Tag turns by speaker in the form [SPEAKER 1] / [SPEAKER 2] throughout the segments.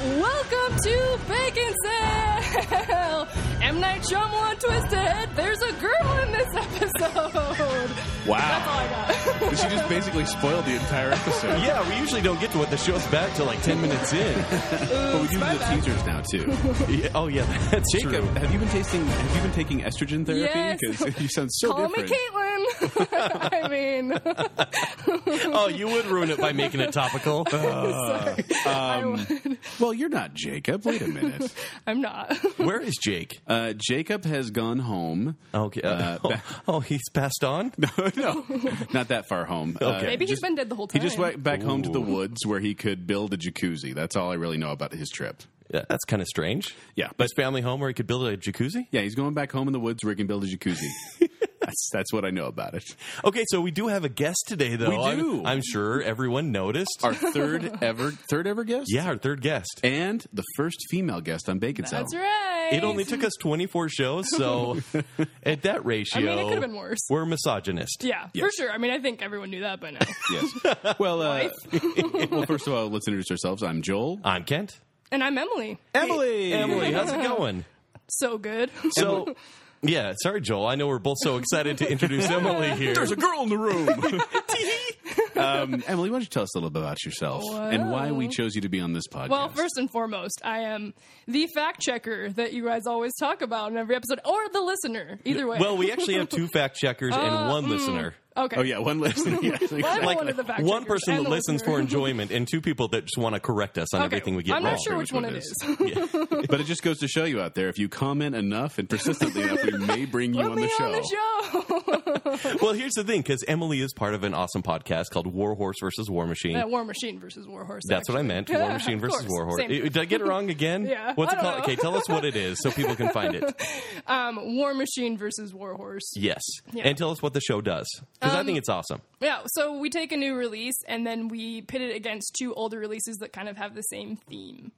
[SPEAKER 1] Welcome to Bacon Sale! M. Night Shyamalan Twisted! There's a girl in this episode! That's all
[SPEAKER 2] Wow.
[SPEAKER 1] I got.
[SPEAKER 3] She just basically spoiled the entire episode.
[SPEAKER 2] Yeah, we usually don't get to what the show's about till like 10 minutes in.
[SPEAKER 3] but we do
[SPEAKER 1] my
[SPEAKER 3] the
[SPEAKER 1] bad.
[SPEAKER 3] teasers now too.
[SPEAKER 2] Yeah, oh, yeah, that's
[SPEAKER 3] Jacob,
[SPEAKER 2] true.
[SPEAKER 3] have you been tasting? Have you been taking estrogen therapy?
[SPEAKER 1] Yes.
[SPEAKER 3] Because you sound so
[SPEAKER 1] Call
[SPEAKER 3] different.
[SPEAKER 1] me Caitlin! I mean,
[SPEAKER 2] Oh, you would ruin it by making it topical.
[SPEAKER 1] I would.
[SPEAKER 3] Um, Well, you're not Jacob. Wait a minute.
[SPEAKER 1] I'm not.
[SPEAKER 2] Where is Jake?
[SPEAKER 3] Uh, Jacob has gone home.
[SPEAKER 2] Okay. uh,
[SPEAKER 3] Uh,
[SPEAKER 2] oh, he's passed on?
[SPEAKER 3] no, not that far home.
[SPEAKER 2] Okay.
[SPEAKER 1] Maybe
[SPEAKER 3] just-
[SPEAKER 1] he's been dead the whole
[SPEAKER 3] He
[SPEAKER 1] time.
[SPEAKER 3] just went back home to the
[SPEAKER 2] Ooh.
[SPEAKER 3] woods where he could build a jacuzzi. That's all I really know about his trip.
[SPEAKER 2] Yeah, that's kind of strange.
[SPEAKER 3] Yeah.
[SPEAKER 2] But his family home where he could build a jacuzzi?
[SPEAKER 3] Yeah, he's going back home in the woods where he can build a jacuzzi. that's that's what I know about it.
[SPEAKER 2] Okay, so we do have a guest today, though.
[SPEAKER 3] We do.
[SPEAKER 2] I'm, I'm sure everyone noticed.
[SPEAKER 3] Our third ever third ever guest.
[SPEAKER 2] yeah, our third guest.
[SPEAKER 3] And the first female guest on Bacon Cell.
[SPEAKER 1] That's right.
[SPEAKER 2] It only took us 24 shows, so at that ratio,
[SPEAKER 1] I mean, it could have been worse.
[SPEAKER 2] We're misogynist.
[SPEAKER 1] Yeah, for
[SPEAKER 3] Yes.
[SPEAKER 1] sure. I mean, I think everyone knew that by now.
[SPEAKER 3] Yes. Well, uh, well, first of all, let's introduce ourselves. I'm Joel.
[SPEAKER 2] I'm Kent.
[SPEAKER 1] and I'm Emily.
[SPEAKER 3] Emily.
[SPEAKER 2] Emily, how's it going?
[SPEAKER 1] So good.
[SPEAKER 2] So, yeah, sorry, Joel. I know we're both so excited to introduce Emily here.
[SPEAKER 3] There's a girl in the room. um, Emily, why don't you tell us a little bit about yourself and why we chose you to be on this podcast?
[SPEAKER 1] Well, first and foremost, I am the fact checker that you guys always talk about in every episode, or the listener. Either way. Uh,
[SPEAKER 2] Well, we actually have two fact checkers and one listener.
[SPEAKER 1] okay.
[SPEAKER 3] oh yeah, one listener. Yeah.
[SPEAKER 1] Well, I'm
[SPEAKER 2] Like
[SPEAKER 1] one of the fact
[SPEAKER 2] one
[SPEAKER 1] checkers
[SPEAKER 2] person
[SPEAKER 1] and
[SPEAKER 2] that
[SPEAKER 1] the
[SPEAKER 2] listens
[SPEAKER 1] listener.
[SPEAKER 2] for enjoyment, and two people that just want to correct us on
[SPEAKER 1] Okay,
[SPEAKER 2] everything we get
[SPEAKER 1] I'm
[SPEAKER 2] wrong.
[SPEAKER 1] not sure which one it is.
[SPEAKER 3] but it just goes to show you out there, if you comment enough and persistently enough, we may bring you
[SPEAKER 1] Put
[SPEAKER 3] on
[SPEAKER 1] me
[SPEAKER 3] the, show.
[SPEAKER 1] on the show.
[SPEAKER 2] well, here's the thing, because Emily is part of an awesome podcast called War Horse versus War Machine.
[SPEAKER 1] That War Machine versus War Horse.
[SPEAKER 2] That's what I meant. War
[SPEAKER 1] Yeah,
[SPEAKER 2] Machine
[SPEAKER 1] of
[SPEAKER 2] versus
[SPEAKER 1] course.
[SPEAKER 2] War Horse. Eh,
[SPEAKER 1] Same.
[SPEAKER 2] Did I get it wrong again?
[SPEAKER 1] Yeah,
[SPEAKER 2] What's
[SPEAKER 1] I
[SPEAKER 2] it
[SPEAKER 1] don't
[SPEAKER 2] called?
[SPEAKER 1] know.
[SPEAKER 2] Okay, tell us what it is so people can find it.
[SPEAKER 1] Um, War Machine versus War Horse.
[SPEAKER 2] Yes.
[SPEAKER 1] Yeah.
[SPEAKER 2] And tell us what the show does. Because
[SPEAKER 1] Um,
[SPEAKER 2] I think it's awesome.
[SPEAKER 1] Yeah, so we take a new release and then we pit it against two older releases that kind of have the same theme.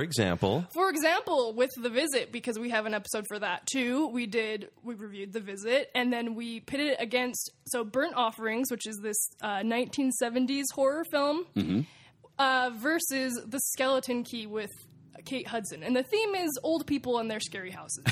[SPEAKER 2] example,
[SPEAKER 1] For example, with The Visit, because we have an episode for that too, we did, we reviewed The Visit and then we pitted it against, so Burnt Offerings, which is this uh, 1970s horror film,
[SPEAKER 3] Mm-hmm.
[SPEAKER 1] uh, versus The Skeleton Key with Kate Hudson. And the theme is old people and their scary houses.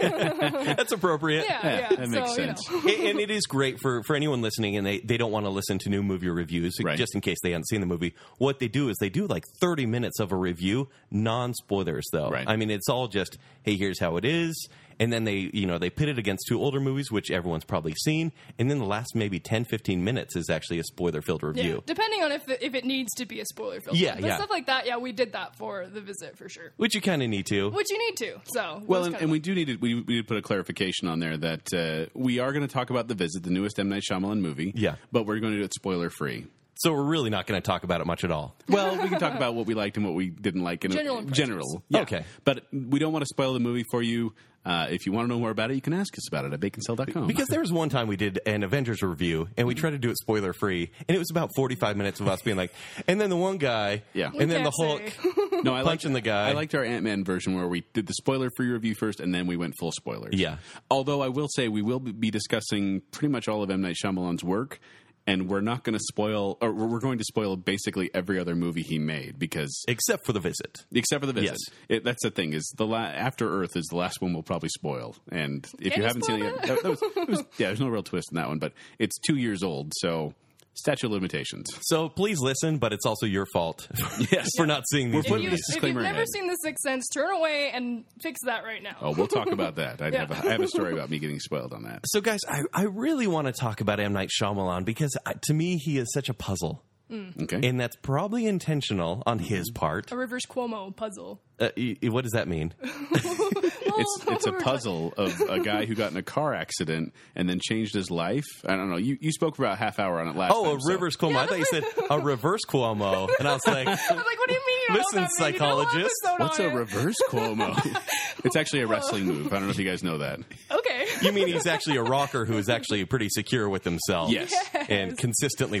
[SPEAKER 2] that's appropriate.
[SPEAKER 1] Yeah,
[SPEAKER 3] Yeah,
[SPEAKER 1] yeah.
[SPEAKER 3] that
[SPEAKER 1] so,
[SPEAKER 3] makes
[SPEAKER 1] you
[SPEAKER 3] sense.
[SPEAKER 1] know.
[SPEAKER 2] A- and it is great for, for anyone listening and they, they don't want to listen to new movie reviews
[SPEAKER 3] Right.
[SPEAKER 2] just in case they haven't seen the movie what they do is they do like 30 minutes of a review non spoilers though
[SPEAKER 3] Right.
[SPEAKER 2] i mean it's all just hey here's how it is and then they you know they pit it against two older movies which everyone's probably seen and then the last maybe 10 15 minutes is actually a spoiler filled
[SPEAKER 1] Yeah,
[SPEAKER 2] review
[SPEAKER 1] depending on if it, if it needs to be a spoiler film.
[SPEAKER 2] Yeah,
[SPEAKER 1] but
[SPEAKER 2] yeah.
[SPEAKER 1] stuff like that. Yeah, we did that for the visit for sure.
[SPEAKER 2] which you kind of need to
[SPEAKER 1] Which you need to. So
[SPEAKER 3] Well,
[SPEAKER 1] those
[SPEAKER 3] and,
[SPEAKER 1] kind of-
[SPEAKER 3] and we do need to we, we need to put a clarification on there that uh, we are going to talk about the visit, the newest M Night Shyamalan movie.
[SPEAKER 2] Yeah.
[SPEAKER 3] but we're going to do it spoiler free.
[SPEAKER 2] so we're really not going to talk about it much at all
[SPEAKER 3] Well, we can talk about what we liked and what we didn't like. In
[SPEAKER 1] General impressions.
[SPEAKER 3] general, yeah.
[SPEAKER 2] Okay.
[SPEAKER 3] But we don't want to spoil the movie for you. Uh, if you want to know more about it, you can ask us about it at baconcell.com.
[SPEAKER 2] Because there was one time we did an Avengers review and we tried to do it spoiler free, and it was about 45 minutes of us being like, and then the one guy,
[SPEAKER 3] Yeah.
[SPEAKER 2] and then the Hulk.
[SPEAKER 1] Can't
[SPEAKER 3] no, I liked,
[SPEAKER 2] punching the guy.
[SPEAKER 3] I liked our Ant Man version where we did the spoiler free review first, and then we went full spoilers.
[SPEAKER 2] Yeah.
[SPEAKER 3] Although I will say we will be discussing pretty much all of M Night Shyamalan's work. And we're not going to spoil, or we're going to spoil basically every other movie he made because,
[SPEAKER 2] Except for the visit.
[SPEAKER 3] except for the visit.
[SPEAKER 2] Yes.
[SPEAKER 3] It, that's the thing is the la- After Earth is the last one we'll probably spoil. And
[SPEAKER 1] Can
[SPEAKER 3] if you
[SPEAKER 1] you
[SPEAKER 3] haven't seen
[SPEAKER 1] spoil
[SPEAKER 3] it, yet, that, that was, it was- yeah, there's no real twist in that one, but it's two years old, so statute of limitations.
[SPEAKER 2] So please listen, but it's also your fault
[SPEAKER 3] Yes.
[SPEAKER 2] for not seeing these.
[SPEAKER 3] We're
[SPEAKER 1] If,
[SPEAKER 3] putting
[SPEAKER 1] you,
[SPEAKER 3] a
[SPEAKER 1] if you've
[SPEAKER 3] disclaimer
[SPEAKER 1] never
[SPEAKER 3] ahead.
[SPEAKER 1] seen The Sixth Sense, turn away and fix that right now.
[SPEAKER 3] Oh, we'll talk about that. I'd
[SPEAKER 1] Yeah.
[SPEAKER 3] have a, I have a story about me getting spoiled on that.
[SPEAKER 2] So, guys, I, I really want to talk about M. Night Shyamalan because I, to me, he is such a puzzle.
[SPEAKER 3] Okay.
[SPEAKER 2] And that's probably intentional on his
[SPEAKER 3] Mm-hmm.
[SPEAKER 2] part.
[SPEAKER 1] A reverse Cuomo puzzle.
[SPEAKER 2] Uh, y- y- what does that mean?
[SPEAKER 3] it's it's a puzzle of a guy who got in a car accident and then changed his life. I don't know. You you spoke for about a half hour on it last.
[SPEAKER 2] Oh,
[SPEAKER 3] time, so-
[SPEAKER 2] a reverse Cuomo. I thought you said a reverse Cuomo. And I was like,
[SPEAKER 1] I was like, what do you mean? You don't know that
[SPEAKER 2] Listen,
[SPEAKER 1] means? You don't have
[SPEAKER 2] psychologist,
[SPEAKER 1] episode
[SPEAKER 3] What's
[SPEAKER 1] on
[SPEAKER 3] a
[SPEAKER 1] it.
[SPEAKER 3] reverse Cuomo? it's actually a wrestling move. I don't know if you guys know that.
[SPEAKER 1] Okay.
[SPEAKER 2] You mean he's actually a rocker who is actually pretty secure with himself?
[SPEAKER 3] Yes. Yes.
[SPEAKER 2] And consistently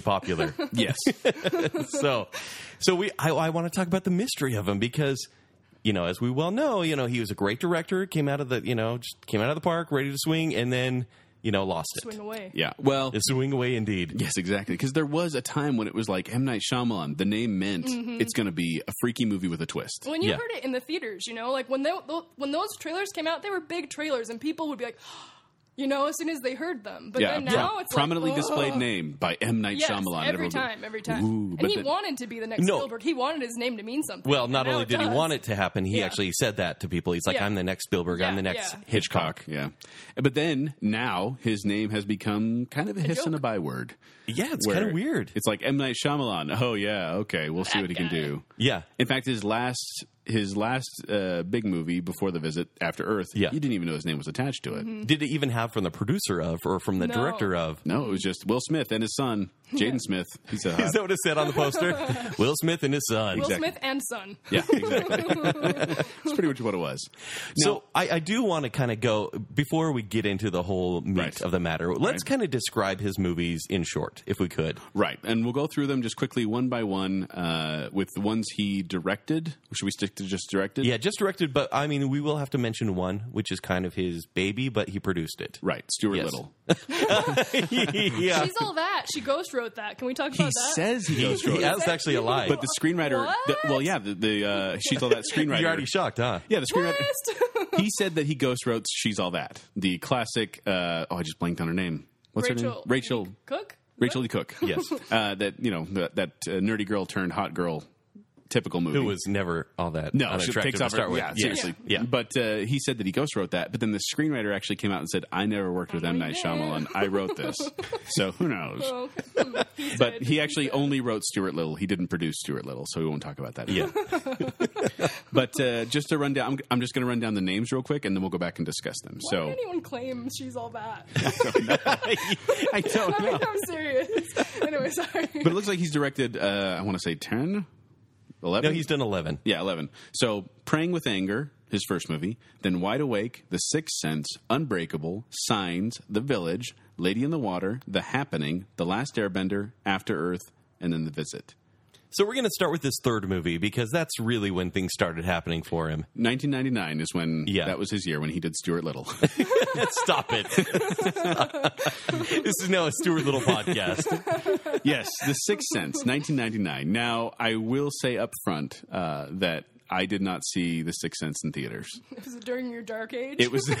[SPEAKER 2] popular.
[SPEAKER 3] Yes.
[SPEAKER 2] so, so we I, I want to talk about the mystery of him because you know, as we well know, you know, he was a great director, came out of the, you know, just came out of the park ready to swing and then you know, lost
[SPEAKER 1] swing
[SPEAKER 2] it.
[SPEAKER 1] away.
[SPEAKER 3] Yeah. Well,
[SPEAKER 2] A swing away indeed.
[SPEAKER 3] yes, exactly. Because there was a time when it was like M Night Shyamalan. The name meant
[SPEAKER 1] Mm-hmm.
[SPEAKER 3] it's going to be a freaky movie with a twist.
[SPEAKER 1] When you
[SPEAKER 2] Yeah.
[SPEAKER 1] heard it in the theaters, you know, like when they, when those trailers came out, they were big trailers, and people would be like, you know, as soon as they heard them. But
[SPEAKER 3] yeah.
[SPEAKER 1] then now
[SPEAKER 3] Pro-
[SPEAKER 1] it's
[SPEAKER 3] prominently
[SPEAKER 1] like,
[SPEAKER 3] displayed
[SPEAKER 1] "Ugh."
[SPEAKER 3] name by M Night
[SPEAKER 1] Yes,
[SPEAKER 3] Shyamalan. and
[SPEAKER 1] every
[SPEAKER 3] everyone would-
[SPEAKER 1] time, every time.
[SPEAKER 3] Ooh,
[SPEAKER 1] and
[SPEAKER 3] but
[SPEAKER 1] he
[SPEAKER 3] then-
[SPEAKER 1] wanted to be the next
[SPEAKER 2] No.
[SPEAKER 1] Spielberg. He wanted his name to mean something.
[SPEAKER 2] Well, not
[SPEAKER 1] And now
[SPEAKER 2] only
[SPEAKER 1] it
[SPEAKER 2] did he
[SPEAKER 1] does.
[SPEAKER 2] want it to happen, he
[SPEAKER 1] Yeah.
[SPEAKER 2] actually said that to people. He's like,
[SPEAKER 1] Yeah.
[SPEAKER 2] "I'm the next Spielberg. I'm
[SPEAKER 1] Yeah,
[SPEAKER 2] the next
[SPEAKER 1] yeah.
[SPEAKER 2] Hitchcock."
[SPEAKER 3] Yeah. But then now his name has become kind of a, hiss and a
[SPEAKER 1] joke.
[SPEAKER 3] byword.
[SPEAKER 2] Yeah, it's
[SPEAKER 3] where
[SPEAKER 2] kind of weird.
[SPEAKER 3] It's like M Night Shyamalan. Oh yeah, okay. We'll see
[SPEAKER 1] That
[SPEAKER 3] what he can
[SPEAKER 1] guy.
[SPEAKER 3] do.
[SPEAKER 2] yeah,
[SPEAKER 3] In fact, his last his last uh, big movie before the visit, After Earth,
[SPEAKER 2] Yeah.
[SPEAKER 3] you didn't even know his name was attached to it.
[SPEAKER 1] Mm-hmm.
[SPEAKER 2] did it even have from the producer of or from the
[SPEAKER 1] No.
[SPEAKER 2] director of?
[SPEAKER 3] No, it was just Will Smith and his son, Jaden Smith. He's a
[SPEAKER 2] Is that what it said on the poster? Will Smith and his son.
[SPEAKER 1] Will
[SPEAKER 3] Exactly.
[SPEAKER 1] Smith and son.
[SPEAKER 3] yeah, exactly. That's pretty much what it was.
[SPEAKER 2] So I, I do want to kind of go before we get into the whole meat
[SPEAKER 3] Right.
[SPEAKER 2] of the matter. Let's kind of describe his movies in short, if we could.
[SPEAKER 3] Right, and we'll go through them just quickly, one by one, uh, with the ones he directed. Should we stick to just directed?
[SPEAKER 2] Yeah, just directed, but I mean, we will have to mention one, which is kind of his baby, but he produced it.
[SPEAKER 3] Right, Stuart
[SPEAKER 2] Yes.
[SPEAKER 3] Little.
[SPEAKER 2] yeah,
[SPEAKER 1] She's all that. She ghost wrote that. Can we talk
[SPEAKER 3] He
[SPEAKER 1] about that?
[SPEAKER 3] says he goes
[SPEAKER 2] he,
[SPEAKER 3] through it,
[SPEAKER 2] that's actually a lie.
[SPEAKER 3] but the screenwriter. The,
[SPEAKER 1] What?
[SPEAKER 3] well, yeah, the, the uh, she's all that screenwriter.
[SPEAKER 2] You're already shocked, huh?
[SPEAKER 3] yeah, the screenwriter.
[SPEAKER 1] Twist!
[SPEAKER 3] he said that he ghostwrote "She's All That," the classic. Uh, oh, I just blanked on her name. What's her name?
[SPEAKER 1] Rachel.
[SPEAKER 3] Rachel.
[SPEAKER 1] Cook?
[SPEAKER 3] Rachel Lee Cook.
[SPEAKER 2] Yes.
[SPEAKER 3] uh, that you know that, that uh, nerdy girl turned hot girl, typical movie.
[SPEAKER 2] It was never all that
[SPEAKER 3] no, she
[SPEAKER 2] unattractive
[SPEAKER 3] takes
[SPEAKER 2] to
[SPEAKER 3] off
[SPEAKER 2] start
[SPEAKER 3] her.
[SPEAKER 2] with.
[SPEAKER 3] Yeah,
[SPEAKER 2] Yes.
[SPEAKER 3] seriously.
[SPEAKER 2] Yeah.
[SPEAKER 3] But uh, he said that he ghostwrote that, but then the screenwriter actually came out and said, "I never worked with
[SPEAKER 1] Oh,
[SPEAKER 3] M
[SPEAKER 1] he
[SPEAKER 3] Night
[SPEAKER 1] did.
[SPEAKER 3] Shyamalan. I wrote this." so who knows?
[SPEAKER 1] Oh, okay. Hmm, he
[SPEAKER 3] But
[SPEAKER 1] did.
[SPEAKER 3] he actually only wrote Stuart Little. He didn't produce Stuart Little, so we won't talk about that.
[SPEAKER 2] Yeah.
[SPEAKER 3] But uh, just to run down, I'm, I'm just going to run down the names real quick, and then we'll go back and discuss them.
[SPEAKER 1] Why
[SPEAKER 3] so
[SPEAKER 1] did anyone claim she's all that?
[SPEAKER 3] I don't know.
[SPEAKER 1] I'm serious. Anyway, sorry.
[SPEAKER 3] Oh, But it looks like he's directed, uh, I want to say 10, 11?
[SPEAKER 2] No, he's done 11.
[SPEAKER 3] yeah, 11. So, Praying with Anger, his first movie, then Wide Awake, The Sixth Sense, Unbreakable, Signs, The Village, Lady in the Water, The Happening, The Last Airbender, After Earth, and then The Visit.
[SPEAKER 2] So we're going to start with this third movie because that's really when things started happening for him.
[SPEAKER 3] 1999 is when
[SPEAKER 2] Yeah.
[SPEAKER 3] that was his year when he did Stuart Little.
[SPEAKER 2] Stop it. this is now a Stuart Little podcast.
[SPEAKER 3] yes, The Sixth Sense, 1999. Now, I will say up front uh, that I did not see The Sixth Sense in theaters.
[SPEAKER 1] Was it during your dark age?
[SPEAKER 3] It was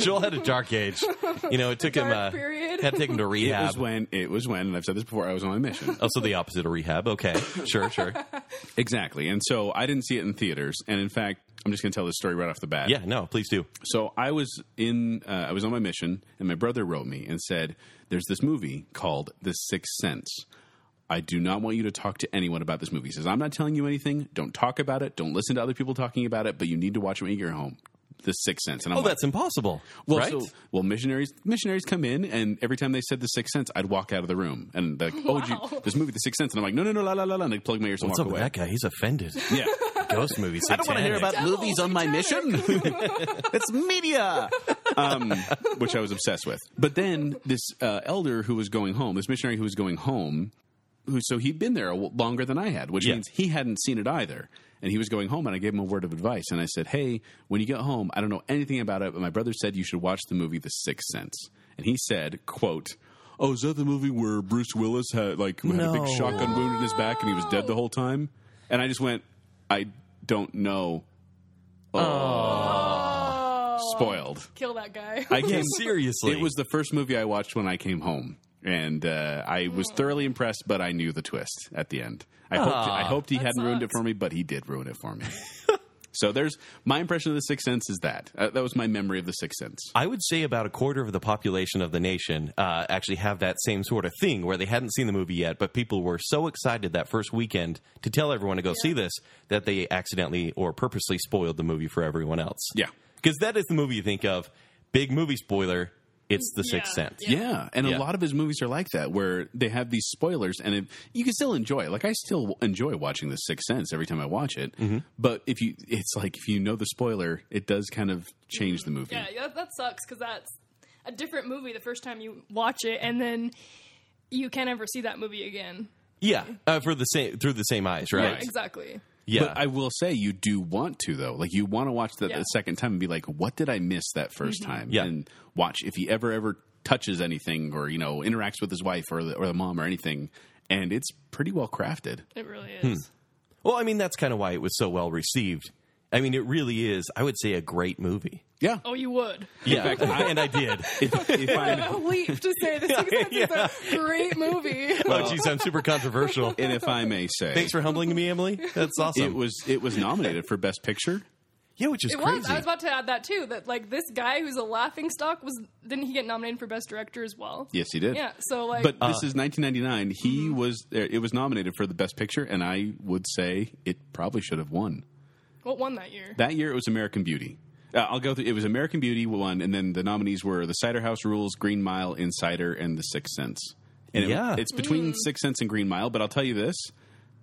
[SPEAKER 2] Joel had a dark age. You know, it took him
[SPEAKER 1] Dark
[SPEAKER 2] uh,
[SPEAKER 1] period.
[SPEAKER 2] had to take him to
[SPEAKER 3] It was
[SPEAKER 2] rehab.
[SPEAKER 3] when it was when, and I've said this before. I was on a mission.
[SPEAKER 2] Also the opposite of rehab. Okay. Sure, sure.
[SPEAKER 3] exactly, and so I didn't see it in theaters. And in fact, I'm just going to tell this story right off the bat.
[SPEAKER 2] Yeah, no, please do.
[SPEAKER 3] So I was in, uh, I was on my mission, and my brother wrote me and said, "There's this movie called The Sixth Sense." I do not want you to talk to anyone about this movie. He says, I'm not telling you anything. Don't talk about it. Don't listen to other people talking about it, but you need to watch it when you get home. The Sixth Sense. And I'm
[SPEAKER 2] Oh,
[SPEAKER 3] like,
[SPEAKER 2] that's impossible.
[SPEAKER 3] well,
[SPEAKER 2] right?
[SPEAKER 3] so- well, missionaries missionaries come in, and every time they said the Sixth Sense, I'd walk out of the room, and they're like, oh, did you, this movie, the Sixth Sense, and I'm like, no, no, no, la la la la, and I plug my ears and
[SPEAKER 2] What's
[SPEAKER 3] walk
[SPEAKER 2] up with
[SPEAKER 3] away.
[SPEAKER 2] that guy? He's offended.
[SPEAKER 3] Yeah,
[SPEAKER 2] Ghost movie.
[SPEAKER 3] I don't want to hear about
[SPEAKER 1] Devil,
[SPEAKER 3] movies on my
[SPEAKER 1] satanic.
[SPEAKER 3] mission. it's media, um, which I was obsessed with. But then this uh, elder who was going home, this missionary who was going home, who so he'd been there a w- longer than I had, which
[SPEAKER 2] Yeah.
[SPEAKER 3] means he hadn't seen it either. And he was going home, and I gave him a word of advice. And I said, "Hey, when you get home, I don't know anything about it, but my brother said you should watch the movie The Sixth Sense." And he said, "Quote." Oh, is that the movie where Bruce Willis had like had a
[SPEAKER 2] No.
[SPEAKER 3] big shotgun wound in his back and he was dead the whole time? And I just went, I don't know.
[SPEAKER 1] Oh.
[SPEAKER 3] Spoiled.
[SPEAKER 1] Kill that guy.
[SPEAKER 3] I came
[SPEAKER 2] seriously.
[SPEAKER 3] It was the first movie I watched when I came home, and uh, I was thoroughly impressed. But I knew the twist at the end. I hoped I hoped he
[SPEAKER 1] that
[SPEAKER 3] hadn't ruined it
[SPEAKER 1] sucks.
[SPEAKER 3] for me, but he did ruin it for me. so there's my impression of the Sixth Sense is that uh, that was my memory of the Sixth Sense.
[SPEAKER 2] I would say about a quarter of the population of the nation uh, actually have that same sort of thing where they hadn't seen the movie yet, but people were so excited that first weekend to tell everyone to go see this that they accidentally or purposely spoiled the movie for everyone else.
[SPEAKER 3] Yeah.
[SPEAKER 2] Because that is the movie you think of. Big movie spoiler, it's The
[SPEAKER 1] Yeah,
[SPEAKER 2] Sixth Sense.
[SPEAKER 1] Yeah.
[SPEAKER 3] Yeah, and a
[SPEAKER 2] Yeah.
[SPEAKER 3] lot of his movies are like that, where they have these spoilers, and it, you can still enjoy. it. Like I still enjoy watching The Sixth Sense every time I watch it. But if you, it's like if you know the spoiler, it does kind of change the movie.
[SPEAKER 1] yeah, yeah, that, that sucks because that's a different movie the first time you watch it, and then you can't ever see that movie again.
[SPEAKER 2] Yeah. Uh, for the same, through the same eyes, right?
[SPEAKER 1] Yeah, exactly.
[SPEAKER 2] Yeah.
[SPEAKER 3] But I will say you do want to though. Like you want to watch that
[SPEAKER 1] Yeah.
[SPEAKER 3] the second time and be like, what did I miss that 1st time?
[SPEAKER 2] Yeah.
[SPEAKER 3] And watch if he ever ever touches anything or you know interacts with his wife or the, or the mom or anything. And it's pretty well crafted.
[SPEAKER 1] It really
[SPEAKER 3] Hmm.
[SPEAKER 1] is.
[SPEAKER 2] Well, I mean, that's kind of why it was so well received. I mean, it really is, I would say, a great movie.
[SPEAKER 3] Yeah.
[SPEAKER 1] Oh, you would.
[SPEAKER 2] Yeah, and I did.
[SPEAKER 3] If, if I,
[SPEAKER 1] A leap to say this because it's a great movie.
[SPEAKER 2] oh, geez, I'm super controversial.
[SPEAKER 3] and if I may say,
[SPEAKER 2] Thanks for humbling me, Emily. That's awesome.
[SPEAKER 3] it was it was nominated for best picture.
[SPEAKER 2] yeah, which is
[SPEAKER 1] It
[SPEAKER 2] crazy.
[SPEAKER 1] was. I was about to add that too. That like this guy who's a laughing stock was didn't he get nominated for best director as well?
[SPEAKER 3] Yes, he did.
[SPEAKER 1] Yeah. So like,
[SPEAKER 3] But this is 1999. He was there. It was nominated for the best picture, and I would say it probably should have won.
[SPEAKER 1] what won that year?
[SPEAKER 3] That year, it was American Beauty. Uh, I'll go through. It was American Beauty won, and then the nominees were The Cider House Rules, Green Mile, Insider, and The Sixth Sense. And it-
[SPEAKER 2] Yeah.
[SPEAKER 3] it's between Sixth Sense and Green Mile. But I'll tell you this: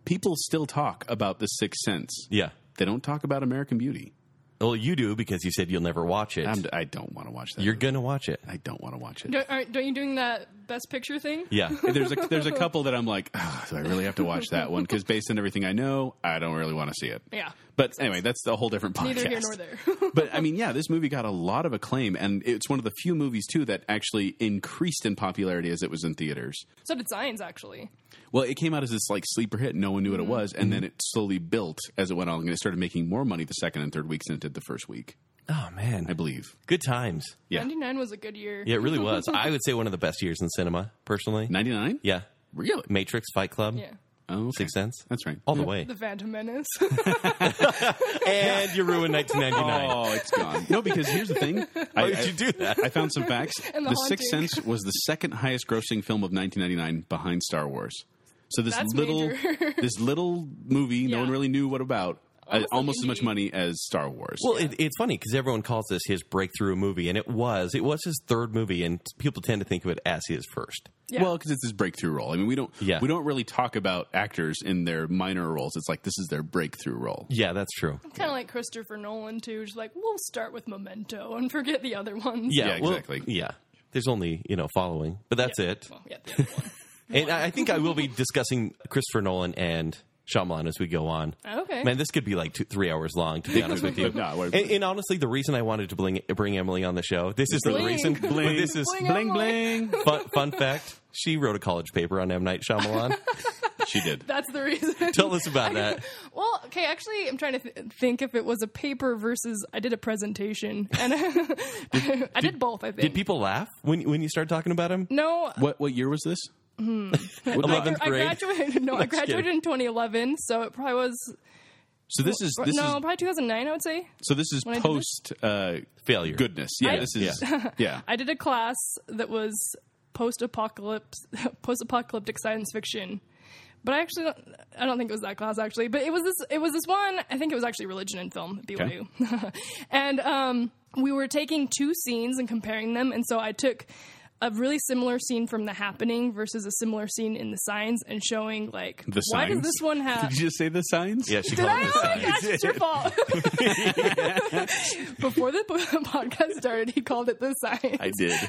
[SPEAKER 3] people still talk about The Sixth Sense.
[SPEAKER 2] yeah.
[SPEAKER 3] They don't talk about American Beauty.
[SPEAKER 2] Well, you do because you said you'll never watch it.
[SPEAKER 3] I'm, I don't want to watch that.
[SPEAKER 2] You're gonna watch it.
[SPEAKER 3] I don't want to watch it.
[SPEAKER 1] Don't, aren't, don't you doing that best picture thing?
[SPEAKER 2] Yeah.
[SPEAKER 3] there's a there's a couple that I'm like, oh, do I really have to watch that one? Because based on everything I know, I don't really want to see it.
[SPEAKER 1] Yeah.
[SPEAKER 3] But anyway, that's a whole different podcast.
[SPEAKER 2] Oh,
[SPEAKER 1] Neither here nor there.
[SPEAKER 3] but I mean, yeah, this movie got a lot of acclaim, and it's one of the few movies too that actually increased in popularity as it was in theaters.
[SPEAKER 1] so did Science actually.
[SPEAKER 3] Well, it came out as this like sleeper hit; no one knew what
[SPEAKER 1] Mm-hmm.
[SPEAKER 3] it was, and then it slowly built as it went on, and it started making more money the second and third weeks than it did the first week, I
[SPEAKER 2] Oh man,
[SPEAKER 3] believe.
[SPEAKER 2] good times.
[SPEAKER 3] Yeah.
[SPEAKER 1] Ninety nine was a good year.
[SPEAKER 2] Yeah, it really was. I would say one of the best years in cinema, personally.
[SPEAKER 3] Ninety nine,
[SPEAKER 2] Yeah.
[SPEAKER 3] really?
[SPEAKER 2] Matrix, Fight Club,
[SPEAKER 1] Yeah.
[SPEAKER 3] Oh, okay.
[SPEAKER 2] Sixth Sense,
[SPEAKER 3] That's right.
[SPEAKER 2] all the way.
[SPEAKER 1] The Phantom Menace.
[SPEAKER 2] And you ruined 1999.
[SPEAKER 3] Oh, it's gone. No, because here's the thing.
[SPEAKER 2] Why did you do that?
[SPEAKER 3] I found some facts.
[SPEAKER 1] And
[SPEAKER 3] the
[SPEAKER 1] The
[SPEAKER 3] Sixth
[SPEAKER 1] Haunting.
[SPEAKER 3] Sense was the second highest grossing film of 1999 behind Star Wars. So this
[SPEAKER 1] That's
[SPEAKER 3] little
[SPEAKER 1] major.
[SPEAKER 3] this little movie no
[SPEAKER 1] Yeah.
[SPEAKER 3] one really knew what about uh,
[SPEAKER 1] Almost like
[SPEAKER 3] almost as much
[SPEAKER 1] indie.
[SPEAKER 3] money as Star Wars.
[SPEAKER 2] Well, it, it's funny because everyone calls this his breakthrough movie, and it was. It was his third movie, and people tend to think of it as his first.
[SPEAKER 1] Yeah.
[SPEAKER 3] Well, because it's his breakthrough role. I mean, we don't
[SPEAKER 2] Yeah.
[SPEAKER 3] we don't really talk about actors in their minor roles. It's like this is their breakthrough role.
[SPEAKER 2] Yeah, that's true.
[SPEAKER 1] kind of like Christopher Nolan too. Just like we'll start with Memento and forget the other ones.
[SPEAKER 2] Yeah,
[SPEAKER 3] Yeah,
[SPEAKER 2] well,
[SPEAKER 3] exactly.
[SPEAKER 2] yeah. There's only you know following, but that's it.
[SPEAKER 1] Well, yeah. the other one.
[SPEAKER 2] And I I think I will be discussing Christopher Nolan and Shyamalan as we go on.
[SPEAKER 1] Okay.
[SPEAKER 2] Man, this could be like two, three hours long, to be honest with you.
[SPEAKER 3] But no, what-
[SPEAKER 2] And, and honestly, the reason I wanted to bring, bring Emily on the show, this isn't the
[SPEAKER 1] Bling.
[SPEAKER 2] reason, but this is
[SPEAKER 1] Bling.
[SPEAKER 3] bling bling.
[SPEAKER 2] fun, fun fact. She wrote a college paper on M. Night Shyamalan.
[SPEAKER 3] she did.
[SPEAKER 1] That's the reason.
[SPEAKER 2] Tell us about that.
[SPEAKER 1] Well, okay, actually, I'm trying to th- think if it was a paper versus I did a presentation, and I did both. I think.
[SPEAKER 2] Did people laugh when, when you started talking about him?
[SPEAKER 1] no,
[SPEAKER 3] What what year was this?
[SPEAKER 1] I, gr-
[SPEAKER 2] 11th
[SPEAKER 1] I
[SPEAKER 2] grade?
[SPEAKER 1] graduated. No, I graduated
[SPEAKER 2] kidding.
[SPEAKER 1] in 2011, so it probably was
[SPEAKER 3] So this is this
[SPEAKER 1] no,
[SPEAKER 3] is
[SPEAKER 1] probably 2009. I would say
[SPEAKER 3] so this is
[SPEAKER 1] I did
[SPEAKER 3] post uh,
[SPEAKER 2] Failure.
[SPEAKER 3] goodness. Yeah,
[SPEAKER 1] I-
[SPEAKER 3] this is yeah.
[SPEAKER 1] I did a class that was post-apocalypse, post-apocalyptic science fiction. But I actually, don't, I don't think it was that class actually. But it was this, it was this one. I think it was actually religion and film at BYU, and um, we were taking two scenes and comparing them. And so I took a really similar scene from The Happening versus a similar scene in The Signs, and showing like
[SPEAKER 3] The
[SPEAKER 1] why
[SPEAKER 3] Signs?
[SPEAKER 1] does this one have
[SPEAKER 3] Did you just say the signs?
[SPEAKER 2] Yeah, she
[SPEAKER 1] did
[SPEAKER 2] called
[SPEAKER 1] I?
[SPEAKER 2] it
[SPEAKER 1] Oh my
[SPEAKER 2] science.
[SPEAKER 1] gosh, it's your fault. Before the po- podcast started, he called it the signs.
[SPEAKER 3] I did.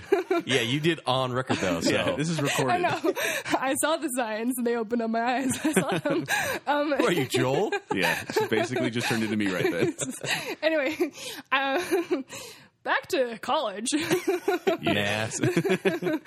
[SPEAKER 2] Yeah, you did on record, though. So.
[SPEAKER 3] Yeah, this is recorded.
[SPEAKER 1] I know. I saw the signs and they opened up my eyes. I saw them. Um,
[SPEAKER 2] Who are you, Joel?
[SPEAKER 3] Yeah, she basically just turned into me right then.
[SPEAKER 1] anyway, um, back to college. you
[SPEAKER 2] Yes.
[SPEAKER 1] were the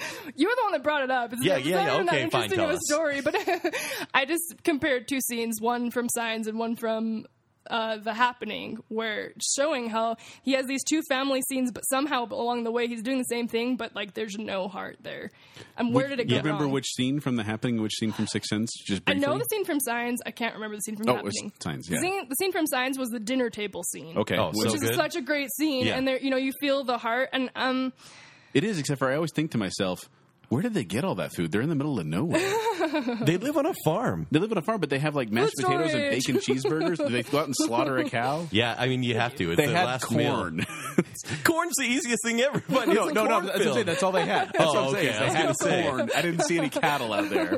[SPEAKER 1] one that brought it up. It's
[SPEAKER 2] Yeah,
[SPEAKER 1] not-
[SPEAKER 2] yeah,
[SPEAKER 1] not
[SPEAKER 2] yeah,
[SPEAKER 1] even that
[SPEAKER 2] okay, fine,
[SPEAKER 1] interesting
[SPEAKER 2] tell
[SPEAKER 1] of a
[SPEAKER 2] us.
[SPEAKER 1] story, but I just compared two scenes, one from Signs and one from uh, The Happening, where showing how he has these two family scenes, but somehow along the way he's doing the same thing, but like there's no heart there. And where did it go
[SPEAKER 3] You remember
[SPEAKER 1] wrong?
[SPEAKER 3] which scene from The Happening, which scene from Sixth Sense? Just
[SPEAKER 1] I
[SPEAKER 3] briefly.
[SPEAKER 1] know the scene from Signs. I can't remember the scene from
[SPEAKER 3] Oh,
[SPEAKER 1] The
[SPEAKER 3] it was
[SPEAKER 1] Happening.
[SPEAKER 3] Signs,
[SPEAKER 1] The
[SPEAKER 3] yeah.
[SPEAKER 1] scene, the scene from Signs was the dinner table scene.
[SPEAKER 3] Okay,
[SPEAKER 2] Oh,
[SPEAKER 3] well,
[SPEAKER 2] so-
[SPEAKER 1] which is
[SPEAKER 2] good.
[SPEAKER 1] such a great scene,
[SPEAKER 2] Yeah.
[SPEAKER 1] and there, you know, you feel the heart, and um,
[SPEAKER 3] it is. Except for I always think to myself, where did they get all that food? They're in the middle of nowhere.
[SPEAKER 2] they live on a farm.
[SPEAKER 3] they live on a farm, but they have like mashed
[SPEAKER 1] Food
[SPEAKER 3] potatoes and
[SPEAKER 1] storage.
[SPEAKER 3] bacon cheeseburgers. Do they go out and slaughter a cow?
[SPEAKER 2] Yeah, I mean, you have to. It's
[SPEAKER 3] They
[SPEAKER 2] the
[SPEAKER 3] had
[SPEAKER 2] last meal.
[SPEAKER 3] corn.
[SPEAKER 2] Corn's the easiest thing ever. But no,
[SPEAKER 3] no, no, that's, what I'm saying, that's all they had. That's
[SPEAKER 2] Oh,
[SPEAKER 3] what I'm saying.
[SPEAKER 2] okay,
[SPEAKER 3] is
[SPEAKER 2] I was
[SPEAKER 3] They had
[SPEAKER 2] gonna say.
[SPEAKER 3] corn. I didn't see any cattle out there.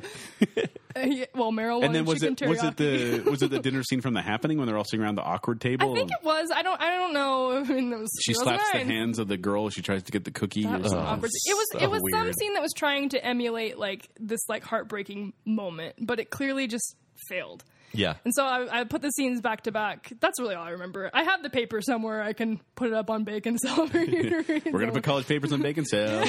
[SPEAKER 1] uh, yeah, well, Meryl wanted
[SPEAKER 3] And then was
[SPEAKER 1] chicken
[SPEAKER 3] it was it
[SPEAKER 1] teriyaki.
[SPEAKER 3] the was it the dinner scene from The Happening when they're all sitting around the awkward table?
[SPEAKER 1] I think it was. I don't. I don't know. I mean, that was,
[SPEAKER 3] she
[SPEAKER 1] that was
[SPEAKER 3] slaps the Oh,
[SPEAKER 1] nine.
[SPEAKER 3] hands of the girl. She tries to get the cookie.
[SPEAKER 1] That
[SPEAKER 3] or
[SPEAKER 1] was an
[SPEAKER 3] something.
[SPEAKER 1] awkward. It was.
[SPEAKER 2] so
[SPEAKER 1] it was some
[SPEAKER 2] weird.
[SPEAKER 1] scene that was trying to emulate like this like heartbreaking moment, but it clearly just failed.
[SPEAKER 2] Yeah.
[SPEAKER 1] And so I, I put the scenes back to back. That's really all I remember. I have the paper somewhere. I can put it up on Bacon Celebrate.
[SPEAKER 3] We're gonna put college papers on bacon sale.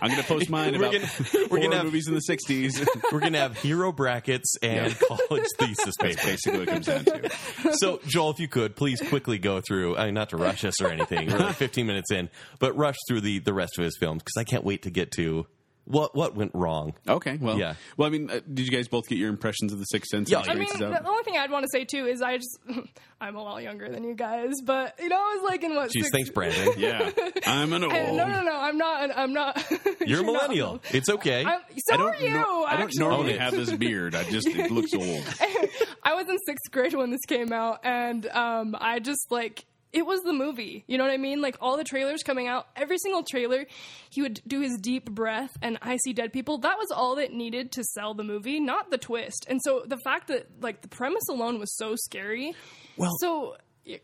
[SPEAKER 3] I'm gonna post mine
[SPEAKER 2] We're
[SPEAKER 3] about
[SPEAKER 2] gonna- we're
[SPEAKER 3] horror
[SPEAKER 2] gonna have-
[SPEAKER 3] movies in the '60s.
[SPEAKER 2] We're gonna have hero brackets and college thesis
[SPEAKER 3] That's
[SPEAKER 2] papers.
[SPEAKER 3] basically what it comes down to.
[SPEAKER 2] So, Joel, if you could please quickly go through, I mean, not to rush us or anything, we're like 15 minutes in, but rush through the the rest of his films because I can't wait to get to what what went wrong.
[SPEAKER 3] Okay, well,
[SPEAKER 2] Yeah.
[SPEAKER 3] Well, I mean, uh, did you guys both get your impressions of the Sixth Sense?
[SPEAKER 2] Yeah,
[SPEAKER 3] and
[SPEAKER 1] I mean,
[SPEAKER 3] experiences out?
[SPEAKER 1] the only thing I'd want to say too is I just I'm a lot younger than you guys, but you know I was like in what?
[SPEAKER 2] Jeez,
[SPEAKER 1] six-
[SPEAKER 2] thanks, Brandon.
[SPEAKER 3] yeah, I'm an old.
[SPEAKER 1] I- no, no, no, I'm not. an- I'm not.
[SPEAKER 2] You're a
[SPEAKER 1] not
[SPEAKER 2] millennial.
[SPEAKER 1] old.
[SPEAKER 2] It's okay.
[SPEAKER 1] I'm, so
[SPEAKER 3] I don't
[SPEAKER 1] are you.
[SPEAKER 3] nor- I don't
[SPEAKER 1] actually.
[SPEAKER 3] normally
[SPEAKER 2] Own Oh, it.
[SPEAKER 3] have this beard. I just it looks old.
[SPEAKER 1] I was in sixth grade when this came out, and um, I just like it was the movie. You know what I mean? Like all the trailers coming out, every single trailer, he would do his deep breath and I see dead people. That was all that needed to sell the movie, not the twist. And so the fact that like the premise alone was so scary.
[SPEAKER 3] Well-
[SPEAKER 1] so.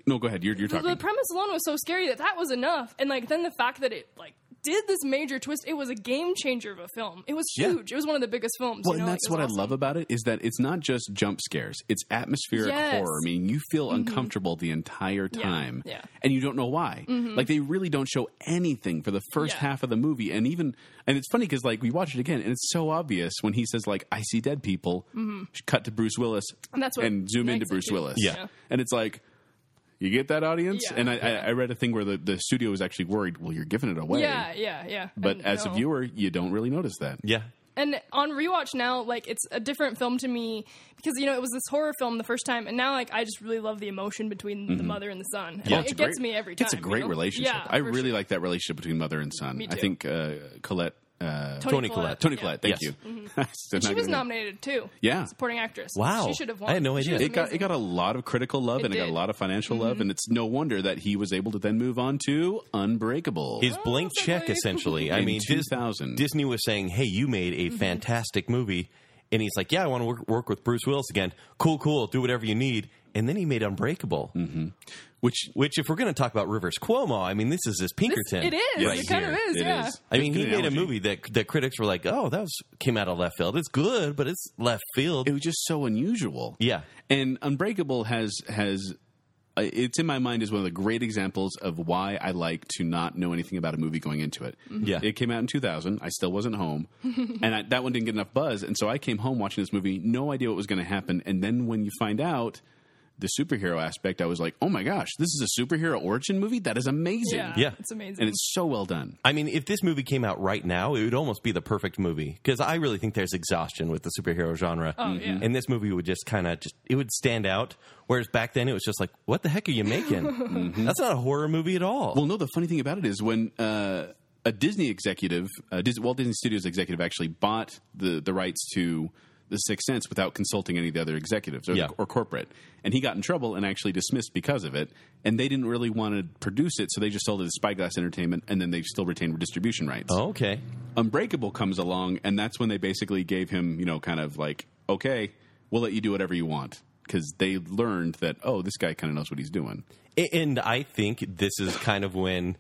[SPEAKER 3] No, go ahead. You're, you're
[SPEAKER 1] The
[SPEAKER 3] talking.
[SPEAKER 1] premise alone was so scary that that was enough, and like then the fact that it like did this major twist, it was a game changer of a film. It was
[SPEAKER 3] Yeah.
[SPEAKER 1] huge. It was one of the biggest films.
[SPEAKER 3] Well,
[SPEAKER 1] you know?
[SPEAKER 3] and
[SPEAKER 1] Like,
[SPEAKER 3] that's
[SPEAKER 1] it was
[SPEAKER 3] what
[SPEAKER 1] awesome.
[SPEAKER 3] I love about it is that it's not just jump scares; it's atmospheric
[SPEAKER 1] Yes. Mm-hmm.
[SPEAKER 3] horror. I mean, you feel uncomfortable the entire time,
[SPEAKER 1] yeah. Mm-hmm.
[SPEAKER 3] and you don't know why. Like they really don't show anything for the first
[SPEAKER 1] Yeah.
[SPEAKER 3] half of the movie, and even and it's funny because like we watch it again, and it's so obvious when he says like "I see dead people," cut to Bruce Willis,
[SPEAKER 1] Mm-hmm. And that's what
[SPEAKER 3] zoom
[SPEAKER 1] makes
[SPEAKER 3] into
[SPEAKER 1] it
[SPEAKER 3] Bruce
[SPEAKER 1] too.
[SPEAKER 3] Willis,
[SPEAKER 1] Yeah. Yeah.
[SPEAKER 3] and it's like. You get that audience,
[SPEAKER 1] Yeah.
[SPEAKER 3] and I, I, I read a thing where the, the studio was actually worried. Well, you're giving it away,
[SPEAKER 1] Yeah, yeah, yeah.
[SPEAKER 3] but
[SPEAKER 1] And
[SPEAKER 3] as a
[SPEAKER 1] no.
[SPEAKER 3] viewer, you don't really notice that.
[SPEAKER 2] yeah.
[SPEAKER 1] and on rewatch now like it's a different film to me because you know it was this horror film the first time and now like i just really love the emotion between the mother and the son
[SPEAKER 3] Mm-hmm. Yeah,
[SPEAKER 1] it,
[SPEAKER 3] it's a
[SPEAKER 1] it gets
[SPEAKER 3] great-
[SPEAKER 1] me every time
[SPEAKER 3] It's a
[SPEAKER 1] you
[SPEAKER 3] great
[SPEAKER 1] know?
[SPEAKER 3] relationship.
[SPEAKER 1] yeah,
[SPEAKER 3] I
[SPEAKER 1] for
[SPEAKER 3] really
[SPEAKER 1] sure.
[SPEAKER 3] like that relationship between mother and son.
[SPEAKER 1] Me
[SPEAKER 3] I
[SPEAKER 1] too.
[SPEAKER 3] think uh, Colette, uh,
[SPEAKER 2] Tony Collette.
[SPEAKER 1] Collette.
[SPEAKER 3] Tony
[SPEAKER 1] Yeah. Mm-hmm.
[SPEAKER 3] Collette. Thank you.
[SPEAKER 2] Yes.
[SPEAKER 3] Still not
[SPEAKER 1] she was
[SPEAKER 3] gonna-
[SPEAKER 1] nominated too
[SPEAKER 3] Yeah.
[SPEAKER 1] supporting actress
[SPEAKER 2] Wow.
[SPEAKER 1] she should have won
[SPEAKER 2] I had no
[SPEAKER 1] She
[SPEAKER 2] idea.
[SPEAKER 1] was
[SPEAKER 3] It got it
[SPEAKER 1] amazing.
[SPEAKER 3] got a lot of critical love
[SPEAKER 1] It
[SPEAKER 3] and it got
[SPEAKER 1] did. Mm-hmm.
[SPEAKER 3] a lot of financial love, and it's no wonder that he was able to then move on to Unbreakable.
[SPEAKER 2] His blank
[SPEAKER 1] that's
[SPEAKER 2] check,
[SPEAKER 1] okay.
[SPEAKER 2] essentially. I
[SPEAKER 3] In
[SPEAKER 2] mean, Dis-
[SPEAKER 3] 2000.
[SPEAKER 2] Disney was saying, "Hey, you made
[SPEAKER 1] Mm-hmm.
[SPEAKER 2] a fantastic movie," and he's like, "Yeah, I want to work, work with Bruce Willis again. Cool, cool. Do whatever you need." And then he made Unbreakable,
[SPEAKER 3] Mm-hmm. which
[SPEAKER 2] which, if we're going to talk about Rivers Cuomo, I mean, this is his Pinkerton.
[SPEAKER 1] it is
[SPEAKER 2] right
[SPEAKER 1] it kind
[SPEAKER 2] here.
[SPEAKER 1] of is
[SPEAKER 3] it
[SPEAKER 1] yeah
[SPEAKER 3] is.
[SPEAKER 2] I mean, he
[SPEAKER 3] Good
[SPEAKER 2] made a
[SPEAKER 3] analogy.
[SPEAKER 2] movie that that critics were like, "Oh, that was came out of left field. It's good, but it's left field."
[SPEAKER 3] It was just so unusual.
[SPEAKER 2] yeah,
[SPEAKER 3] and Unbreakable has has uh, it's in my mind as one of the great examples of why I like to not know anything about a movie going into it.
[SPEAKER 2] Yeah.
[SPEAKER 3] it came out in 2000. I still wasn't home, and I, that one didn't get enough buzz. And so I came home watching this movie, no idea what was going to happen. And then when you find out the superhero aspect, I was like, oh my gosh, this is a superhero origin movie. That is amazing,
[SPEAKER 1] yeah,
[SPEAKER 2] Yeah.
[SPEAKER 1] it's amazing
[SPEAKER 3] and it's so well done.
[SPEAKER 2] I mean, if this movie came out right now, it would almost be the perfect movie because I really think there's exhaustion with the superhero genre.
[SPEAKER 1] Oh, yeah.
[SPEAKER 2] And this movie would just kind of just it would stand out. Whereas back then, it was just like, "What the heck are you making? That's not a horror movie at all."
[SPEAKER 3] Well, no, the funny thing about it is when uh, a Disney executive, uh, Dis- Walt Disney Studios executive, actually bought the, the rights to The Sixth Sense without consulting any of the other executives or,
[SPEAKER 2] Yeah.
[SPEAKER 3] or corporate. And he got in trouble and actually dismissed because of it. And they didn't really want to produce it, so they just sold it to Spyglass Entertainment, and then they still retained distribution rights.
[SPEAKER 2] Oh, okay,
[SPEAKER 3] Unbreakable comes along, and that's when they basically gave him, you know, kind of like, okay, we'll let you do whatever you want. Because they learned that, oh, this guy kind of knows what he's doing.
[SPEAKER 2] A- and I think this is kind of when,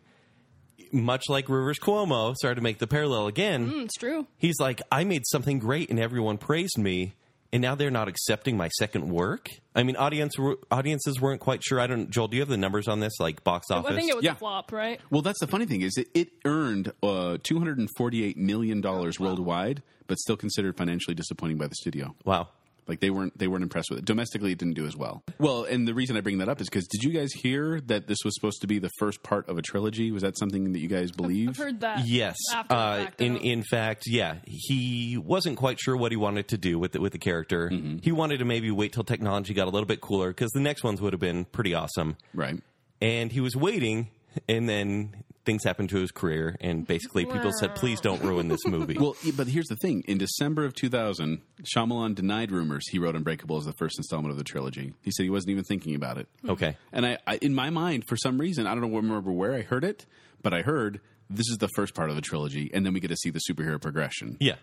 [SPEAKER 2] much like Rivers Cuomo, sorry to make the parallel again.
[SPEAKER 1] Mm, it's true
[SPEAKER 2] He's like, I made something great and everyone praised me, and now they're not accepting my second work. I mean, audience audiences weren't quite sure. I don't, Joel, do you have the numbers on this? Like box office?
[SPEAKER 1] i think it was
[SPEAKER 3] Yeah.
[SPEAKER 1] a flop right
[SPEAKER 3] Well, that's the funny thing is it, it earned uh, two hundred and forty-eight million dollars
[SPEAKER 1] Oh,
[SPEAKER 3] worldwide, but still considered financially disappointing by the studio.
[SPEAKER 2] wow.
[SPEAKER 3] Like they weren't they weren't impressed with it. Domestically, it didn't do as well. Well, and the reason I bring that up is because did you guys hear that this was supposed to be the first part of a trilogy? Was that something that you guys believe?
[SPEAKER 1] i've heard that
[SPEAKER 2] Yes.
[SPEAKER 1] after the
[SPEAKER 2] Uh,
[SPEAKER 1] fact, I
[SPEAKER 2] in
[SPEAKER 1] don't-
[SPEAKER 2] in fact, yeah, he wasn't quite sure what he wanted to do with the, with the character. He wanted to maybe wait till technology got a little bit cooler because the next ones would have been pretty awesome.
[SPEAKER 3] Right.
[SPEAKER 2] and he was waiting and then things happened to his career and basically people said please don't ruin this movie
[SPEAKER 3] Well, e- but here's the thing: in December of 2000, Shyamalan denied rumors he wrote Unbreakable as the first installment of the trilogy. He said he wasn't even thinking about it.
[SPEAKER 2] okay
[SPEAKER 3] And I, I, in my mind, for some reason, I don't know remember where I heard it, but I heard this is the first part of the trilogy, and then we get to see the superhero progression.
[SPEAKER 2] yeah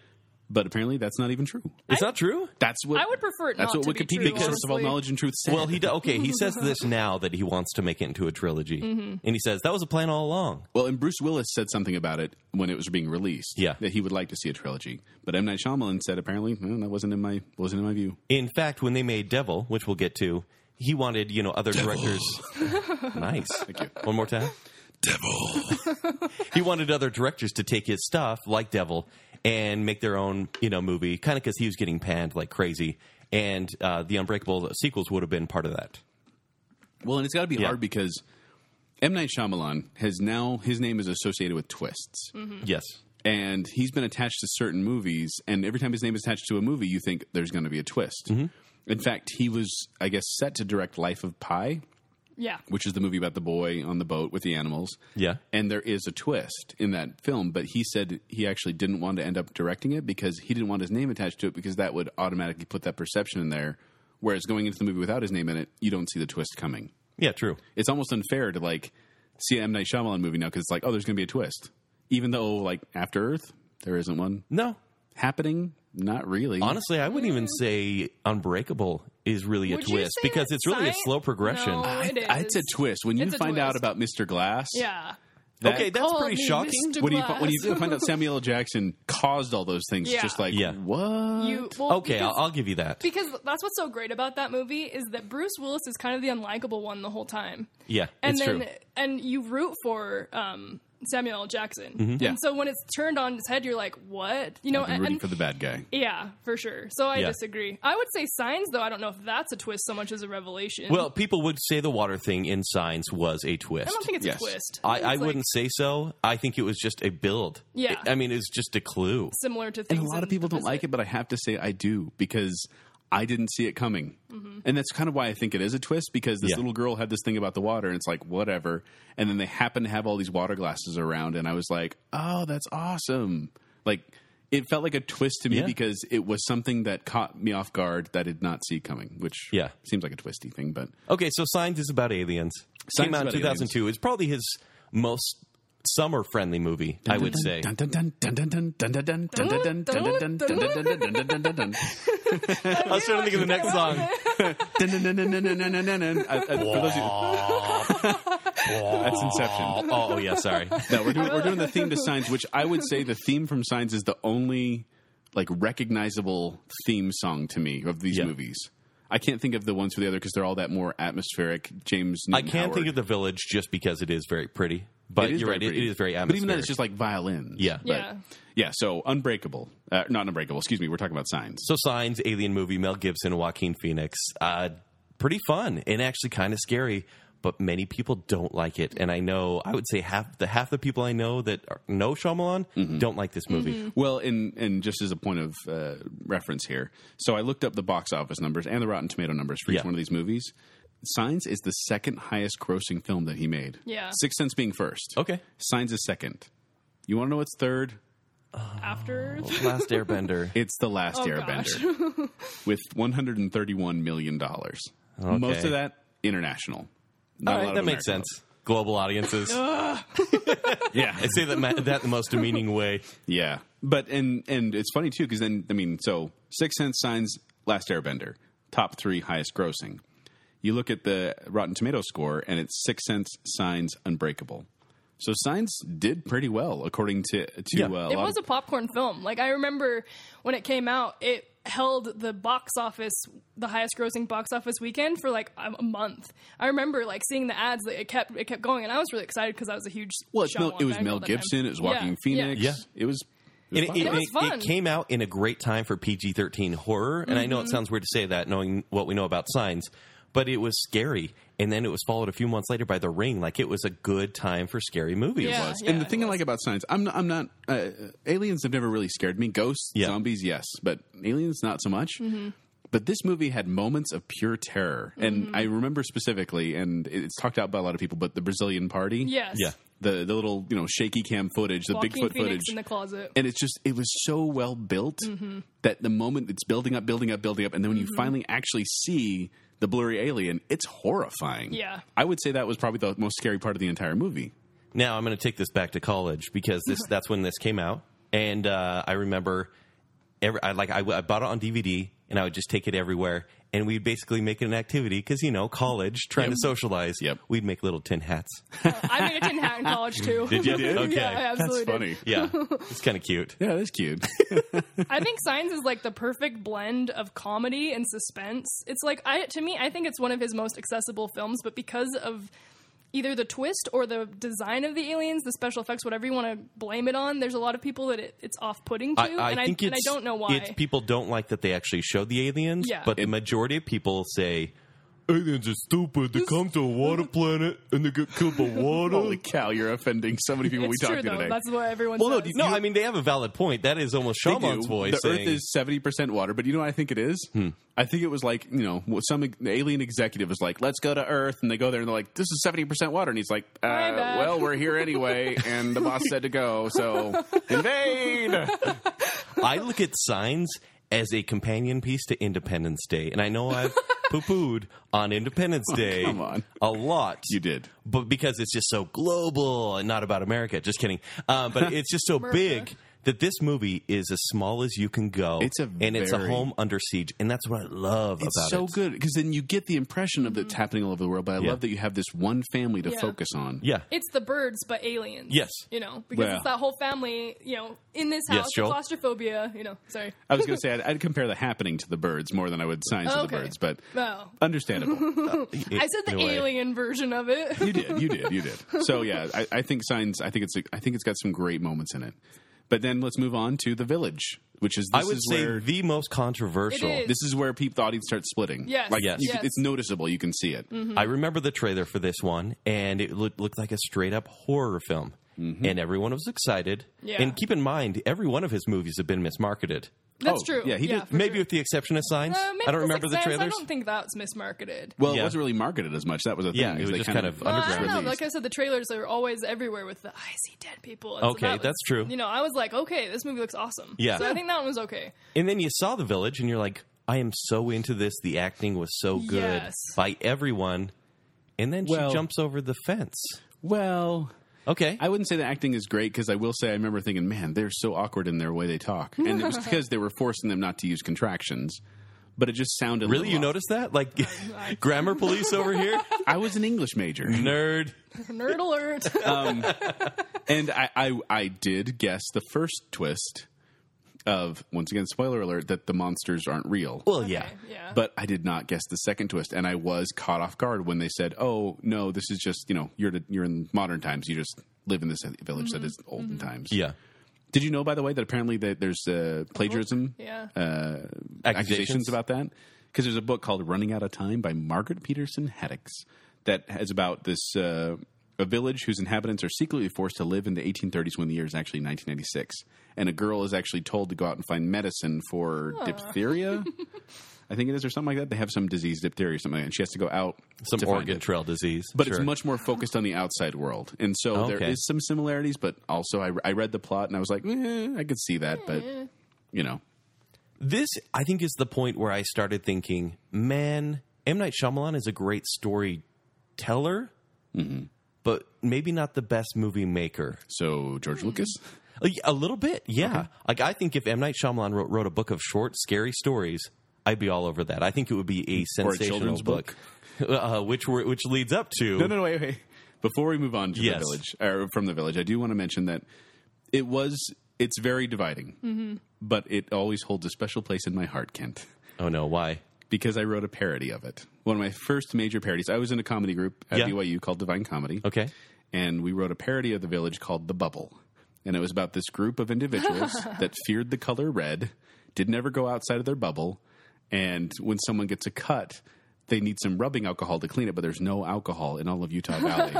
[SPEAKER 3] But apparently, that's not even true.
[SPEAKER 2] It's not true.
[SPEAKER 3] That's what
[SPEAKER 1] I would prefer it
[SPEAKER 3] That's
[SPEAKER 1] not
[SPEAKER 3] what
[SPEAKER 1] to be
[SPEAKER 3] Wikipedia,
[SPEAKER 1] true,
[SPEAKER 3] source of all
[SPEAKER 1] honestly.
[SPEAKER 3] knowledge and truth, said.
[SPEAKER 2] Well, he do- okay. He says this now that he wants to make it into a trilogy,
[SPEAKER 1] Mm-hmm.
[SPEAKER 2] and he says that was a plan all along.
[SPEAKER 3] Well, and Bruce Willis said something about it when it was being released.
[SPEAKER 2] Yeah.
[SPEAKER 3] that he would like to see a trilogy. But M Night Shyamalan said apparently "No, that wasn't in my wasn't in my view.
[SPEAKER 2] In fact, when they made Devil, which we'll get to, he wanted you know other directors. nice. Thank
[SPEAKER 3] you.
[SPEAKER 2] One more time. Devil. he wanted other directors to take his stuff, like Devil, and make their own you know movie, kind of because he was getting panned like crazy. And uh, the Unbreakable sequels would have been part of that.
[SPEAKER 3] Well, and it's got to be
[SPEAKER 2] Yeah.
[SPEAKER 3] hard because M Night Shyamalan has now his name is associated with twists,
[SPEAKER 1] Hmm.
[SPEAKER 2] Yes.
[SPEAKER 3] and he's been attached to certain movies. And every time his name is attached to a movie, you think there's going to be a twist. In fact, he was, I guess, set to direct Life of Pi,
[SPEAKER 1] Yeah.
[SPEAKER 3] which is the movie about the boy on the boat with the animals.
[SPEAKER 2] Yeah.
[SPEAKER 3] And there is a twist in that film, but he said he actually didn't want to end up directing it because he didn't want his name attached to it because that would automatically put that perception in there. Whereas going into the movie without his name in it, you don't see the twist coming.
[SPEAKER 2] Yeah. True.
[SPEAKER 3] It's almost unfair to like see an M Night Shyamalan movie now because it's like, oh, there's going to be a twist, even though like After Earth there isn't one
[SPEAKER 2] No.
[SPEAKER 3] happening. Not really.
[SPEAKER 2] Honestly, I wouldn't even say Unbreakable is really a
[SPEAKER 1] Mm-hmm. Would you
[SPEAKER 2] twist
[SPEAKER 1] say
[SPEAKER 2] because
[SPEAKER 1] that's
[SPEAKER 2] it's really a
[SPEAKER 1] sci-
[SPEAKER 2] slow progression.
[SPEAKER 1] No, it is.
[SPEAKER 3] it's a twist when you
[SPEAKER 1] It's a
[SPEAKER 3] find out
[SPEAKER 1] twist.
[SPEAKER 3] about Mr. Glass.
[SPEAKER 1] Yeah.
[SPEAKER 3] that-
[SPEAKER 2] okay, that's
[SPEAKER 1] Call
[SPEAKER 2] pretty
[SPEAKER 1] me
[SPEAKER 2] shocking.
[SPEAKER 1] Mr.
[SPEAKER 3] when you,
[SPEAKER 1] Glass.
[SPEAKER 3] when you find out Samuel L. Jackson caused all those things, it's
[SPEAKER 1] Yeah.
[SPEAKER 3] just like
[SPEAKER 2] Yeah.
[SPEAKER 3] what?
[SPEAKER 1] You- well,
[SPEAKER 2] Okay,
[SPEAKER 1] because-
[SPEAKER 2] I'll, I'll give you that.
[SPEAKER 1] because that's what's so great about that movie is that Bruce Willis is kind of the unlikable one the whole time.
[SPEAKER 2] Yeah,
[SPEAKER 1] and
[SPEAKER 2] it's
[SPEAKER 1] then
[SPEAKER 2] true.
[SPEAKER 1] and you root for um, Samuel L. Jackson.
[SPEAKER 2] Mm-hmm.
[SPEAKER 3] Yeah.
[SPEAKER 1] And so when it's turned on its head, you're like, "What?" You know,
[SPEAKER 3] I've been
[SPEAKER 1] and,
[SPEAKER 3] rooting
[SPEAKER 1] and-
[SPEAKER 3] for the bad guy.
[SPEAKER 1] yeah, for sure. So I
[SPEAKER 2] Yeah.
[SPEAKER 1] disagree. I would say Signs, though. I don't know if that's a twist so much as a revelation.
[SPEAKER 2] Well, people would say the water thing in Signs was a twist.
[SPEAKER 1] I don't think it's
[SPEAKER 3] yes.
[SPEAKER 1] a twist.
[SPEAKER 2] I,
[SPEAKER 1] It's
[SPEAKER 2] I
[SPEAKER 1] like
[SPEAKER 2] wouldn't say so. I think it was just a build.
[SPEAKER 1] Yeah.
[SPEAKER 2] I mean, it was just a clue.
[SPEAKER 1] similar to
[SPEAKER 3] And
[SPEAKER 1] things.
[SPEAKER 3] a lot
[SPEAKER 1] in
[SPEAKER 3] of people
[SPEAKER 1] The
[SPEAKER 3] don't like
[SPEAKER 1] Visit.
[SPEAKER 3] it, but I have to say I do because I didn't see it coming. And that's kind of why I think it is a twist because this
[SPEAKER 2] Yeah.
[SPEAKER 3] little girl had this thing about the water and it's like, whatever. And then they happen to have all these water glasses around. And I was like, oh, that's awesome. Like, it felt like a twist to me
[SPEAKER 2] Yeah.
[SPEAKER 3] because it was something that caught me off guard that I did not see coming, which
[SPEAKER 2] Yeah.
[SPEAKER 3] seems like a twisty thing, but
[SPEAKER 2] Okay, so Signs is about aliens.
[SPEAKER 3] Signs
[SPEAKER 2] Came out in
[SPEAKER 3] about
[SPEAKER 2] 2002. It's probably his most summer friendly movie, I would say. I was trying to think of the next song.
[SPEAKER 3] I- I- for those who- That's Inception.
[SPEAKER 2] Oh, oh, yeah, sorry.
[SPEAKER 3] No, we're doing we're doing the theme to Signs, which I would say the theme from Signs is the only like recognizable theme song to me of these
[SPEAKER 2] Yeah.
[SPEAKER 3] movies. I can't think of the ones for the other because they're all that more atmospheric James.
[SPEAKER 2] I can't think of the village just because it is very pretty. But you're right, it- it is very atmospheric.
[SPEAKER 3] But even then, it's just like violin.
[SPEAKER 2] Yeah.
[SPEAKER 3] But-
[SPEAKER 1] Yeah.
[SPEAKER 3] yeah. So Unbreakable, uh, not Unbreakable. Excuse me. We're talking about Signs.
[SPEAKER 2] So Signs, Alien movie, Mel Gibson, Joaquin Phoenix. Uh, pretty fun and actually kind of scary, but many people don't like it. And I know I would say half the half the people I know that are, know Shyamalan don't like this movie.
[SPEAKER 3] Well, and and just as a point of uh, reference here, so I looked up the box office numbers and the Rotten Tomato numbers for each
[SPEAKER 2] Yeah.
[SPEAKER 3] one of these movies. Signs is the second highest grossing film that he made.
[SPEAKER 1] Yeah.
[SPEAKER 3] Six Sense being first.
[SPEAKER 2] Okay,
[SPEAKER 3] Signs is second. You want to know what's third?
[SPEAKER 1] After
[SPEAKER 2] Last Airbender.
[SPEAKER 3] It's The Last
[SPEAKER 1] Oh,
[SPEAKER 3] Airbender with one hundred and thirty-one million dollars. Most of that international. Not
[SPEAKER 2] All
[SPEAKER 3] a
[SPEAKER 2] right,
[SPEAKER 3] lot
[SPEAKER 2] that
[SPEAKER 3] of
[SPEAKER 2] makes
[SPEAKER 3] American.
[SPEAKER 2] sense. Global audiences.
[SPEAKER 3] Yeah,
[SPEAKER 2] I say that ma- that the most demeaning way.
[SPEAKER 3] Yeah, but and and it's funny too because then I mean, so Six Sense signs Last Airbender top three highest grossing. You look at the Rotten Tomato score, and it's Six Sense signs Unbreakable. So signs did pretty well according to to
[SPEAKER 2] Yeah.
[SPEAKER 3] uh, a
[SPEAKER 1] it
[SPEAKER 3] lot
[SPEAKER 1] was a
[SPEAKER 3] of,
[SPEAKER 1] popcorn film. Like I remember when it came out, it held the box office, the highest grossing box office weekend for like a a month. I remember like seeing the ads that it kept it kept going, and I was really excited because I was a huge.
[SPEAKER 3] well. It's Mel,
[SPEAKER 1] Shyamalan
[SPEAKER 3] it was
[SPEAKER 1] fan
[SPEAKER 3] Mel
[SPEAKER 1] all the time.
[SPEAKER 3] Gibson. It was
[SPEAKER 1] Yeah,
[SPEAKER 3] Walking Phoenix.
[SPEAKER 1] Yeah.
[SPEAKER 2] Yeah.
[SPEAKER 3] it was.
[SPEAKER 2] And
[SPEAKER 3] It was
[SPEAKER 2] it,
[SPEAKER 3] fun.
[SPEAKER 2] it,
[SPEAKER 1] was
[SPEAKER 2] it-
[SPEAKER 1] fun.
[SPEAKER 2] it came out in a great time for PG 13 horror. And I know it
[SPEAKER 1] Mm-hmm.
[SPEAKER 2] sounds weird to say that, knowing what we know about signs, but it was scary. And then it was followed a few months later by The Ring. Like, it was a good time for scary movies.
[SPEAKER 1] Uh, Yeah.
[SPEAKER 3] was. and the
[SPEAKER 1] it
[SPEAKER 3] thing I like about science, I'm not, I'm not uh, aliens have never really scared me. Ghosts,
[SPEAKER 2] Yeah.
[SPEAKER 3] zombies, yes, but aliens not so much.
[SPEAKER 1] Mm-hmm.
[SPEAKER 3] But this movie had moments of pure terror,
[SPEAKER 1] Mm-hmm.
[SPEAKER 3] and I remember specifically, and it- it's talked out by a lot of people, but the Brazilian party,
[SPEAKER 1] Yes.
[SPEAKER 2] Yeah.
[SPEAKER 3] the the little you know shaky cam footage, the
[SPEAKER 1] Walking
[SPEAKER 3] Bigfoot
[SPEAKER 1] Phoenix
[SPEAKER 3] footage.
[SPEAKER 1] in the Mm-hmm. closet.
[SPEAKER 3] and it's just it was so well built that the moment it's building up, building up, building up, and then when
[SPEAKER 1] Mm-hmm.
[SPEAKER 3] you finally actually see the blurry alien, it's horrifying.
[SPEAKER 1] Yeah.
[SPEAKER 3] I would say that was probably the most scary part of the entire movie.
[SPEAKER 2] Now, I'm going to take this back to college because this that's when this came out. And uh, I remember every I like I, I bought it on DVD and I would just take it everywhere and we'd basically make it an activity because you know college trying to socialize.
[SPEAKER 3] Yep.
[SPEAKER 2] We'd make little tin hats.
[SPEAKER 1] I made a tin hat in college too.
[SPEAKER 2] Did you? Did? Okay.
[SPEAKER 1] yeah, I
[SPEAKER 3] That's
[SPEAKER 1] absolutely. did.
[SPEAKER 3] funny.
[SPEAKER 2] yeah, it's kind of cute.
[SPEAKER 3] Yeah, that's cute.
[SPEAKER 1] I think Signs is like the perfect blend of comedy and suspense. It's like I to me, I think it's one of his most accessible films, but because of either the twist or the design of the aliens, the special effects, whatever you want to blame it on, there's a lot of people that it, it's off-putting to, and, I, and I
[SPEAKER 2] it's-
[SPEAKER 1] don't know why.
[SPEAKER 2] It's people don't like that they actually showed the aliens,
[SPEAKER 1] Yeah.
[SPEAKER 2] but the majority of people say aliens are stupid. They come to a water planet and they get killed by water.
[SPEAKER 3] Holy cow, you're offending so many people
[SPEAKER 1] It's
[SPEAKER 3] we
[SPEAKER 1] true
[SPEAKER 3] talked to
[SPEAKER 1] though.
[SPEAKER 3] today.
[SPEAKER 1] That's what everyone
[SPEAKER 3] Well, no,
[SPEAKER 1] says.
[SPEAKER 3] do you-
[SPEAKER 2] no, I mean they have a valid point. That is almost
[SPEAKER 3] They do.
[SPEAKER 2] Shaman's voice.
[SPEAKER 3] The
[SPEAKER 2] saying, Hmm.
[SPEAKER 3] Earth is seventy percent water, but you know what I think it is. I think it was like you know what some alien executive was like, "Let's go to Earth," and they go there and they're like, "This is seventy percent water," and he's like, uh,
[SPEAKER 1] My bad.
[SPEAKER 3] "Well, we're here anyway, and the boss said to go, so invade."
[SPEAKER 2] I look at signs as a companion piece to Independence Day, and I know I've poo-pooed on Independence Day
[SPEAKER 3] Oh, come on.
[SPEAKER 2] a lot.
[SPEAKER 3] you did.
[SPEAKER 2] but because it's just so global and not about America. Just kidding. Um, but it's just so
[SPEAKER 1] America.
[SPEAKER 2] big that this movie is as small as you can go.
[SPEAKER 3] It's a
[SPEAKER 2] and it's a
[SPEAKER 3] very-
[SPEAKER 2] home under siege, and that's what I love
[SPEAKER 3] It's
[SPEAKER 2] about
[SPEAKER 3] so
[SPEAKER 2] it.
[SPEAKER 3] good because then you get the impression of it's happening all over the world. But I
[SPEAKER 2] Yeah.
[SPEAKER 3] love that you have this one family to
[SPEAKER 1] Mm-hmm. Yeah.
[SPEAKER 3] focus on.
[SPEAKER 2] Yeah,
[SPEAKER 1] It's the birds, but aliens.
[SPEAKER 2] Yes.
[SPEAKER 1] you know because
[SPEAKER 3] Well.
[SPEAKER 1] it's that whole family. You know, in this
[SPEAKER 2] Yes,
[SPEAKER 1] house,
[SPEAKER 2] Joel?
[SPEAKER 1] claustrophobia. You know, sorry.
[SPEAKER 3] I was going to say I'd, I'd compare the happening to the birds more than I would signs to the
[SPEAKER 1] Okay.
[SPEAKER 3] birds, but
[SPEAKER 1] Well,
[SPEAKER 3] understandable.
[SPEAKER 1] I said the
[SPEAKER 2] in a way.
[SPEAKER 1] alien version of it.
[SPEAKER 3] you did you did you did so yeah I, I think signs i think it's i think it's got some great moments in it but then let's move on to the village which is this
[SPEAKER 2] I would
[SPEAKER 3] is
[SPEAKER 2] say
[SPEAKER 3] where
[SPEAKER 2] the most controversial.
[SPEAKER 1] It is.
[SPEAKER 3] this is where people the audience starts splitting
[SPEAKER 1] Yes.
[SPEAKER 3] like
[SPEAKER 2] Yes.
[SPEAKER 3] you
[SPEAKER 1] Yes.
[SPEAKER 3] can-
[SPEAKER 1] Mm-hmm.
[SPEAKER 3] it's noticeable you can see it
[SPEAKER 2] I remember the trailer for this one, and it looked, looked like a straight up horror film.
[SPEAKER 3] Mm-hmm.
[SPEAKER 2] And everyone was excited.
[SPEAKER 1] Yeah.
[SPEAKER 2] And keep in mind, every one of his movies have been mismarketed.
[SPEAKER 1] That's
[SPEAKER 3] Oh,
[SPEAKER 1] true.
[SPEAKER 3] yeah, he did-
[SPEAKER 1] for
[SPEAKER 2] Maybe
[SPEAKER 1] sure.
[SPEAKER 2] with the exception of Signs.
[SPEAKER 1] Uh, maybe
[SPEAKER 2] I don't
[SPEAKER 1] it was
[SPEAKER 2] remember the
[SPEAKER 1] Success.
[SPEAKER 2] trailers.
[SPEAKER 1] I don't think that's mismarketed.
[SPEAKER 3] well it
[SPEAKER 2] Yeah.
[SPEAKER 3] wasn't really marketed as much that was a thing
[SPEAKER 2] Yeah,
[SPEAKER 3] is
[SPEAKER 2] it was
[SPEAKER 3] they
[SPEAKER 2] just kind of
[SPEAKER 1] Well, I don't know.
[SPEAKER 2] underground.
[SPEAKER 1] Like I said, the trailers are always everywhere with the I see dead people. And so
[SPEAKER 2] Okay,
[SPEAKER 1] that was-
[SPEAKER 2] that's true.
[SPEAKER 1] You know, I was like, okay, this movie looks awesome.
[SPEAKER 2] Yeah.
[SPEAKER 1] So I think that one was okay.
[SPEAKER 2] And then you saw the village, and you're like, I am so into this. The acting was so good
[SPEAKER 1] Yes.
[SPEAKER 2] by everyone. And then
[SPEAKER 3] Well-
[SPEAKER 2] she jumps over the fence.
[SPEAKER 3] well
[SPEAKER 2] Okay.
[SPEAKER 3] I wouldn't say the acting is great because I will say I remember thinking, man, they're so awkward in their way they talk, and it was because they were forcing them not to use contractions. But it just sounded a
[SPEAKER 2] really? You
[SPEAKER 3] little off.
[SPEAKER 2] noticed that? Like, grammar police over here?
[SPEAKER 3] I was an English major.
[SPEAKER 2] Nerd.
[SPEAKER 1] Nerd alert.
[SPEAKER 3] and I, I I did guess the first twist of once again spoiler alert that the monsters aren't real.
[SPEAKER 2] Well, yeah.
[SPEAKER 1] yeah.
[SPEAKER 3] But I did not guess the second twist, and I was caught off guard when they said, "Oh no, this is just you know you're you're in modern times. You just live in this village that is olden times."
[SPEAKER 2] Yeah.
[SPEAKER 3] Did you know, by the way, that apparently that there's uh, plagiarism
[SPEAKER 1] yeah.
[SPEAKER 2] uh,
[SPEAKER 3] accusations about that because there's a book called Running Out of Time by Margaret Peterson Haddix that is about this uh, a village whose inhabitants are secretly forced to live in the 1830s when the year is actually 1996, and a girl is actually told to go out and find medicine for diphtheria. I think it is, or something like that. They have some disease, diphtheria, or something, like that, and she has to go out
[SPEAKER 2] Some
[SPEAKER 3] to find
[SPEAKER 2] Oregon
[SPEAKER 3] it.
[SPEAKER 2] Trail disease.
[SPEAKER 3] But
[SPEAKER 2] Sure.
[SPEAKER 3] it's much more focused on the outside world, and so there
[SPEAKER 2] Okay.
[SPEAKER 3] is some similarities. But also, I, I read the plot and I was like, eh, I could see that, but you know,
[SPEAKER 2] This, I think, is the point where I started thinking, man, M. Night Shyamalan is a great storyteller,
[SPEAKER 3] Mm-hmm.
[SPEAKER 2] but maybe not the best movie maker.
[SPEAKER 3] so George Lucas.
[SPEAKER 2] A Uh, a little bit, yeah. Like I think if M Night Shyamalan wrote, wrote a book of short, scary stories, I'd be all over that. I think it would be a
[SPEAKER 3] Or a
[SPEAKER 2] sensational
[SPEAKER 3] children's
[SPEAKER 2] book, uh, which were, which leads up to
[SPEAKER 3] No, no, no, wait, wait. Before we move on to
[SPEAKER 2] Yes.
[SPEAKER 3] the village or from the village, I do want to mention that it was it's very dividing, but it always holds a special place in my heart, Kent,
[SPEAKER 2] oh no, why?
[SPEAKER 3] because I wrote a parody of it. One of my first major parodies. I was in a comedy group at
[SPEAKER 2] Yeah.
[SPEAKER 3] BYU called Divine Comedy,
[SPEAKER 2] Okay,
[SPEAKER 3] and we wrote a parody of the village called The Bubble, and it was about this group of individuals that feared the color red, did never go outside of their bubble, and when someone gets a cut. They need some rubbing alcohol to clean it, but there's no alcohol in all of Utah Valley.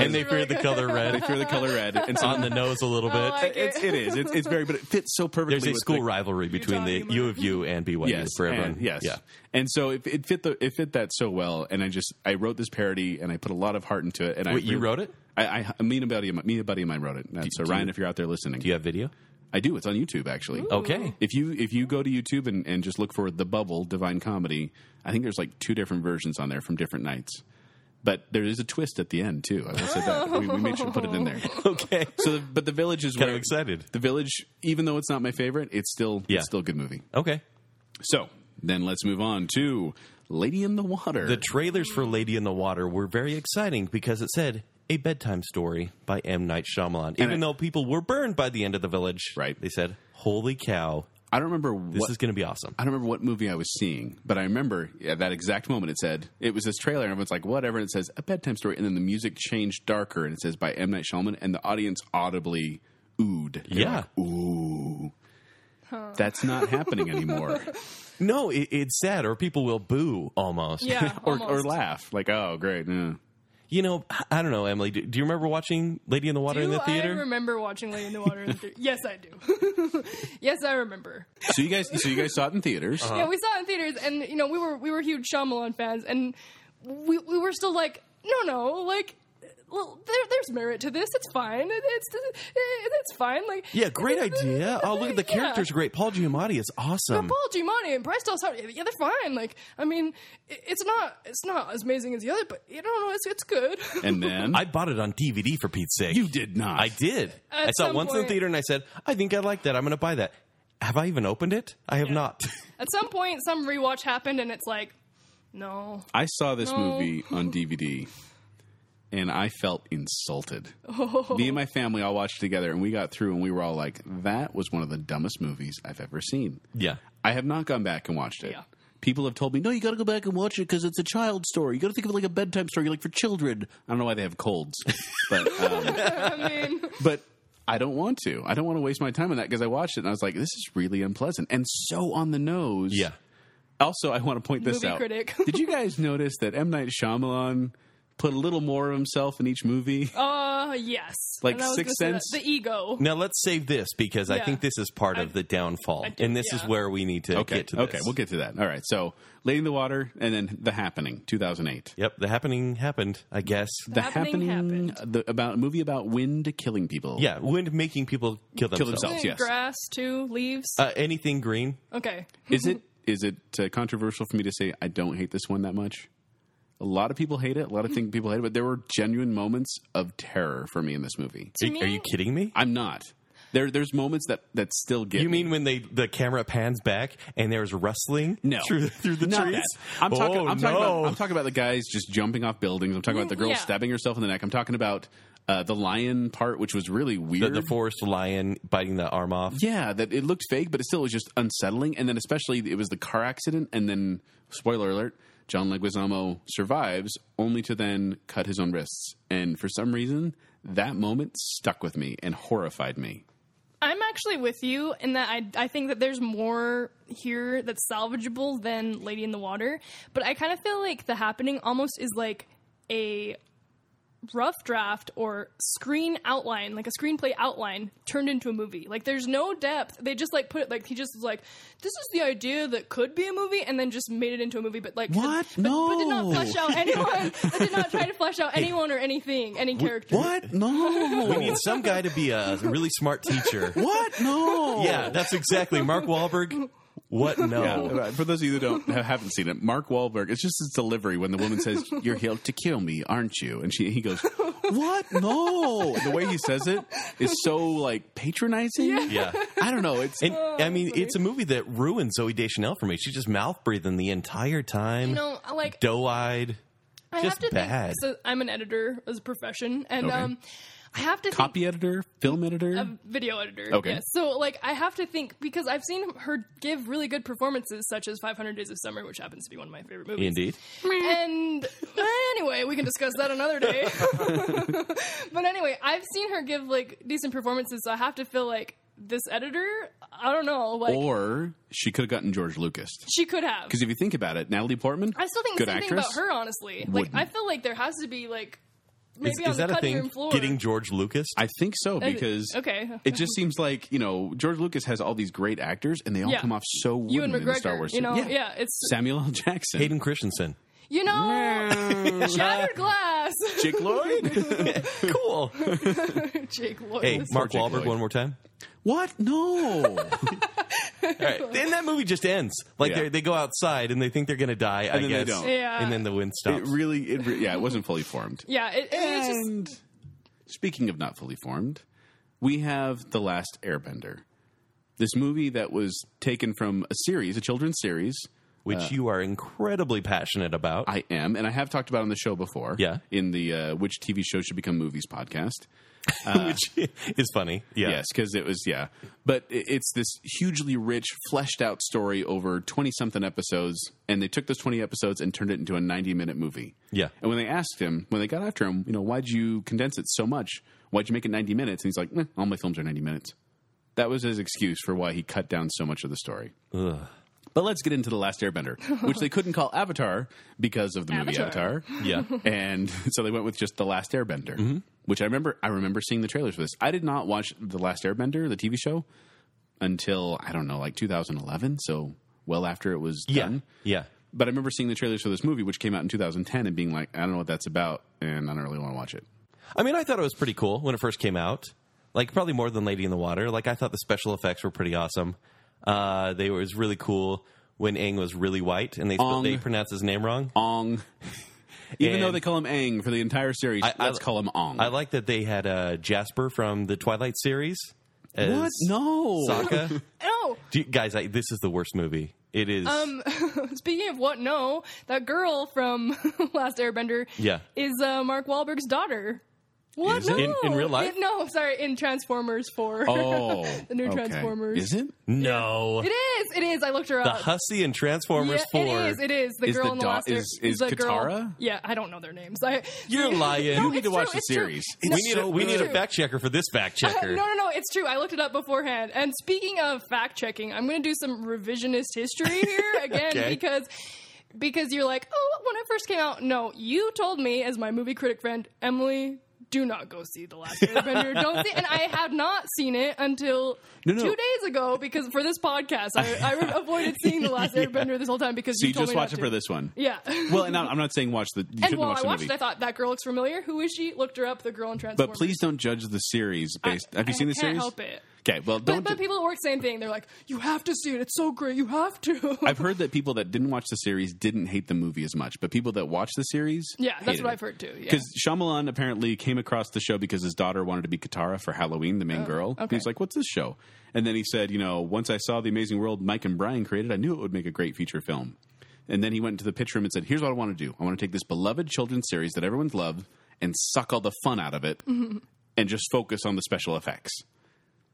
[SPEAKER 2] and they feared the color
[SPEAKER 3] they
[SPEAKER 2] red
[SPEAKER 3] fear the color red, and so
[SPEAKER 2] on the nose a little
[SPEAKER 1] I
[SPEAKER 2] bit.
[SPEAKER 1] like it.
[SPEAKER 3] it's, it is. It's, it's very, but it fits so perfectly.
[SPEAKER 2] There's a
[SPEAKER 3] with
[SPEAKER 2] school
[SPEAKER 3] the,
[SPEAKER 2] rivalry between the
[SPEAKER 1] humor.
[SPEAKER 2] U of U and BYU
[SPEAKER 3] yes,
[SPEAKER 2] for everyone.
[SPEAKER 3] and, yes,
[SPEAKER 2] yeah.
[SPEAKER 3] And so it, it fit the it fit that so well, and I just I wrote this parody, and I put a lot of heart into it. And I
[SPEAKER 2] Wait, you
[SPEAKER 3] really-
[SPEAKER 2] wrote it?
[SPEAKER 3] I, I me and a buddy, of mi- me and a buddy of mine wrote it. And so
[SPEAKER 2] do
[SPEAKER 3] Ryan,
[SPEAKER 2] you-
[SPEAKER 3] if you're out there listening,
[SPEAKER 2] Do you have video?
[SPEAKER 3] I do. It's on YouTube actually.
[SPEAKER 2] Okay,
[SPEAKER 3] If you if you go to YouTube and, and just look for the Bubble Divine Comedy, I think there's like two different versions on there from different nights. But there is a twist at the end too. I will say that we, we made sure to put it in there.
[SPEAKER 2] Okay.
[SPEAKER 3] So, the, but the village is
[SPEAKER 2] Kind
[SPEAKER 3] where
[SPEAKER 2] of excited.
[SPEAKER 3] The village, even though it's not my favorite, it's still
[SPEAKER 2] Yeah.
[SPEAKER 3] it's still a good movie.
[SPEAKER 2] Okay.
[SPEAKER 3] So then let's move on to Lady in the Water.
[SPEAKER 2] The trailers for Lady in the Water were very exciting because it said a bedtime story by M. Night Shyamalan. Even
[SPEAKER 3] it-
[SPEAKER 2] though people were burned by the end of the village,
[SPEAKER 3] Right.
[SPEAKER 2] They said, "Holy cow,
[SPEAKER 3] I don't remember
[SPEAKER 2] this
[SPEAKER 3] what
[SPEAKER 2] is going to be awesome."
[SPEAKER 3] I don't remember what movie I was seeing, but I remember at that exact moment it said it was this trailer, and everyone's like, "Whatever," and it says a bedtime story, and then the music changed darker, and it says by M Night Shyamalan, and the audience audibly oohed. They're
[SPEAKER 2] Yeah.
[SPEAKER 3] like, ooh, that's not happening anymore,
[SPEAKER 2] No, it, it's sad, or people will boo almost.
[SPEAKER 1] Yeah,
[SPEAKER 3] or or
[SPEAKER 1] almost.
[SPEAKER 3] laugh like, "Oh, great." yeah.
[SPEAKER 2] you know, I- I don't know, Emily. Do, do you remember watching Lady in the Water in
[SPEAKER 1] Do
[SPEAKER 2] the
[SPEAKER 1] I
[SPEAKER 2] theater?
[SPEAKER 1] remember watching Lady in the Water in the theater? Yes, I do. yes, I remember.
[SPEAKER 3] So you guys, so you guys saw it in theaters.
[SPEAKER 2] Uh-huh.
[SPEAKER 1] Yeah, we saw it in theaters, and you know we were we were huge Shyamalan fans, and we we were still like, no, no, like. Well, there, there's merit to this. It's fine. It- It's it- it's fine. Like
[SPEAKER 2] yeah, great idea. Oh, look at the
[SPEAKER 1] Yeah.
[SPEAKER 2] characters. are Great. Paul Giamatti is awesome.
[SPEAKER 1] Paul Giamatti and Bryce Dallas Howard, yeah, they're fine. Like, I mean, i- it's not it's not as amazing as the other, but you know, it's it's good.
[SPEAKER 3] And then
[SPEAKER 2] I bought it on DVD for Pete's sake.
[SPEAKER 3] you did not.
[SPEAKER 2] I did. I saw it
[SPEAKER 1] some
[SPEAKER 2] once in the
[SPEAKER 1] point-
[SPEAKER 2] theater and I said, I think I like that. I'm going to buy that. Have I even opened it? I have not.
[SPEAKER 1] At some point, some rewatch happened, and it's like, no,
[SPEAKER 3] I saw this
[SPEAKER 1] No.
[SPEAKER 3] movie on DVD and I felt insulted.
[SPEAKER 1] Oh.
[SPEAKER 3] Me and my family all watched together and we got through and we were all like, that was one of the dumbest movies I've ever seen.
[SPEAKER 2] yeah.
[SPEAKER 3] I have not gone back and watched it.
[SPEAKER 1] Yeah.
[SPEAKER 3] People have told me, no, you got to go back and watch it because it's a child story. You got to think of it like a bedtime story, like for children. I don't know why they have colds, but um,
[SPEAKER 1] I mean,
[SPEAKER 3] but I don't want to. I don't want to waste my time on that because I watched it and I was like, this is really unpleasant and so on the nose.
[SPEAKER 2] Yeah.
[SPEAKER 3] Also, I want to point this
[SPEAKER 1] Movie
[SPEAKER 3] out.
[SPEAKER 1] critic.
[SPEAKER 3] Did you guys notice that M Night Shyamalan put a little more of himself in each movie?
[SPEAKER 1] uh, yes,
[SPEAKER 3] Like
[SPEAKER 1] And I was
[SPEAKER 3] Sixth
[SPEAKER 1] gonna say that.
[SPEAKER 3] Sense?
[SPEAKER 1] the ego.
[SPEAKER 2] Now let's save this because I
[SPEAKER 1] Yeah.
[SPEAKER 2] think this is part of the downfall.
[SPEAKER 1] do-
[SPEAKER 2] and this is
[SPEAKER 1] yeah.
[SPEAKER 2] where we need to
[SPEAKER 3] okay,
[SPEAKER 2] get to this.
[SPEAKER 3] okay, we'll get to that. All right, so Lady in the Water, and then The Happening, two thousand eight.
[SPEAKER 2] Yep. The happening happened, I guess.
[SPEAKER 3] The
[SPEAKER 1] Happening
[SPEAKER 3] the, about a movie about wind killing people.
[SPEAKER 2] yeah. Wind making people kill themselves.
[SPEAKER 3] Kill themselves. yes.
[SPEAKER 1] Grass, two leaves.
[SPEAKER 2] Uh, anything green?
[SPEAKER 1] okay.
[SPEAKER 3] is it is it uh, controversial for me to say I don't hate this one that much? A lot of people hate it. A lot of think people hate it, but there were genuine moments of terror for me in this movie.
[SPEAKER 2] Are,
[SPEAKER 1] me-
[SPEAKER 2] are you kidding me?
[SPEAKER 3] I'm not. There, there's moments that that still get
[SPEAKER 2] You
[SPEAKER 3] me.
[SPEAKER 2] mean when they the camera pans back and there's rustling
[SPEAKER 3] No,
[SPEAKER 2] through through the
[SPEAKER 3] Not
[SPEAKER 2] trees?
[SPEAKER 3] that. I'm talking.
[SPEAKER 2] Oh,
[SPEAKER 3] I'm, talking
[SPEAKER 2] no.
[SPEAKER 3] about, I'm talking about the guys just jumping off buildings. I'm talking about the girl
[SPEAKER 1] Yeah.
[SPEAKER 3] stabbing herself in the neck. I'm talking about uh, the lion part, which was really
[SPEAKER 2] the,
[SPEAKER 3] weird.
[SPEAKER 2] the forest lion biting the arm off.
[SPEAKER 3] yeah, that it looked fake, but it still was just unsettling. And then especially it was the car accident. And then spoiler alert: John Leguizamo survives, only to then cut his own wrists. And for some reason, that moment stuck with me and horrified me.
[SPEAKER 1] I'm actually with you in that I, I think that there's more here that's salvageable than Lady in the Water, but I kind of feel like the happening almost is like a rough draft or screen outline, like a screenplay outline turned into a movie. Like there's no depth. They just like put it like he just was like, this is the idea that could be a movie, and then just made it into a movie. But like
[SPEAKER 3] What?
[SPEAKER 1] But, but did not
[SPEAKER 3] No.
[SPEAKER 1] flesh out anyone. that did not try to flesh out anyone or anything, any character.
[SPEAKER 3] What? No.
[SPEAKER 2] We need some guy to be a really smart teacher.
[SPEAKER 3] what? No.
[SPEAKER 2] Yeah, that's exactly Mark Wahlberg. What? No.
[SPEAKER 3] Yeah, for those of you who don't haven't seen it, Mark Wahlberg. It's just his delivery when the woman says, "You're here to kill me, aren't you?" And she he goes, "What? No!" The way he says it is so like patronizing.
[SPEAKER 2] Yeah.
[SPEAKER 3] I don't know. It's
[SPEAKER 2] And
[SPEAKER 1] Oh,
[SPEAKER 2] I mean, it's a movie that ruined Zoe Deschanel for me. She's just mouth breathing the entire time,
[SPEAKER 1] You know, like
[SPEAKER 2] doe eyed.
[SPEAKER 1] I
[SPEAKER 2] Just
[SPEAKER 1] have to
[SPEAKER 2] bad.
[SPEAKER 1] think. So I'm an editor as a profession, and
[SPEAKER 3] Okay.
[SPEAKER 1] um, I have to think
[SPEAKER 3] copy editor, film editor.
[SPEAKER 1] video editor.
[SPEAKER 3] Okay.
[SPEAKER 1] yes. So like I have to think because I've seen her give really good performances, such as 500 Days of Summer, which happens to be one of my favorite movies.
[SPEAKER 2] Indeed.
[SPEAKER 1] And anyway, we can discuss that another day. but anyway, I've seen her give like decent performances, so I have to feel like this editor. I don't know, like
[SPEAKER 3] Or she could have gotten George Lucas.
[SPEAKER 1] she could have.
[SPEAKER 3] Because if you think about it, Natalie Portman,
[SPEAKER 1] I still think the
[SPEAKER 3] good
[SPEAKER 1] same thing
[SPEAKER 3] actress.
[SPEAKER 1] about her, honestly.
[SPEAKER 3] Wouldn't.
[SPEAKER 1] Like I feel like there has to be like maybe
[SPEAKER 2] Is,
[SPEAKER 1] on
[SPEAKER 2] is
[SPEAKER 1] the
[SPEAKER 2] that a
[SPEAKER 1] cutting
[SPEAKER 2] thing?
[SPEAKER 1] room floor
[SPEAKER 2] Getting George Lucas?
[SPEAKER 3] I think so because
[SPEAKER 1] okay.
[SPEAKER 3] It just seems like you know George Lucas has all these great actors, and they all
[SPEAKER 1] Yeah.
[SPEAKER 3] come off so
[SPEAKER 1] you
[SPEAKER 3] wooden
[SPEAKER 1] and
[SPEAKER 3] in the Star
[SPEAKER 1] McGregor.
[SPEAKER 3] Wars.
[SPEAKER 1] You know, yeah,
[SPEAKER 3] series.
[SPEAKER 1] it's
[SPEAKER 3] Samuel L. Jackson,
[SPEAKER 2] Hayden Christensen.
[SPEAKER 1] you know shattered glass.
[SPEAKER 3] Jake Lloyd.
[SPEAKER 2] Cool.
[SPEAKER 1] Jake Lloyd.
[SPEAKER 2] Hey, Mark
[SPEAKER 3] Jake
[SPEAKER 2] Wahlberg,
[SPEAKER 3] Lloyd.
[SPEAKER 2] one more time.
[SPEAKER 3] What? No.
[SPEAKER 2] Right. And that movie just ends. Like
[SPEAKER 3] Yeah.
[SPEAKER 2] they they go outside and they think they're gonna die. I
[SPEAKER 3] And then they
[SPEAKER 2] guess.
[SPEAKER 3] don't.
[SPEAKER 1] Yeah.
[SPEAKER 2] And then the wind stops.
[SPEAKER 3] It really, it re- yeah, it wasn't fully formed.
[SPEAKER 1] Yeah, it, I mean, it's just
[SPEAKER 3] And speaking of not fully formed, we have The Last Airbender. This movie that was taken from a series, a children's series.
[SPEAKER 2] which you are incredibly passionate about.
[SPEAKER 3] uh, I am, and I have talked about on the show before.
[SPEAKER 2] Yeah.
[SPEAKER 3] In the uh, Which TV Show Should Become Movies podcast.
[SPEAKER 2] which is funny. Yeah.
[SPEAKER 3] Yes, because it was yeah. But i- it's this hugely rich, fleshed out story over twenty something episodes, and they took those twenty episodes and turned it into a ninety minute movie.
[SPEAKER 2] Yeah.
[SPEAKER 3] And when they asked him, when they got after him, you know, why'd you condense it so much? Why'd you make it ninety minutes? And he's like, "Meh, all my films are ninety minutes. That was his excuse for why he cut down so much of the story.
[SPEAKER 2] Ugh.
[SPEAKER 3] But let's get into the Last Airbender, which they couldn't call Avatar because of the movie
[SPEAKER 1] Avatar.
[SPEAKER 3] Avatar
[SPEAKER 2] Yeah.
[SPEAKER 3] and so they went with just the Last Airbender,
[SPEAKER 2] Mm-hmm.
[SPEAKER 3] which I remember. I remember seeing the trailers for this. I did not watch the Last Airbender, the TV show, until I don't know, like 2011. So well after it was
[SPEAKER 2] Yeah.
[SPEAKER 3] done.
[SPEAKER 2] Yeah.
[SPEAKER 3] But I remember seeing the trailers for this movie, which came out in 2010, and being like, I don't know what that's about, and I don't really want to watch it.
[SPEAKER 2] I mean, I thought it was pretty cool when it first came out. Like probably more than Lady in the Water. Like I thought the special effects were pretty awesome. Uh, they were it was really cool when Aang was really white and they
[SPEAKER 3] Ong.
[SPEAKER 2] they pronounce his name wrong.
[SPEAKER 3] Ong. Even
[SPEAKER 2] And-
[SPEAKER 3] though they call him Aang for the entire series,
[SPEAKER 2] I- I-
[SPEAKER 3] let's call him Ong.
[SPEAKER 2] I like that they had uh, Jasper from the Twilight series. As
[SPEAKER 3] what? No.
[SPEAKER 2] Sokka.
[SPEAKER 1] no.
[SPEAKER 2] Do you- guys, I, this is the worst movie. It is.
[SPEAKER 1] Um, Speaking of what, no, that girl from Last Airbender,
[SPEAKER 2] Yeah.
[SPEAKER 1] is uh, Mark Wahlberg's daughter. What?
[SPEAKER 3] Is it?
[SPEAKER 1] no,
[SPEAKER 2] In- in real life?
[SPEAKER 1] It- no, sorry, in Transformers Four.
[SPEAKER 3] Oh,
[SPEAKER 1] The new
[SPEAKER 3] okay.
[SPEAKER 1] Transformers.
[SPEAKER 3] Is it?
[SPEAKER 2] no.
[SPEAKER 1] It is. It is. I looked her
[SPEAKER 2] The
[SPEAKER 1] up.
[SPEAKER 2] Hussey and Transformers
[SPEAKER 1] yeah,
[SPEAKER 2] 4.
[SPEAKER 1] It is. It is. The
[SPEAKER 3] Is
[SPEAKER 1] girl
[SPEAKER 3] the
[SPEAKER 1] in the
[SPEAKER 3] da-
[SPEAKER 1] last.
[SPEAKER 3] is- is
[SPEAKER 1] the girl-
[SPEAKER 3] Katara?
[SPEAKER 1] Yeah, I don't know their names. I,
[SPEAKER 2] You're lying.
[SPEAKER 1] No,
[SPEAKER 2] You
[SPEAKER 3] need
[SPEAKER 1] it's
[SPEAKER 3] to watch
[SPEAKER 1] true,
[SPEAKER 3] the
[SPEAKER 1] it's true.
[SPEAKER 3] series.
[SPEAKER 1] No,
[SPEAKER 2] we need a,
[SPEAKER 1] it's
[SPEAKER 2] we need a
[SPEAKER 1] true.
[SPEAKER 2] fact checker for this fact checker.
[SPEAKER 1] No, no, no. It's true. I looked it up beforehand. And speaking of fact checking, I'm going to do some revisionist history here again
[SPEAKER 2] Okay.
[SPEAKER 1] because because you're like, oh, when it first came out, no, you told me as my movie critic friend Emily. Do not go see the Last Airbender. Don't see, and I had not seen it until
[SPEAKER 3] No, no.
[SPEAKER 1] two days ago because for this podcast, I, I avoided seeing the Last Airbender this whole time because
[SPEAKER 3] So
[SPEAKER 1] you
[SPEAKER 3] you
[SPEAKER 1] told
[SPEAKER 3] just
[SPEAKER 1] me not
[SPEAKER 3] watch it
[SPEAKER 1] to.
[SPEAKER 3] for this one.
[SPEAKER 1] Yeah.
[SPEAKER 3] Well, and I'm I'm not saying watch the. You
[SPEAKER 1] and
[SPEAKER 3] shouldn't
[SPEAKER 1] while
[SPEAKER 3] watch
[SPEAKER 1] I
[SPEAKER 3] the
[SPEAKER 1] watched
[SPEAKER 3] movie.
[SPEAKER 1] it, I thought that girl looks familiar. Who is she? Looked her up. The girl in Transformers.
[SPEAKER 3] But please don't judge the series based. have you
[SPEAKER 1] I
[SPEAKER 3] seen the
[SPEAKER 1] can't
[SPEAKER 3] series?
[SPEAKER 1] help it.
[SPEAKER 3] Okay, well, don't.
[SPEAKER 1] But, but people at work, same thing. They're like, you have to see it. It's so great. You have to.
[SPEAKER 3] I've heard that people that didn't watch the series didn't hate the movie as much, but people that watched the series,
[SPEAKER 1] yeah, that's what I've heard too. Yeah.
[SPEAKER 3] Because Shyamalan apparently came across the show because his daughter wanted to be Katara for Halloween, the main girl.
[SPEAKER 1] Oh, okay.
[SPEAKER 3] He's like, "What's this show?" And then he said, "You know, once I saw the Amazing World Mike and Brian created, I knew it would make a great feature film." And then he went into the pitch room and said, "Here's what I want to do. I want to take this beloved children's series that everyone's loved and suck all the fun out of it, and just focus on the special effects."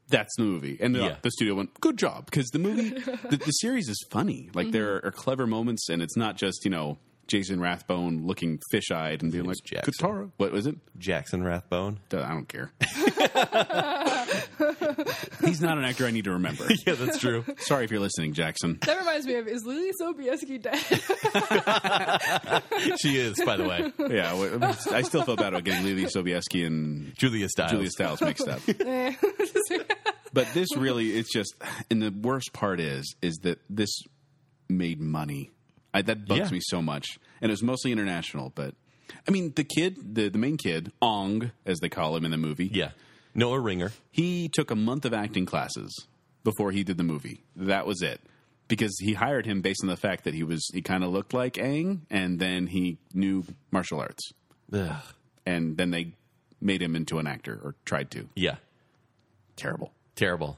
[SPEAKER 3] That's the movie, and the,
[SPEAKER 2] Yeah.
[SPEAKER 3] the studio went, "Good job," because the movie, the, the series is funny. Like there
[SPEAKER 1] Mm-hmm.
[SPEAKER 3] are, clever moments, and it's not just you know Jason Rathbone looking fish-eyed and being like
[SPEAKER 2] Jackson.
[SPEAKER 3] Katara. What was it?
[SPEAKER 2] Jackson Rathbone.
[SPEAKER 3] Duh, I don't care. He's not an actor I need to remember.
[SPEAKER 2] Yeah, that's true.
[SPEAKER 3] Sorry if you're listening, Jackson.
[SPEAKER 1] that reminds me of is Lily Sobieski dead?
[SPEAKER 2] she is, by the way.
[SPEAKER 3] Yeah, w- I still feel bad about getting Lily Sobieski and
[SPEAKER 2] Julia Stiles.
[SPEAKER 3] Julia Stiles mixed up.
[SPEAKER 1] Eh,
[SPEAKER 3] but this really, it's just, and the worst part is, is that this made money. I, that bugs
[SPEAKER 2] Yeah.
[SPEAKER 3] me so much, and it was mostly international. But I mean, the kid, the the main kid, Ong, as they call him in the movie,
[SPEAKER 2] Yeah. Noah Ringer.
[SPEAKER 3] he took a month of acting classes before he did the movie. That was it. Because he hired him based on the fact that he was he kind of looked like Aang and then he knew martial arts.
[SPEAKER 2] Ugh.
[SPEAKER 3] And then they made him into an actor or tried to.
[SPEAKER 2] Yeah.
[SPEAKER 3] Terrible.
[SPEAKER 2] Terrible.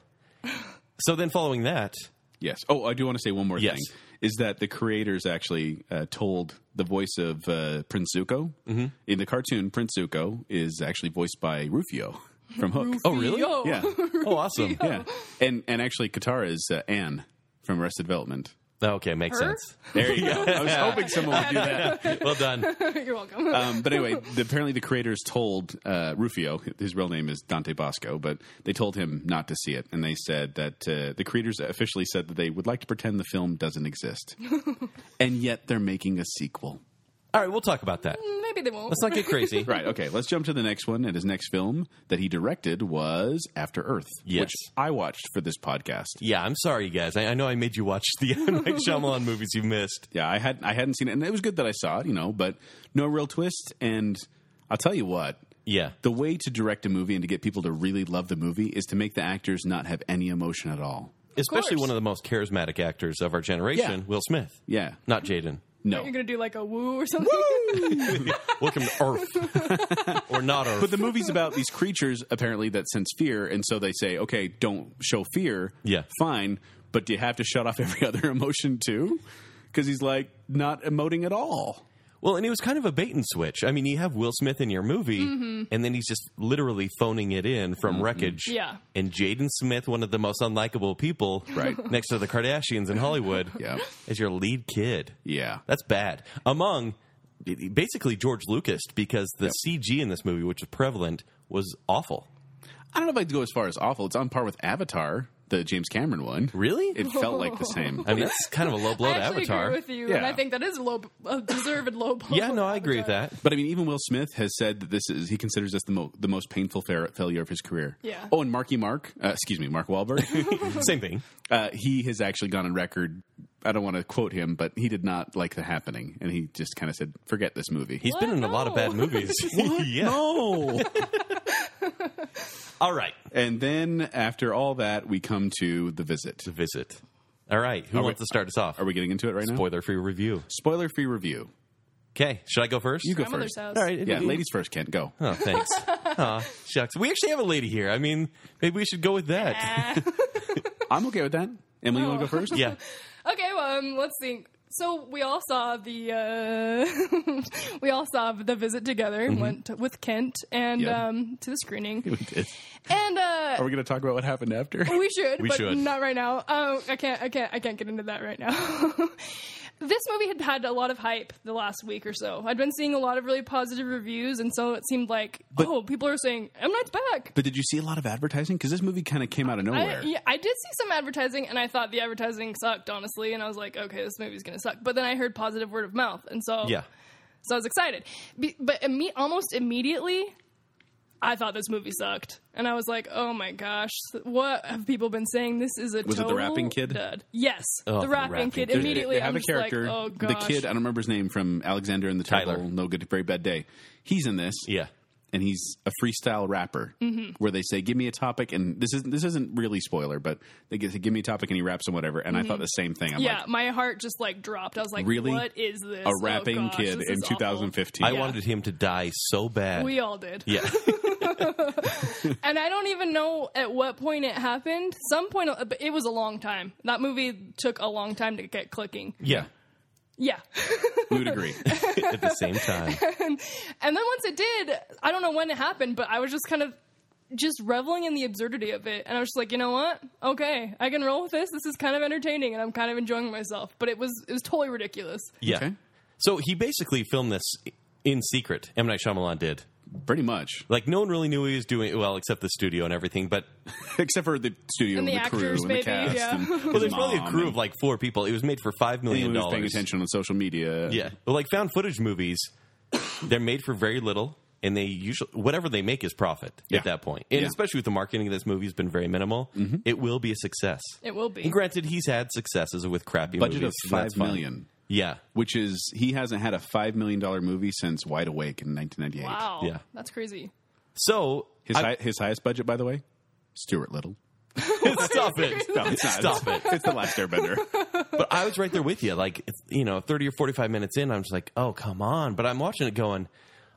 [SPEAKER 2] So then following that,
[SPEAKER 3] Yes. Oh, I do want to say one more
[SPEAKER 2] Yes.
[SPEAKER 3] thing is that the creators actually uh, told the voice of uh, Prince Zuko
[SPEAKER 2] Mm-hmm.
[SPEAKER 3] in the cartoon. Prince Zuko is actually voiced by Rufio from Hook.
[SPEAKER 2] Oh, really?
[SPEAKER 1] Yo.
[SPEAKER 3] Yeah.
[SPEAKER 2] oh, awesome.
[SPEAKER 3] yeah. And and actually, Katara is uh, Anne from Arrested Development.
[SPEAKER 2] Oh, Okay, makes
[SPEAKER 1] Her?
[SPEAKER 2] sense.
[SPEAKER 3] There you go. I was hoping someone would do that.
[SPEAKER 2] Well done.
[SPEAKER 1] You're welcome.
[SPEAKER 2] Uh,
[SPEAKER 3] Um, but anyway, the, apparently the creators told uh, Rufio, his real name is Dante Bosco, but they told him not to see it. And they said that uh, the creators officially said that they would like to pretend the film doesn't exist. and yet they're making a sequel.
[SPEAKER 2] All right, we'll talk about that.
[SPEAKER 1] Maybe they won't.
[SPEAKER 2] Let's not get crazy.
[SPEAKER 3] Right, okay, let's jump to the next one. And his next film that he directed was After Earth,
[SPEAKER 2] Yes.
[SPEAKER 3] which I watched for this podcast.
[SPEAKER 2] Yeah, I'm sorry, you guys. I, I know I made you watch the Mike Shyamalan movies you missed.
[SPEAKER 3] yeah, I had I hadn't seen it, and it was good that I saw it, you know, but no real twist. And I'll tell you what,
[SPEAKER 2] Yeah.
[SPEAKER 3] the way to direct a movie and to get people to really love the movie is to make the actors not have any emotion at all.
[SPEAKER 2] especially
[SPEAKER 1] course.
[SPEAKER 2] one of the most charismatic actors of our generation,
[SPEAKER 3] Yeah.
[SPEAKER 2] Will Smith.
[SPEAKER 3] Yeah.
[SPEAKER 2] Not Jaden.
[SPEAKER 3] No.
[SPEAKER 1] You're gonna do like a woo or something.
[SPEAKER 2] Welcome to Earth. or not Earth.
[SPEAKER 3] But the movie's about these creatures apparently that sense fear, and so they say, okay, don't show fear.
[SPEAKER 2] Yeah.
[SPEAKER 3] fine, but do you have to shut off every other emotion too? Because he's like not emoting at all.
[SPEAKER 2] well, and it was kind of a bait and switch. I mean, you have Will Smith in your movie,
[SPEAKER 1] Mm-hmm.
[SPEAKER 2] and then he's just literally phoning it in from wreckage.
[SPEAKER 1] Yeah.
[SPEAKER 2] And Jaden Smith, one of the most unlikable people,
[SPEAKER 3] Right.
[SPEAKER 2] next to the Kardashians in Hollywood,
[SPEAKER 3] Yeah.
[SPEAKER 2] is your lead kid.
[SPEAKER 3] Yeah,
[SPEAKER 2] That's bad. Among basically George Lucas, because the CG in this movie, which is prevalent, was awful.
[SPEAKER 3] I don't know if I'd go as far as awful. It's on par with Avatar, the James Cameron one.
[SPEAKER 2] Really?
[SPEAKER 3] It felt like the same.
[SPEAKER 2] I mean, that's kind of a low blow
[SPEAKER 1] I
[SPEAKER 2] to
[SPEAKER 1] actually
[SPEAKER 2] Avatar.
[SPEAKER 1] agree with you, and
[SPEAKER 3] Yeah.
[SPEAKER 1] I think that is a low, a deserved low blow.
[SPEAKER 2] yeah, no,
[SPEAKER 1] to
[SPEAKER 2] I agree with
[SPEAKER 1] Avatar.
[SPEAKER 2] that.
[SPEAKER 3] But I mean, even Will Smith has said that this is he considers this the, mo- the most painful fa- failure of his career.
[SPEAKER 1] Yeah.
[SPEAKER 3] Oh, and Marky Mark, uh, excuse me, Mark Wahlberg,
[SPEAKER 2] Same thing.
[SPEAKER 3] uh, he has actually gone on record. I don't want to quote him, but he did not like the happening, and he just kind of said, "Forget this movie."
[SPEAKER 2] He's been
[SPEAKER 1] What?
[SPEAKER 2] in a lot of
[SPEAKER 1] No.
[SPEAKER 2] bad movies. yeah.
[SPEAKER 3] no.
[SPEAKER 2] All right.
[SPEAKER 3] and then after all that, we come to the visit.
[SPEAKER 2] The visit. All right. Who wants to start us off?
[SPEAKER 3] Are we getting into it right now?
[SPEAKER 2] Spoiler free review.
[SPEAKER 3] Spoiler free review.
[SPEAKER 2] Okay. Should I go first?
[SPEAKER 3] You go
[SPEAKER 1] Grandmother's
[SPEAKER 3] first.
[SPEAKER 1] house.
[SPEAKER 2] All right.
[SPEAKER 3] Yeah, ladies first. Kent, go.
[SPEAKER 2] Oh, thanks. Aw, shucks. We actually have a lady here. I mean, maybe we should go with that.
[SPEAKER 1] Ah.
[SPEAKER 3] I'm okay with that. Emily, you want to
[SPEAKER 1] Oh.
[SPEAKER 3] go first?
[SPEAKER 2] Yeah.
[SPEAKER 1] Okay, well, um, let's see. So we all saw the uh, we all saw the visit together.
[SPEAKER 2] Mm-hmm.
[SPEAKER 1] and Went with Kent and
[SPEAKER 3] Yeah.
[SPEAKER 1] um, to the screening,
[SPEAKER 3] we did.
[SPEAKER 1] and
[SPEAKER 3] Are
[SPEAKER 1] uh,
[SPEAKER 3] we going to talk about what happened after?
[SPEAKER 1] we should,
[SPEAKER 2] We
[SPEAKER 1] but
[SPEAKER 2] should.
[SPEAKER 1] not right now. Um, I can't, I can't, I can't get into that right now. this movie had had a lot of hype the last week or so. I'd been seeing a lot of really positive reviews, and so it seemed like, oh, people are saying M Night's back.
[SPEAKER 3] But did you see a lot of advertising? Because this movie kind of came out of nowhere.
[SPEAKER 1] I, yeah, I did see some advertising, and I thought the advertising sucked, honestly. And I was like, okay, this movie's gonna suck. But then I heard positive word of mouth, and so
[SPEAKER 2] Yeah.
[SPEAKER 1] so I was excited. Be- but imme- almost immediately, I thought this movie sucked, and I was like, oh my gosh, what have people been saying? This is a
[SPEAKER 3] Was it the
[SPEAKER 1] total
[SPEAKER 3] rapping kid?
[SPEAKER 1] dud. Yes,
[SPEAKER 2] Oh,
[SPEAKER 1] the rapping, kid.
[SPEAKER 2] kid.
[SPEAKER 3] They-
[SPEAKER 1] Immediately,
[SPEAKER 3] they have
[SPEAKER 1] I'm
[SPEAKER 3] a character.
[SPEAKER 1] Just like, oh
[SPEAKER 3] the
[SPEAKER 1] gosh,
[SPEAKER 3] kid, I don't remember his name from Alexander and the
[SPEAKER 2] Tyler.
[SPEAKER 3] Terrible, No Good, Very Bad Day. He's in this.
[SPEAKER 2] Yeah.
[SPEAKER 3] and he's a freestyle rapper where they say give me a topic and this isn't this isn't really spoiler but they get to give me a topic and he raps on whatever and i thought the same thing i'm
[SPEAKER 1] Yeah,
[SPEAKER 3] like
[SPEAKER 1] my heart just like dropped. I was like,
[SPEAKER 3] Really?
[SPEAKER 1] What is this?
[SPEAKER 3] a
[SPEAKER 1] Oh,
[SPEAKER 3] rapping
[SPEAKER 1] gosh,
[SPEAKER 3] kid
[SPEAKER 1] this
[SPEAKER 3] in
[SPEAKER 1] is awful."
[SPEAKER 3] 2015
[SPEAKER 2] I
[SPEAKER 1] Yeah.
[SPEAKER 2] wanted him to die so bad.
[SPEAKER 1] We all did.
[SPEAKER 2] yeah.
[SPEAKER 1] and I don't even know at what point it happened. Some point, uh, but it was a long time. That movie took a long time to get clicking.
[SPEAKER 2] Yeah.
[SPEAKER 1] Yeah,
[SPEAKER 3] we would agree
[SPEAKER 2] At the same time.
[SPEAKER 1] and then once it did, I don't know when it happened, but I was just kind of just reveling in the absurdity of it, and I was just like, you know what? Okay, I can roll with this. This is kind of entertaining, and I'm kind of enjoying myself. But it was it was totally ridiculous.
[SPEAKER 2] Yeah.
[SPEAKER 3] Okay.
[SPEAKER 2] So he basically filmed this in secret. M Night Shyamalan did.
[SPEAKER 3] pretty much
[SPEAKER 2] Like no one really knew he was doing well, except the studio and everything. But
[SPEAKER 3] except for the studio and
[SPEAKER 1] And
[SPEAKER 3] the,
[SPEAKER 1] the
[SPEAKER 3] crew
[SPEAKER 1] actors,
[SPEAKER 3] and the
[SPEAKER 1] maybe,
[SPEAKER 3] cast
[SPEAKER 1] yeah.
[SPEAKER 3] and
[SPEAKER 2] well, there's probably a crew of like four people. It was made for five million
[SPEAKER 3] was paying
[SPEAKER 2] dollars.
[SPEAKER 3] attention on social media
[SPEAKER 2] Yeah, well, like found footage movies, they're made for very little, and they usually whatever they make is profit
[SPEAKER 3] Yeah.
[SPEAKER 2] at that point. And
[SPEAKER 3] Yeah. Mm-hmm.
[SPEAKER 2] especially with the marketing of this movie has been very minimal, it will be a success.
[SPEAKER 1] It will be.
[SPEAKER 2] And granted, he's had successes with crappy
[SPEAKER 3] budget
[SPEAKER 2] movies,
[SPEAKER 3] of
[SPEAKER 2] and that's
[SPEAKER 3] five
[SPEAKER 2] fine.
[SPEAKER 3] million
[SPEAKER 2] Yeah,
[SPEAKER 3] which is he hasn't had a five million dollar movie since wide awake in 1998
[SPEAKER 1] Wow,
[SPEAKER 2] Yeah.
[SPEAKER 1] that's crazy.
[SPEAKER 2] so
[SPEAKER 3] his,
[SPEAKER 2] I-
[SPEAKER 3] hi- his highest budget by the way stuart little
[SPEAKER 2] stop it.
[SPEAKER 3] no, it's not.
[SPEAKER 2] Stop it.
[SPEAKER 3] it's the last airbender
[SPEAKER 2] But I was right there with you. Like, it's, you know, 30 or 45 minutes in, I'm just like, oh, come on. But I'm watching it going,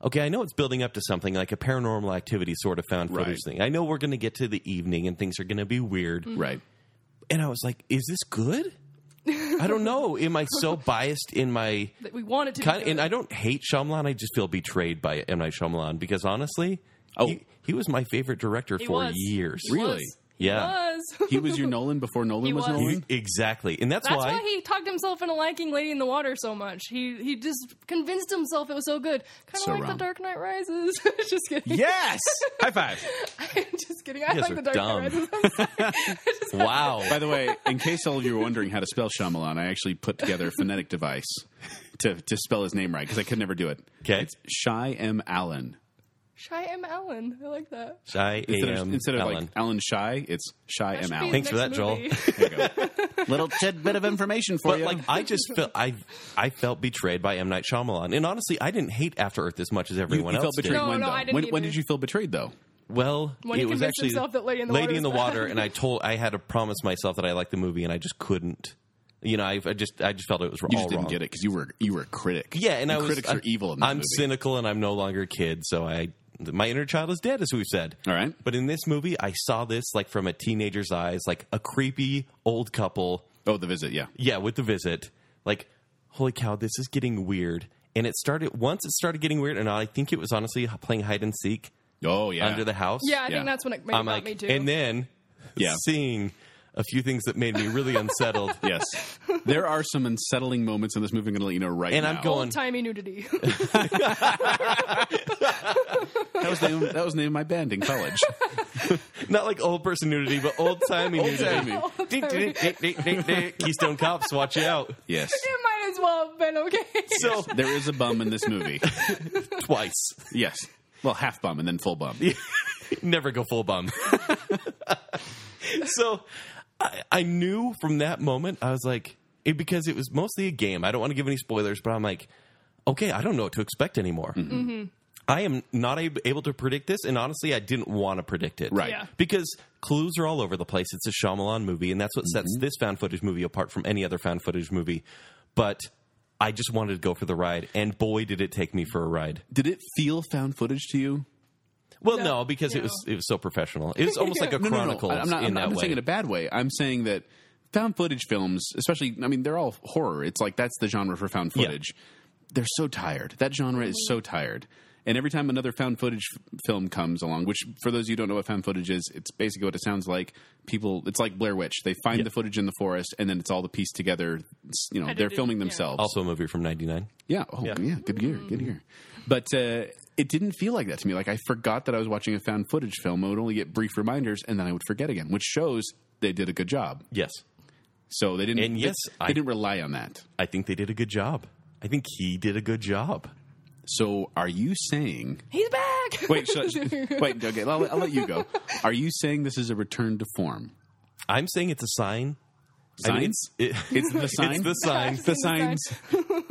[SPEAKER 2] okay, I know it's building up to something like a paranormal activity sort of found footage
[SPEAKER 3] Right.
[SPEAKER 2] thing. I know we're going to get to the evening and things are going to be weird.
[SPEAKER 1] Mm.
[SPEAKER 3] right
[SPEAKER 2] And I was like, is this good? I don't know. Am I so biased in my.
[SPEAKER 1] That we wanted to. be
[SPEAKER 2] Kind
[SPEAKER 1] good.
[SPEAKER 2] and I don't hate Shyamalan. I just feel betrayed by M. Night Shyamalan because honestly,
[SPEAKER 3] Oh.
[SPEAKER 2] he, he was my favorite director
[SPEAKER 1] He
[SPEAKER 2] for
[SPEAKER 1] was.
[SPEAKER 2] years.
[SPEAKER 1] He was.
[SPEAKER 3] Really?
[SPEAKER 1] He
[SPEAKER 2] Yeah.
[SPEAKER 1] was.
[SPEAKER 3] He was your Nolan before Nolan
[SPEAKER 1] He
[SPEAKER 3] was,
[SPEAKER 1] was.
[SPEAKER 3] Nolan.
[SPEAKER 2] Exactly. And that's,
[SPEAKER 1] That's why, he talked himself into liking Lady in the Water so much. He he just convinced himself it was so good. Kind of
[SPEAKER 3] So
[SPEAKER 1] like
[SPEAKER 3] wrong.
[SPEAKER 1] The Dark Knight Rises. just kidding.
[SPEAKER 3] Yes, high five.
[SPEAKER 1] just kidding. I
[SPEAKER 2] guys
[SPEAKER 1] like The
[SPEAKER 2] are
[SPEAKER 1] Dark
[SPEAKER 2] dumb.
[SPEAKER 1] Knight Rises.
[SPEAKER 2] wow.
[SPEAKER 3] By the way, in case all of you were wondering how to spell Shyamalan, I actually put together a phonetic device to to spell his name right because I could never do it.
[SPEAKER 2] Okay.
[SPEAKER 3] it's Shy M Allen.
[SPEAKER 1] Shy M. Allen. I like that.
[SPEAKER 2] I
[SPEAKER 3] Instead
[SPEAKER 2] am
[SPEAKER 3] of, instead of
[SPEAKER 2] Alan.
[SPEAKER 3] like Alan Shy, it's Shy
[SPEAKER 1] That should
[SPEAKER 3] M
[SPEAKER 1] be
[SPEAKER 3] Allen.
[SPEAKER 2] Thanks
[SPEAKER 1] his
[SPEAKER 2] for
[SPEAKER 1] next
[SPEAKER 2] that,
[SPEAKER 1] movie.
[SPEAKER 3] There you go. Little tidbit of information for
[SPEAKER 2] But
[SPEAKER 3] you.
[SPEAKER 2] like I just felt I I felt betrayed by M Night Shyamalan, and honestly, I didn't hate After Earth as much as
[SPEAKER 3] you,
[SPEAKER 2] everyone
[SPEAKER 3] you
[SPEAKER 2] else
[SPEAKER 3] felt betrayed
[SPEAKER 2] did.
[SPEAKER 1] No,
[SPEAKER 3] when
[SPEAKER 1] no,
[SPEAKER 3] though?
[SPEAKER 1] I didn't
[SPEAKER 3] when, when
[SPEAKER 1] either.
[SPEAKER 3] did you feel betrayed though?
[SPEAKER 2] Well,
[SPEAKER 1] When he
[SPEAKER 2] it was
[SPEAKER 1] convinced
[SPEAKER 2] actually
[SPEAKER 1] himself that Lady in the
[SPEAKER 2] Lady
[SPEAKER 1] Water
[SPEAKER 2] in the
[SPEAKER 1] was
[SPEAKER 2] Water,
[SPEAKER 1] bad.
[SPEAKER 2] and I told I had to promise myself that I liked the movie, and I just couldn't. You know, I, I just I just felt it was
[SPEAKER 3] You
[SPEAKER 2] all
[SPEAKER 3] just didn't
[SPEAKER 2] wrong.
[SPEAKER 3] get it because you were you were a critic.
[SPEAKER 2] Yeah, and I was
[SPEAKER 3] critics
[SPEAKER 2] I,
[SPEAKER 3] are evil. In this
[SPEAKER 2] I'm
[SPEAKER 3] movie.
[SPEAKER 2] cynical, and I'm no longer a kid, so I my inner child is dead, as we've said.
[SPEAKER 3] All right.
[SPEAKER 2] But in this movie, I saw this like from a teenager's eyes, like a creepy old couple
[SPEAKER 3] Oh, the visit. Yeah,
[SPEAKER 2] yeah, with the visit, like, holy cow, this is getting weird. And it started once it started getting weird, and I think it was honestly playing hide and seek
[SPEAKER 3] Oh yeah.
[SPEAKER 2] under the house.
[SPEAKER 1] Yeah, I
[SPEAKER 3] Yeah.
[SPEAKER 1] think that's when it made
[SPEAKER 2] I'm
[SPEAKER 1] about
[SPEAKER 2] like,
[SPEAKER 1] me too.
[SPEAKER 2] and then
[SPEAKER 3] Yeah.
[SPEAKER 2] seeing a few things that made me really unsettled.
[SPEAKER 3] yes. There are some unsettling moments in this movie. I'm going to let you know right
[SPEAKER 2] And
[SPEAKER 3] now.
[SPEAKER 2] I'm going-
[SPEAKER 1] Old timey nudity.
[SPEAKER 3] That was the name, that was the name of my band in college.
[SPEAKER 2] Not like old person nudity, but old timey nudity.
[SPEAKER 3] Old-timey.
[SPEAKER 2] Ding, ding, ding, ding, ding, ding. Keystone Cops, watch out
[SPEAKER 3] yes.
[SPEAKER 1] it might as well have been okay.
[SPEAKER 3] So there is a bum in this movie.
[SPEAKER 2] twice.
[SPEAKER 3] Yes. Well, half bum and then full bum.
[SPEAKER 2] never go full bum. so I, I knew from that moment, I was like, it, because it was mostly a game. I don't want to give any spoilers, but I'm like, okay, I don't know what to expect anymore. I am not ab- able to predict this, and honestly, I didn't want to predict it.
[SPEAKER 3] Right.
[SPEAKER 1] Yeah.
[SPEAKER 2] Because clues are all over the place. It's a Shyamalan movie, and that's what sets this found footage movie apart from any other found footage movie. But I just wanted to go for the ride, and boy, did it take me for a ride.
[SPEAKER 3] Did it feel found footage to you?
[SPEAKER 2] Well, no,
[SPEAKER 1] No,
[SPEAKER 2] because it
[SPEAKER 1] no.
[SPEAKER 2] was it was so professional. It was almost like a chronicle
[SPEAKER 3] I- I'm not,
[SPEAKER 2] in
[SPEAKER 3] I'm not,
[SPEAKER 2] that
[SPEAKER 3] I'm not
[SPEAKER 2] way.
[SPEAKER 3] saying it in a bad way. I'm saying that found footage films, especially, I mean, they're all horror. It's like that's the genre for found
[SPEAKER 2] Yeah.
[SPEAKER 3] footage. They're so tired. That genre is so tired. And every time another found footage f- film comes along, which for those of you who don't know what found footage is, it's basically what it sounds like. People, it's like Blair Witch. They find the footage in the forest, and then it's all the piece together. It's, you know, they're
[SPEAKER 1] Edited,
[SPEAKER 3] filming
[SPEAKER 1] yeah.
[SPEAKER 3] themselves.
[SPEAKER 2] also a movie from 99
[SPEAKER 3] Yeah. Oh, yeah. Good year. Good year. But uh, it didn't feel like that to me. Like I forgot that I was watching a found footage film. I would only get brief reminders, and then I would forget again, which shows they did a good job.
[SPEAKER 2] yes
[SPEAKER 3] So they didn't.
[SPEAKER 2] And
[SPEAKER 3] they-
[SPEAKER 2] yes,
[SPEAKER 3] they,
[SPEAKER 2] I-
[SPEAKER 3] didn't rely on that.
[SPEAKER 2] i think they did a good job i think he did a good job
[SPEAKER 3] So are you saying?
[SPEAKER 1] He's back.
[SPEAKER 3] Wait. Should, should- wait. Okay. I'll, I'll let you go. Are you saying this is a return to form?
[SPEAKER 2] i'm saying it's a sign I mean,
[SPEAKER 3] Signs.
[SPEAKER 2] it's, it-
[SPEAKER 3] it's the sign.
[SPEAKER 2] it's the sign
[SPEAKER 3] The signs.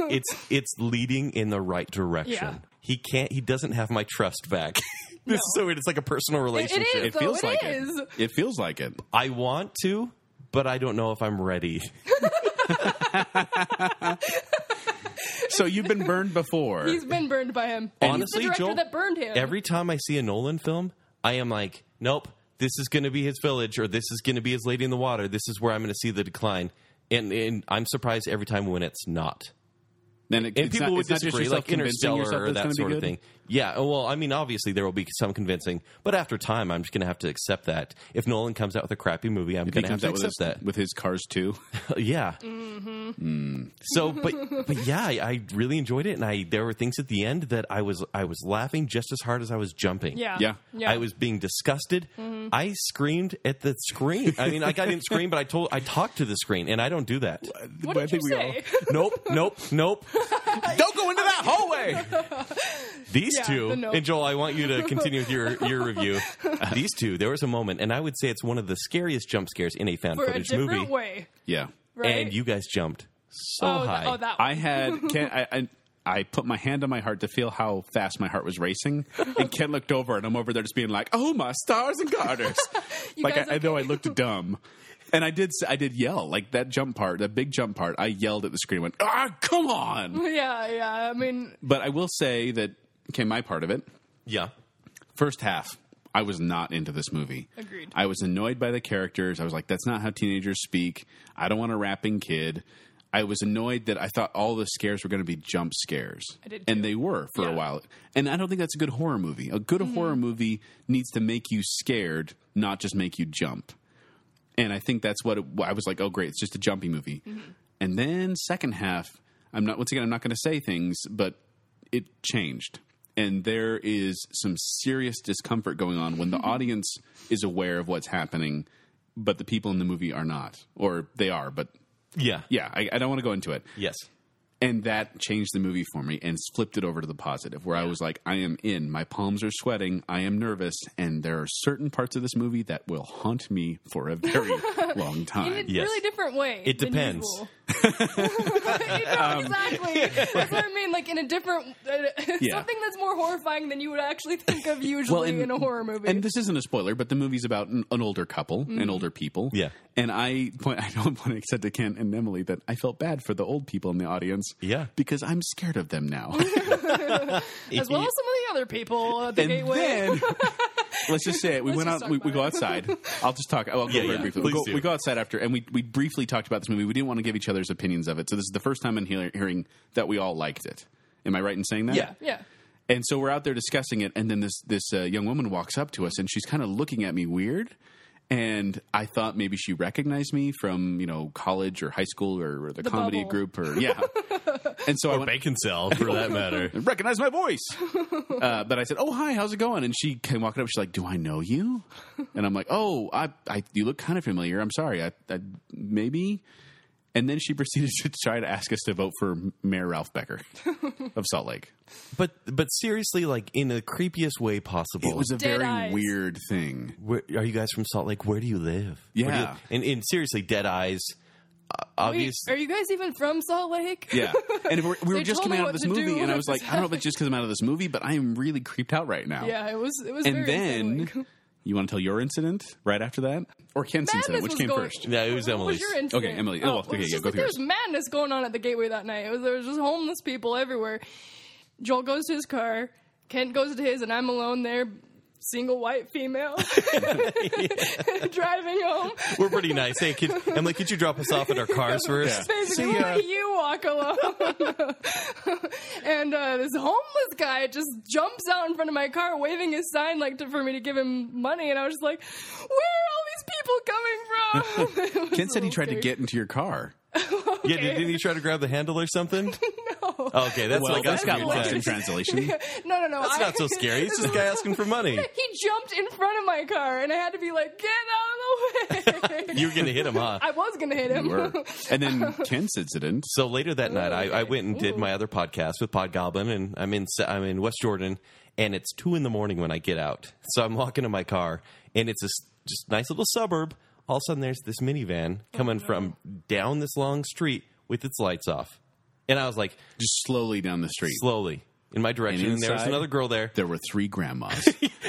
[SPEAKER 2] it's it's leading in the right direction
[SPEAKER 1] Yeah.
[SPEAKER 2] he can't he doesn't have my trust back this is so weird it's like a personal relationship
[SPEAKER 1] is.
[SPEAKER 3] It
[SPEAKER 1] So
[SPEAKER 3] feels
[SPEAKER 1] it
[SPEAKER 3] like
[SPEAKER 1] is.
[SPEAKER 3] it. It feels like it.
[SPEAKER 2] i want to but i don't know if i'm ready
[SPEAKER 3] So you've been burned before.
[SPEAKER 1] He's been burned by him.
[SPEAKER 2] Honestly,
[SPEAKER 1] He's the director
[SPEAKER 2] Joel,
[SPEAKER 1] that burned him.
[SPEAKER 2] every time i see a nolan film i am like nope this is going to be his village or this is going to be his lady in the water this is where i'm going to see the decline and, and i'm surprised every time when it's not
[SPEAKER 3] Then it,
[SPEAKER 2] and
[SPEAKER 3] it's
[SPEAKER 2] people
[SPEAKER 3] not,
[SPEAKER 2] would
[SPEAKER 3] it's not just
[SPEAKER 2] disagree,
[SPEAKER 3] yourself
[SPEAKER 2] like
[SPEAKER 3] convincing
[SPEAKER 2] Interstellar
[SPEAKER 3] yourself
[SPEAKER 2] or
[SPEAKER 3] that
[SPEAKER 2] that sort of
[SPEAKER 3] good.
[SPEAKER 2] thing. Yeah, oh, well, I mean, obviously there will be some convincing, but after time, I'm just going to have to accept that. If Nolan comes out with a crappy movie, I'm
[SPEAKER 3] He
[SPEAKER 2] going to
[SPEAKER 3] comes
[SPEAKER 2] have to
[SPEAKER 3] out with
[SPEAKER 2] accept
[SPEAKER 3] his,
[SPEAKER 2] that.
[SPEAKER 3] with his cars too.
[SPEAKER 2] yeah. Mm-hmm. So, but but yeah, I, I really enjoyed it, and I there were things at the end that I was I was laughing just as hard as I was jumping.
[SPEAKER 1] yeah.
[SPEAKER 3] Yeah.
[SPEAKER 1] Yeah. Mm-hmm.
[SPEAKER 2] I was being disgusted. I screamed at the screen. I mean, like I didn't scream, but I told I talked to the screen, and I don't do that.
[SPEAKER 1] What
[SPEAKER 3] But I
[SPEAKER 1] did
[SPEAKER 3] think
[SPEAKER 1] you
[SPEAKER 3] we all-
[SPEAKER 1] say?
[SPEAKER 2] nope, nope, nope. Don't go into that hallway. These
[SPEAKER 1] Yeah,
[SPEAKER 2] two
[SPEAKER 1] the nope.
[SPEAKER 2] and Joel, I want you to continue with your your review. These two, there was a moment, and I would say it's one of the scariest jump scares in a found
[SPEAKER 1] For a
[SPEAKER 2] footage
[SPEAKER 1] different
[SPEAKER 2] movie.
[SPEAKER 1] way,
[SPEAKER 3] Yeah.
[SPEAKER 1] right?
[SPEAKER 2] And you guys jumped so
[SPEAKER 1] oh,
[SPEAKER 2] high.
[SPEAKER 1] th- oh, that
[SPEAKER 3] I
[SPEAKER 1] one.
[SPEAKER 3] had Ken. I, I I put my hand on my heart to feel how fast my heart was racing, and Ken looked over, and I'm over there just being like, "Oh my stars and garters!" like I,
[SPEAKER 1] guys
[SPEAKER 3] I know I looked dumb, and I did. s- I did yell like that jump part, that big jump part. I yelled at the screen, went, "Ah, come on!"
[SPEAKER 1] yeah, yeah. I mean,
[SPEAKER 3] But I will say that okay, my part of it,
[SPEAKER 2] yeah.
[SPEAKER 3] first half. I was not into this movie.
[SPEAKER 1] Agreed.
[SPEAKER 3] I was annoyed by the characters. I was like, that's not how teenagers speak. I don't want a rapping kid. I was annoyed that I thought all the scares were going to be jump scares.
[SPEAKER 1] I did
[SPEAKER 3] and
[SPEAKER 1] too.
[SPEAKER 3] they were for a
[SPEAKER 1] Yeah. Mm-hmm.
[SPEAKER 3] while. And I don't think that's a good horror movie. A good horror movie needs to make you scared, not just make you jump. And I think that's what it, I was like, oh, great, it's just a jumpy movie.
[SPEAKER 1] Mm-hmm.
[SPEAKER 3] And then, second half, I'm not, once again, I'm not going to say things, but it changed. And there is some serious discomfort going on when the
[SPEAKER 1] Mm-hmm.
[SPEAKER 3] audience is aware of what's happening, but the people in the movie are not. Or they are, but
[SPEAKER 2] Yeah.
[SPEAKER 3] yeah, I, I don't want to go into it.
[SPEAKER 2] Yes.
[SPEAKER 3] And that changed the movie for me and flipped it over to the positive, where I was like, I am in. My palms are sweating. I am nervous. And there are certain parts of this movie that will haunt me for a very long
[SPEAKER 1] in a
[SPEAKER 3] time.
[SPEAKER 2] Yes.
[SPEAKER 1] really different way.
[SPEAKER 2] It
[SPEAKER 1] than
[SPEAKER 2] depends. Um,
[SPEAKER 1] usual. You know, exactly. That's what I mean. Like in a different
[SPEAKER 3] Yeah.
[SPEAKER 1] something that's more horrifying than you would actually think of usually
[SPEAKER 3] and-
[SPEAKER 1] in a horror movie.
[SPEAKER 3] And this isn't a spoiler, but the movie's about an, an older couple and older people.
[SPEAKER 2] Yeah.
[SPEAKER 3] And I point, I don't want to said to Kent and Emily that I felt bad for the old people in the audience.
[SPEAKER 2] Yeah.
[SPEAKER 3] Because I'm scared of them now.
[SPEAKER 1] as well as some of the other people at the
[SPEAKER 3] and
[SPEAKER 1] gateway.
[SPEAKER 3] then let's just say it. We
[SPEAKER 1] Let's
[SPEAKER 3] went
[SPEAKER 1] just
[SPEAKER 3] out.
[SPEAKER 1] talk
[SPEAKER 3] We,
[SPEAKER 1] about
[SPEAKER 3] we go
[SPEAKER 1] it.
[SPEAKER 3] outside. I'll just talk. I'll go
[SPEAKER 2] Yeah,
[SPEAKER 3] very
[SPEAKER 2] yeah,
[SPEAKER 3] briefly. We
[SPEAKER 2] please
[SPEAKER 3] go,
[SPEAKER 2] do.
[SPEAKER 3] we go outside after, and we we briefly talked about this movie. We didn't want to give each other's opinions of it, so this is the first time in hear- hearing that we all liked it. Am I right in saying that?
[SPEAKER 2] Yeah.
[SPEAKER 1] yeah.
[SPEAKER 3] And so we're out there discussing it, and then this this uh, young woman walks up to us, and she's kind of looking at me weird. And I thought maybe she recognized me from you know college or high school or, or the, comedy
[SPEAKER 1] bubble.
[SPEAKER 3] group or yeah. and so I went,
[SPEAKER 2] bacon cell for that matter.
[SPEAKER 3] and recognize my voice. uh, but I said, "Oh, hi, how's it going?" And she came walking up. She's like, "Do I know you?" And I'm like, "Oh, I, I you look kind of familiar. I'm sorry. I, I maybe." And then she proceeded to try to ask us to vote for Mayor Ralph Becker of Salt Lake.
[SPEAKER 2] But but seriously, like in the creepiest way possible.
[SPEAKER 3] It was a
[SPEAKER 1] Dead
[SPEAKER 3] very
[SPEAKER 1] eyes.
[SPEAKER 3] weird thing.
[SPEAKER 2] where, are you guys from Salt Lake? Where do you live? Where do you-
[SPEAKER 3] Yeah.
[SPEAKER 2] and, and seriously, dead eyes. Uh,
[SPEAKER 1] Wait,
[SPEAKER 2] obvious.
[SPEAKER 1] are you guys even from Salt Lake?
[SPEAKER 3] Yeah, and if we're,
[SPEAKER 1] They
[SPEAKER 3] we were just
[SPEAKER 1] told me
[SPEAKER 3] coming out of
[SPEAKER 1] what
[SPEAKER 3] this
[SPEAKER 1] to do
[SPEAKER 3] movie, and I
[SPEAKER 1] with
[SPEAKER 3] was like,
[SPEAKER 1] this
[SPEAKER 3] I don't know if it's just because I'm out of this movie, but I am really creeped out right now.
[SPEAKER 1] Yeah, it was it was
[SPEAKER 3] and
[SPEAKER 1] very unsettling.
[SPEAKER 3] then you want to tell your incident right after that, or Kent's
[SPEAKER 1] Madness
[SPEAKER 3] incident, which
[SPEAKER 1] was
[SPEAKER 3] came
[SPEAKER 1] going-
[SPEAKER 3] first?
[SPEAKER 2] yeah, it was
[SPEAKER 1] What
[SPEAKER 2] Emily's.
[SPEAKER 1] was your incident?
[SPEAKER 3] Okay, Emily. Oh,
[SPEAKER 1] Oh,
[SPEAKER 3] okay,
[SPEAKER 1] it was
[SPEAKER 3] yeah,
[SPEAKER 1] just
[SPEAKER 3] go
[SPEAKER 1] like
[SPEAKER 3] through
[SPEAKER 1] there was
[SPEAKER 3] yours.
[SPEAKER 1] madness going on at the gateway that night. It was, there was just homeless people everywhere. Joel goes to his car. Kent goes to his, and I'm alone there, single white female, driving home.
[SPEAKER 2] We're pretty nice. Hey, could, Emily, could you drop us off at our cars first?
[SPEAKER 1] Basically,
[SPEAKER 2] See
[SPEAKER 3] uh,
[SPEAKER 2] ya.
[SPEAKER 1] let you walk alone. and uh, this homeless guy just jumps out in front of my car, waving his sign like to, for me to give him money. And I was just like, "Where are all these people coming from?" It was
[SPEAKER 3] Kent said
[SPEAKER 1] a
[SPEAKER 3] he
[SPEAKER 1] little
[SPEAKER 3] tried to
[SPEAKER 1] scary.
[SPEAKER 3] get into your car.
[SPEAKER 2] Yeah, did- didn't you try to grab the handle or something? no. Okay, that's
[SPEAKER 3] Well,
[SPEAKER 2] like
[SPEAKER 3] that's
[SPEAKER 2] us
[SPEAKER 3] got
[SPEAKER 2] being
[SPEAKER 3] lost in
[SPEAKER 2] nice.
[SPEAKER 3] translation.
[SPEAKER 1] No, no, no.
[SPEAKER 2] That's
[SPEAKER 1] I-
[SPEAKER 2] not so scary. It's just a guy asking for money.
[SPEAKER 1] He jumped in front of my car, and I had to be like, "Get out of the way!"
[SPEAKER 2] You were going to hit him, huh?
[SPEAKER 1] I was gonna hit him.
[SPEAKER 3] You were. And then Kent's incident.
[SPEAKER 2] So later that night, I, I went and did
[SPEAKER 1] Ooh.
[SPEAKER 2] my other podcast with Pod Goblin, and I'm in Sa- I'm in West Jordan, and it's two in the morning when I get out. So I'm walking to my car, and it's this just nice little suburb. All of a sudden, there's this minivan coming from down this long street with its lights off, and I was like,
[SPEAKER 3] Just slowly down the street.
[SPEAKER 2] slowly in my direction, and, there was
[SPEAKER 3] inside-
[SPEAKER 2] another girl there.
[SPEAKER 3] There were three grandmas.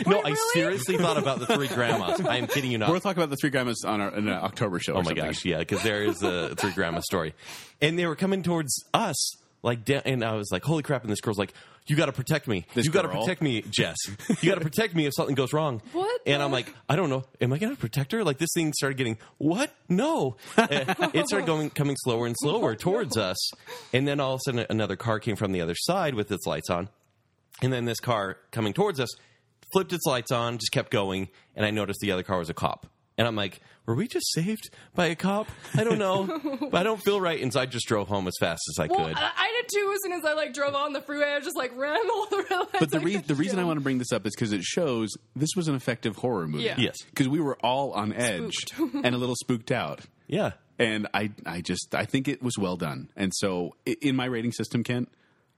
[SPEAKER 2] no, I seriously thought about the three grandmas. I am kidding you not.
[SPEAKER 3] we'll talk about the three grandmas on our in an October show.
[SPEAKER 2] Oh my gosh, yeah, because there is a three grandma story, and they were coming towards us. Like, da- and I was like, "Holy crap!" And this girl's like, "You got to protect me.
[SPEAKER 3] This
[SPEAKER 2] you got to
[SPEAKER 3] girl?
[SPEAKER 2] protect me, Jess. You got to protect me if something goes wrong."
[SPEAKER 1] What
[SPEAKER 2] And
[SPEAKER 1] the-
[SPEAKER 2] I'm like, "I don't know. Am I going to protect her?" Like this thing started getting what? No, Uh, it started going coming slower and
[SPEAKER 3] Oh
[SPEAKER 2] slower towards us, and then all of a sudden another car came from the other side with its lights on, and then this car coming towards us flipped its lights on, just kept going, and I noticed the other car was a cop. And I'm like, were we just saved by a cop? I don't know. but I don't feel right. And so I just drove home as fast as I
[SPEAKER 1] Well,
[SPEAKER 2] could.
[SPEAKER 1] I, I did too. As soon as I like drove on the freeway, I just like ran all the red lights.
[SPEAKER 3] But the,
[SPEAKER 1] I
[SPEAKER 3] re-
[SPEAKER 1] could
[SPEAKER 3] the reason I
[SPEAKER 1] jump.
[SPEAKER 3] want to bring this up is because it shows this was an effective horror movie.
[SPEAKER 1] Yeah.
[SPEAKER 2] Yes.
[SPEAKER 3] Because we were all on edge and a little spooked out.
[SPEAKER 2] yeah.
[SPEAKER 3] And I, I just, I think it was well done. And so i- in my rating system, Kent,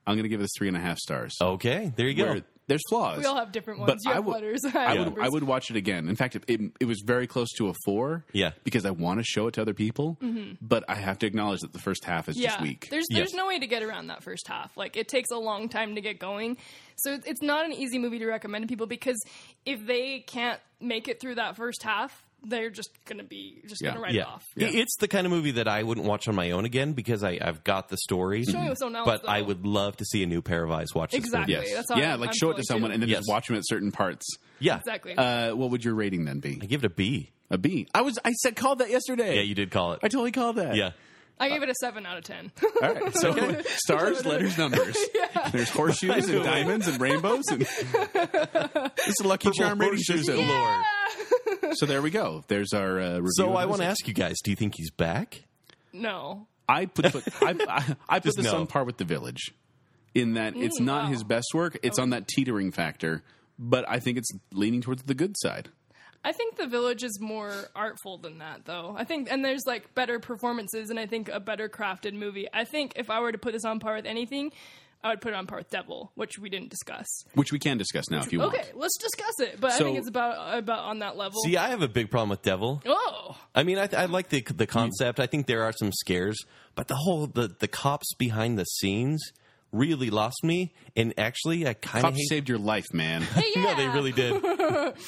[SPEAKER 3] I'm going to give this three and a half stars.
[SPEAKER 2] Okay. Oh, There you go.
[SPEAKER 3] Where there's flaws.
[SPEAKER 1] We all have different
[SPEAKER 3] But
[SPEAKER 1] ones. you
[SPEAKER 3] I
[SPEAKER 1] have
[SPEAKER 3] would-
[SPEAKER 1] letters. I,
[SPEAKER 3] I
[SPEAKER 1] have
[SPEAKER 3] would
[SPEAKER 1] numbers.
[SPEAKER 3] I would watch it again. In fact, it, it, it was very close to a four.
[SPEAKER 2] Yeah.
[SPEAKER 3] because I want to show it to other people, but I have to acknowledge that the first half is just weak.
[SPEAKER 1] Mm-hmm. There's
[SPEAKER 2] Yes.
[SPEAKER 1] there's no way to get around that first half. Like it takes a long time to get going. So it- it's not an easy movie to recommend to people because if they can't make it through that first half, they're just gonna be just
[SPEAKER 3] Yeah.
[SPEAKER 1] gonna write it
[SPEAKER 2] yeah.
[SPEAKER 1] off.
[SPEAKER 2] I- It's the kind of movie that I wouldn't watch on my own again because I, I've got the story.
[SPEAKER 1] me with someone else,
[SPEAKER 2] but I
[SPEAKER 1] though.
[SPEAKER 2] would love to see a new pair of eyes watch this
[SPEAKER 1] Exactly.
[SPEAKER 2] movie.
[SPEAKER 3] yes,
[SPEAKER 1] That's how
[SPEAKER 3] yeah,
[SPEAKER 1] I'm-
[SPEAKER 3] like
[SPEAKER 1] I'm
[SPEAKER 3] show it
[SPEAKER 1] feeling,
[SPEAKER 3] to someone
[SPEAKER 1] too.
[SPEAKER 3] and then just
[SPEAKER 2] Yes.
[SPEAKER 3] watch them at certain parts.
[SPEAKER 2] Yeah.
[SPEAKER 1] Exactly.
[SPEAKER 3] Uh, what would your rating then
[SPEAKER 2] I
[SPEAKER 3] be?
[SPEAKER 2] give it a B.
[SPEAKER 3] A B. I was I said called that yesterday.
[SPEAKER 2] Yeah, you did call it.
[SPEAKER 3] I totally called that.
[SPEAKER 2] yeah.
[SPEAKER 3] uh,
[SPEAKER 1] I gave it a seven out of ten.
[SPEAKER 3] All right. So stars, letters, numbers. There's horseshoes and diamonds and rainbows and this is a lucky charm rating
[SPEAKER 2] horseshoes
[SPEAKER 3] system.
[SPEAKER 2] and lore.
[SPEAKER 3] So there we go. There's our uh, review.
[SPEAKER 2] So
[SPEAKER 3] of
[SPEAKER 2] I
[SPEAKER 3] this.
[SPEAKER 2] want to ask you guys, do you think he's back?
[SPEAKER 1] no.
[SPEAKER 3] I put I, I, I put
[SPEAKER 2] Just
[SPEAKER 3] this
[SPEAKER 2] no.
[SPEAKER 3] on par with the village, in that it's
[SPEAKER 1] Mm,
[SPEAKER 3] not
[SPEAKER 1] wow.
[SPEAKER 3] his best work. It's on that teetering factor, but I think it's leaning towards the good side.
[SPEAKER 1] I think The Village is more artful than that, though. I think, and there's like better performances, and I think a better crafted movie. I think if I were to put this on par with anything, I would put it on par with Devil, which we didn't discuss.
[SPEAKER 3] which we can discuss now if you want.
[SPEAKER 1] Okay, let's discuss it. But I
[SPEAKER 3] So-
[SPEAKER 1] think it's about about on that level.
[SPEAKER 2] See, I have a big problem with Devil.
[SPEAKER 1] oh,
[SPEAKER 2] I mean, I, I like the the
[SPEAKER 3] Mm-hmm.
[SPEAKER 2] concept. I think there are some scares, but the whole the the cops behind the scenes really lost me. And actually, I kind of
[SPEAKER 3] Cops
[SPEAKER 2] hate.
[SPEAKER 3] saved your life, man.
[SPEAKER 1] Hey, yeah.
[SPEAKER 2] No, they really did.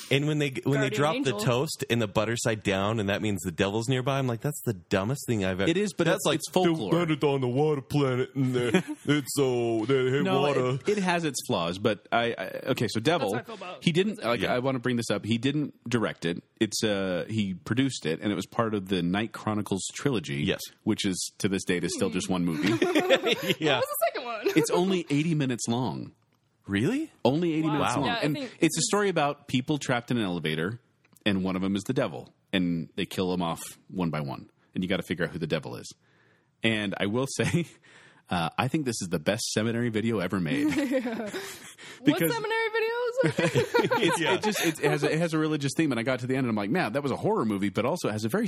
[SPEAKER 2] and when they when they
[SPEAKER 1] Guardian
[SPEAKER 2] dropped
[SPEAKER 1] angel.
[SPEAKER 2] the toast and the butter side down, and that means the devil's nearby, I'm like, that's the dumbest thing I've ever.
[SPEAKER 3] It is, but
[SPEAKER 2] that's
[SPEAKER 3] it's-
[SPEAKER 2] like
[SPEAKER 3] it's folklore.
[SPEAKER 2] "They landed on the water planet, and they- it's so they hit
[SPEAKER 3] no, It, it has its flaws, but I, I okay. So Devil,
[SPEAKER 1] That's what I feel about-
[SPEAKER 3] he didn't like.
[SPEAKER 2] Yeah.
[SPEAKER 3] I want to bring this up. He didn't direct it. It's uh he produced it, and it was part of the Night Chronicles trilogy.
[SPEAKER 2] Yes.
[SPEAKER 3] which is to this date is
[SPEAKER 1] Hmm.
[SPEAKER 3] still just one movie.
[SPEAKER 2] yeah,
[SPEAKER 1] What's the second one?
[SPEAKER 3] it's only eighty minutes long.
[SPEAKER 2] really?
[SPEAKER 3] Only eighty
[SPEAKER 1] Wow.
[SPEAKER 3] minutes
[SPEAKER 2] Wow.
[SPEAKER 3] long,
[SPEAKER 1] Yeah, I
[SPEAKER 3] and
[SPEAKER 1] think-
[SPEAKER 3] it's a story about people trapped in an elevator, and one of them is the devil, and they kill him off one by one, and you got to figure out who the devil is. And I will say. Uh, I think this is the best seminary video ever made.
[SPEAKER 1] what
[SPEAKER 3] because-
[SPEAKER 1] seminary videos?
[SPEAKER 3] it's, it just it's, it has a, it has a religious theme, and I got to the end, and I'm like, man, that was a horror movie, but also has a very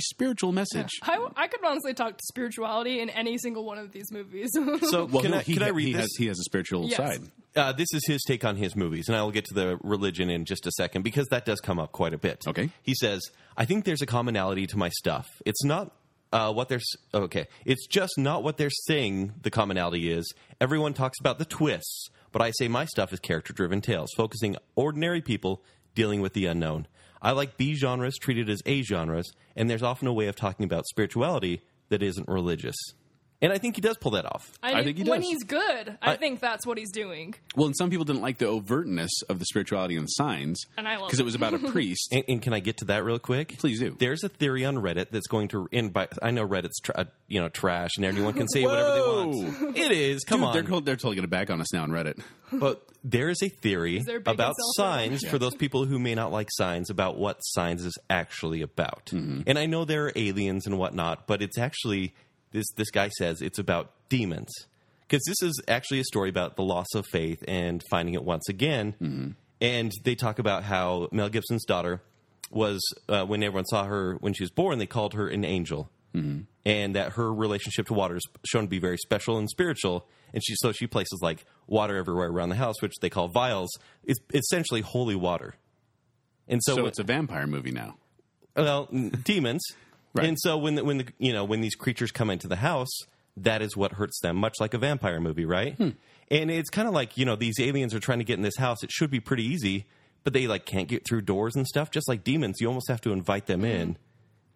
[SPEAKER 3] spiritual message.
[SPEAKER 1] I, I could honestly talk to spirituality in any single one of these movies.
[SPEAKER 2] So can,
[SPEAKER 3] no,
[SPEAKER 2] I,
[SPEAKER 3] he,
[SPEAKER 2] can I read
[SPEAKER 3] he
[SPEAKER 2] this?
[SPEAKER 3] Has, he has a spiritual
[SPEAKER 1] Yes.
[SPEAKER 3] side.
[SPEAKER 2] uh, this is his take on his movies, and I will get to the religion in just a second because that does come up quite a bit.
[SPEAKER 3] Okay.
[SPEAKER 2] He says, I think there's a commonality to my stuff. It's not uh, what they're. s- Okay. It's just not what they're saying the commonality is. Everyone talks about the twists, but I say my stuff is character driven tales, focusing ordinary people dealing with the unknown. I like B genres treated as A genres, and there's often a way of talking about spirituality that isn't religious. And I think he does pull that off.
[SPEAKER 3] I think he
[SPEAKER 1] when
[SPEAKER 3] does.
[SPEAKER 1] he's good, I,
[SPEAKER 2] I-
[SPEAKER 1] think that's what he's doing.
[SPEAKER 3] Well, and some people didn't like the overtness of the spirituality and the signs,
[SPEAKER 1] And I love
[SPEAKER 3] because it was about a priest.
[SPEAKER 2] And, and can I get to that real quick?
[SPEAKER 3] Please do.
[SPEAKER 2] There's a theory on Reddit that's going to. And by, I know Reddit's tr- uh, you know trash, and everyone can say whatever they want. It is. Come
[SPEAKER 3] Dude,
[SPEAKER 2] on.
[SPEAKER 3] they're cold, they're totally gonna bag on us now on Reddit.
[SPEAKER 2] But there is a theory
[SPEAKER 1] there a bacon
[SPEAKER 2] about
[SPEAKER 1] salsa?
[SPEAKER 2] signs for those people who may not like signs about what signs is actually about.
[SPEAKER 3] Mm-hmm.
[SPEAKER 2] And I know there are aliens and whatnot, but it's actually this. This guy says it's about demons because this is actually a story about the loss of faith and finding it once again. And they talk about how Mel Gibson's daughter was uh, when everyone saw her when she was born, they called her an angel and that her relationship to water is shown to be very special and spiritual. And she so she places like water everywhere around the house, which they call vials. It's essentially holy water. And so,
[SPEAKER 3] So
[SPEAKER 2] when-
[SPEAKER 3] it's a vampire movie now.
[SPEAKER 2] well, n- demons.
[SPEAKER 3] Right.
[SPEAKER 2] And so when the, when the you know when these creatures come into the house, that is what hurts them, much like a vampire movie, right?
[SPEAKER 3] Hmm.
[SPEAKER 2] And it's kind of like you know these aliens are trying to get in this house. It should be pretty easy, but they like can't get through doors and stuff. Just like demons, you almost have to invite them in.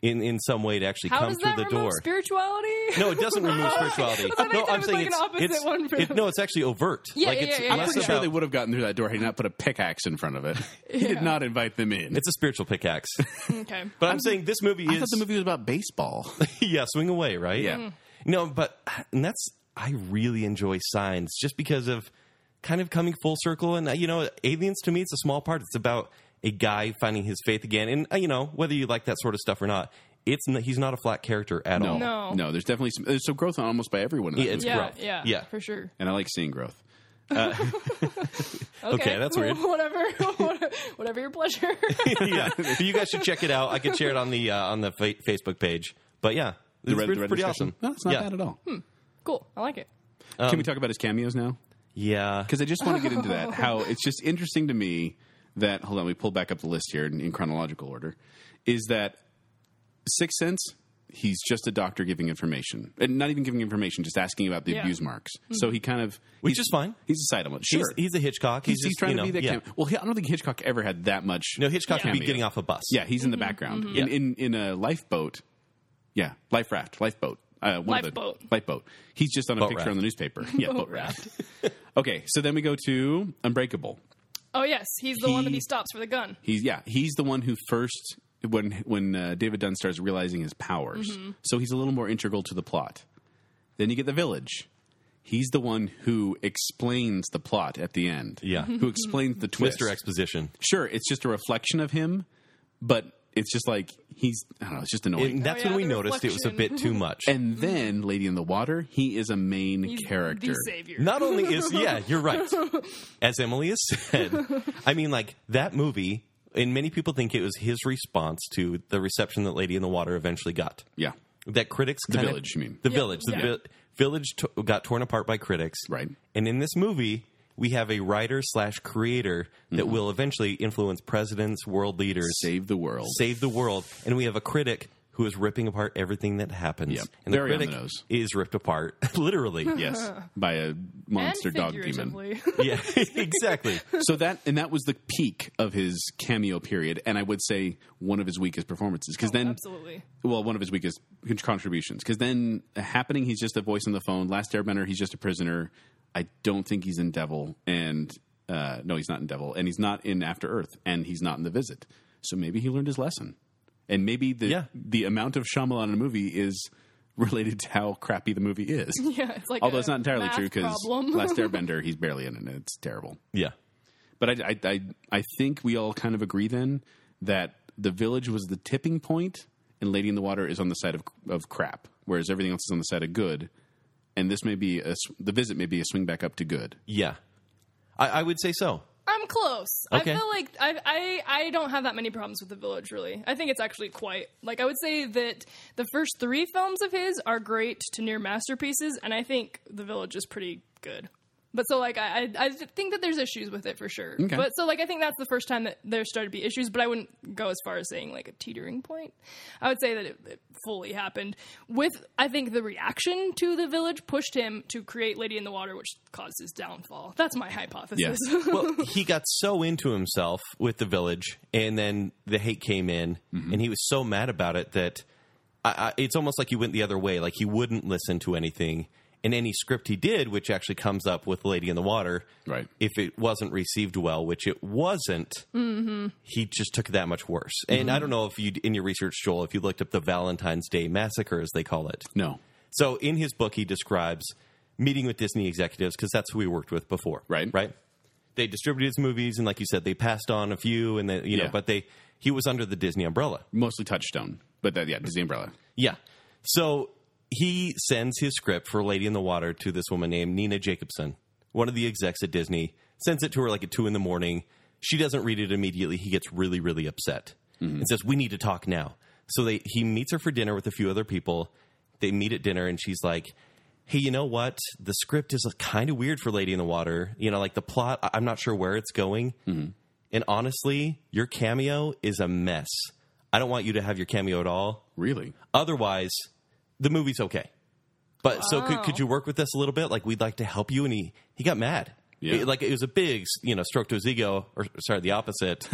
[SPEAKER 2] In, in some way to actually
[SPEAKER 1] How
[SPEAKER 2] come
[SPEAKER 1] does
[SPEAKER 2] through
[SPEAKER 1] that
[SPEAKER 2] the
[SPEAKER 1] remove
[SPEAKER 2] door.
[SPEAKER 1] spirituality?
[SPEAKER 2] No, it doesn't remove spirituality.
[SPEAKER 1] I thought
[SPEAKER 2] no,
[SPEAKER 1] it was like an opposite
[SPEAKER 2] it's,
[SPEAKER 1] one from-
[SPEAKER 2] it- no, it's actually overt.
[SPEAKER 1] Yeah,
[SPEAKER 2] like
[SPEAKER 1] yeah,
[SPEAKER 2] it's
[SPEAKER 1] yeah, yeah,
[SPEAKER 3] I'm
[SPEAKER 2] less
[SPEAKER 3] pretty
[SPEAKER 1] yeah.
[SPEAKER 3] sure
[SPEAKER 2] about-
[SPEAKER 3] they would have gotten through that door had he not put a pickaxe in front of it. He did not invite them in.
[SPEAKER 2] It's a spiritual pickaxe.
[SPEAKER 1] Okay.
[SPEAKER 2] But I'm saying this movie
[SPEAKER 3] I
[SPEAKER 2] is
[SPEAKER 3] thought the movie was about baseball.
[SPEAKER 2] yeah, swing away, right?
[SPEAKER 3] Yeah.
[SPEAKER 1] Mm-hmm.
[SPEAKER 3] Mm.
[SPEAKER 2] No, but uh, and that's I really enjoy Signs just because of kind of coming full circle and uh, you know, Aliens to me it's a small part. It's about a guy finding his faith again, and uh, you know whether you like that sort of stuff or not, it's n- he's not a flat character at all.
[SPEAKER 1] No.
[SPEAKER 3] no. There's definitely some, there's some growth on almost by everyone. In that
[SPEAKER 2] Yeah, it's
[SPEAKER 3] movie.
[SPEAKER 1] yeah,
[SPEAKER 2] growth.
[SPEAKER 1] yeah,
[SPEAKER 2] Yeah.
[SPEAKER 1] for sure.
[SPEAKER 3] and I like seeing growth.
[SPEAKER 1] Okay,
[SPEAKER 2] that's weird.
[SPEAKER 1] whatever, whatever your pleasure.
[SPEAKER 2] yeah, But you guys should check it out. I can share it on the uh, on the fa- Facebook page. But yeah, it's,
[SPEAKER 3] Red-
[SPEAKER 2] it's
[SPEAKER 3] Red
[SPEAKER 2] pretty
[SPEAKER 3] discussion?
[SPEAKER 2] awesome.
[SPEAKER 3] No, it's not
[SPEAKER 2] yeah.
[SPEAKER 3] bad at all.
[SPEAKER 1] cool, I like it.
[SPEAKER 3] Can we talk about his cameos now?
[SPEAKER 2] Yeah,
[SPEAKER 3] because I just want to get into that. How it's just interesting to me that hold on, we pull back up the list here in, in chronological order. Is that Sixth Sense? He's just a doctor giving information, and not even giving information, just asking about the
[SPEAKER 1] Yeah.
[SPEAKER 3] abuse marks. So he kind of,
[SPEAKER 2] Which
[SPEAKER 3] he's-
[SPEAKER 2] is fine.
[SPEAKER 3] He's a silent. Sure,
[SPEAKER 2] he's, he's a Hitchcock.
[SPEAKER 3] He's- he's
[SPEAKER 2] just,
[SPEAKER 3] trying
[SPEAKER 2] you
[SPEAKER 3] to be
[SPEAKER 2] know,
[SPEAKER 3] that.
[SPEAKER 2] yeah.
[SPEAKER 3] cam- well, he- I don't think Hitchcock ever had that much.
[SPEAKER 2] No, Hitchcock would be
[SPEAKER 3] Cameo.
[SPEAKER 2] getting off a bus.
[SPEAKER 3] Mm-hmm, Yeah, he's in the background in, in in a lifeboat. Yeah, life raft, lifeboat. Uh, one of the-
[SPEAKER 1] Lifeboat.
[SPEAKER 3] lifeboat. He's just on a
[SPEAKER 2] Boat
[SPEAKER 3] picture
[SPEAKER 2] raft.
[SPEAKER 3] on the newspaper. Yeah, boat, raft. okay, so then we go to Unbreakable.
[SPEAKER 1] Oh yes, he's the one that
[SPEAKER 3] He-
[SPEAKER 1] he stops for the gun.
[SPEAKER 3] He's yeah, he's the one who first when when uh, David Dunn starts realizing his powers. So he's a little more integral to the plot. Then you get the village. He's the one who explains the plot at the end.
[SPEAKER 2] Yeah.
[SPEAKER 3] who explains the twist?
[SPEAKER 2] Mr. Exposition.
[SPEAKER 3] Sure, it's just a reflection of him, but it's just like he's I don't know. It's just annoying.
[SPEAKER 2] And that's
[SPEAKER 1] Oh, yeah,
[SPEAKER 2] when we
[SPEAKER 1] the
[SPEAKER 2] noticed it was a bit too much.
[SPEAKER 3] and then Lady in the Water, he is a main
[SPEAKER 1] Mm-hmm. He's
[SPEAKER 3] character.
[SPEAKER 1] the savior.
[SPEAKER 2] Not only is yeah, you're right. As Emily has said, I mean, like that movie and many people think it was his response to the reception that Lady in the Water eventually got.
[SPEAKER 3] Yeah.
[SPEAKER 2] That critics the
[SPEAKER 3] Village, you mean.
[SPEAKER 2] the
[SPEAKER 1] Yeah,
[SPEAKER 2] village the
[SPEAKER 1] yeah.
[SPEAKER 2] vi- village to got torn apart by critics,
[SPEAKER 3] Right.
[SPEAKER 2] And in this movie, we have a writer slash creator that
[SPEAKER 3] Mm-hmm.
[SPEAKER 2] will eventually influence presidents, world leaders,
[SPEAKER 3] Save the world.
[SPEAKER 2] save the world, and we have a critic who is ripping apart everything that happens.
[SPEAKER 3] Yep.
[SPEAKER 2] And the
[SPEAKER 3] Very on the
[SPEAKER 2] critic
[SPEAKER 3] nose.
[SPEAKER 2] is ripped apart, literally.
[SPEAKER 3] yes. By a monster
[SPEAKER 1] and
[SPEAKER 3] dog demon.
[SPEAKER 1] figuratively.
[SPEAKER 2] yeah, exactly.
[SPEAKER 3] So that and that was the peak of his cameo period, and I would say one of his weakest performances.
[SPEAKER 1] Oh,
[SPEAKER 3] Because then
[SPEAKER 1] Absolutely.
[SPEAKER 3] well, one of his weakest con- contributions. Because then happening, he's just a voice on the phone. Last Airbender, he's just a prisoner. I don't think he's in Devil, and uh, no, he's not in Devil, and he's not in After Earth, and he's not in The Visit. So maybe he learned his lesson, and maybe the
[SPEAKER 2] Yeah.
[SPEAKER 3] the amount of Shyamalan in a movie is related to how crappy the movie is.
[SPEAKER 1] Yeah, it's like
[SPEAKER 3] Although
[SPEAKER 1] a
[SPEAKER 3] it's not entirely
[SPEAKER 1] math
[SPEAKER 3] true because
[SPEAKER 1] problem.
[SPEAKER 3] Last Airbender, he's barely in it. and It's terrible.
[SPEAKER 2] Yeah.
[SPEAKER 3] But I, I, I, I think we all kind of agree then that the village was the tipping point, and Lady in the Water is on the side of of crap, whereas everything else is on the side of good. And this may be a, sw- the visit may be a swing back up to good.
[SPEAKER 2] Yeah. I, I would say so.
[SPEAKER 1] I'm close.
[SPEAKER 2] Okay.
[SPEAKER 1] I feel like I, I I don't have that many problems with the village really. I think it's actually quite like I would say that the first three films of his are great to near masterpieces, and I think the village is pretty good. But so like I I, I think that there's issues with it for sure.
[SPEAKER 3] Okay.
[SPEAKER 1] But so like I think that's the first time that there started to be issues. But I wouldn't go as far as saying like a teetering point. I would say that it, it fully happened with I think the reaction to the village pushed him to create Lady in the Water, which caused his downfall. That's my hypothesis.
[SPEAKER 2] Well, he got so into himself with the village, and then the hate came in, and he was so mad about it that I, I, it's almost like he went the other way. Like he wouldn't listen to anything. And any script he did, which actually comes up with Lady in the Water,
[SPEAKER 3] Right.
[SPEAKER 2] if it wasn't received well, which it wasn't, he just took it that much worse. And I don't know if you, in your research, Joel, if you looked up the Valentine's Day Massacre, as they call it.
[SPEAKER 3] No,
[SPEAKER 2] So in his book, he describes meeting with Disney executives because that's who he worked with before,
[SPEAKER 3] Right.
[SPEAKER 2] Right. They distributed his movies, and like you said, they passed on a few, and then you know,
[SPEAKER 3] Yeah.
[SPEAKER 2] but they he was under the Disney umbrella.
[SPEAKER 3] mostly Touchstone, but that yeah, Disney Umbrella.
[SPEAKER 2] Yeah. So he sends his script for Lady in the Water to this woman named Nina Jacobson, one of the execs at Disney, sends it to her like at two in the morning. She doesn't read it immediately. He gets really, really upset and says, We need to talk now. So they he meets her for dinner with a few other people. They meet at dinner and she's like, Hey, you know what? The script is uh, kind of weird for Lady in the Water. You know, like the plot, I- I'm not sure where it's going. And honestly, your cameo is a mess. I don't want you to have your cameo at all.
[SPEAKER 3] Really?
[SPEAKER 2] Otherwise, the movie's okay. But so could,
[SPEAKER 1] Wow.
[SPEAKER 2] could you work with us a little bit? Like we'd like to help you. And he, he got mad.
[SPEAKER 3] Yeah.
[SPEAKER 2] It- like it was a big, you know, stroke to his ego or sorry, the opposite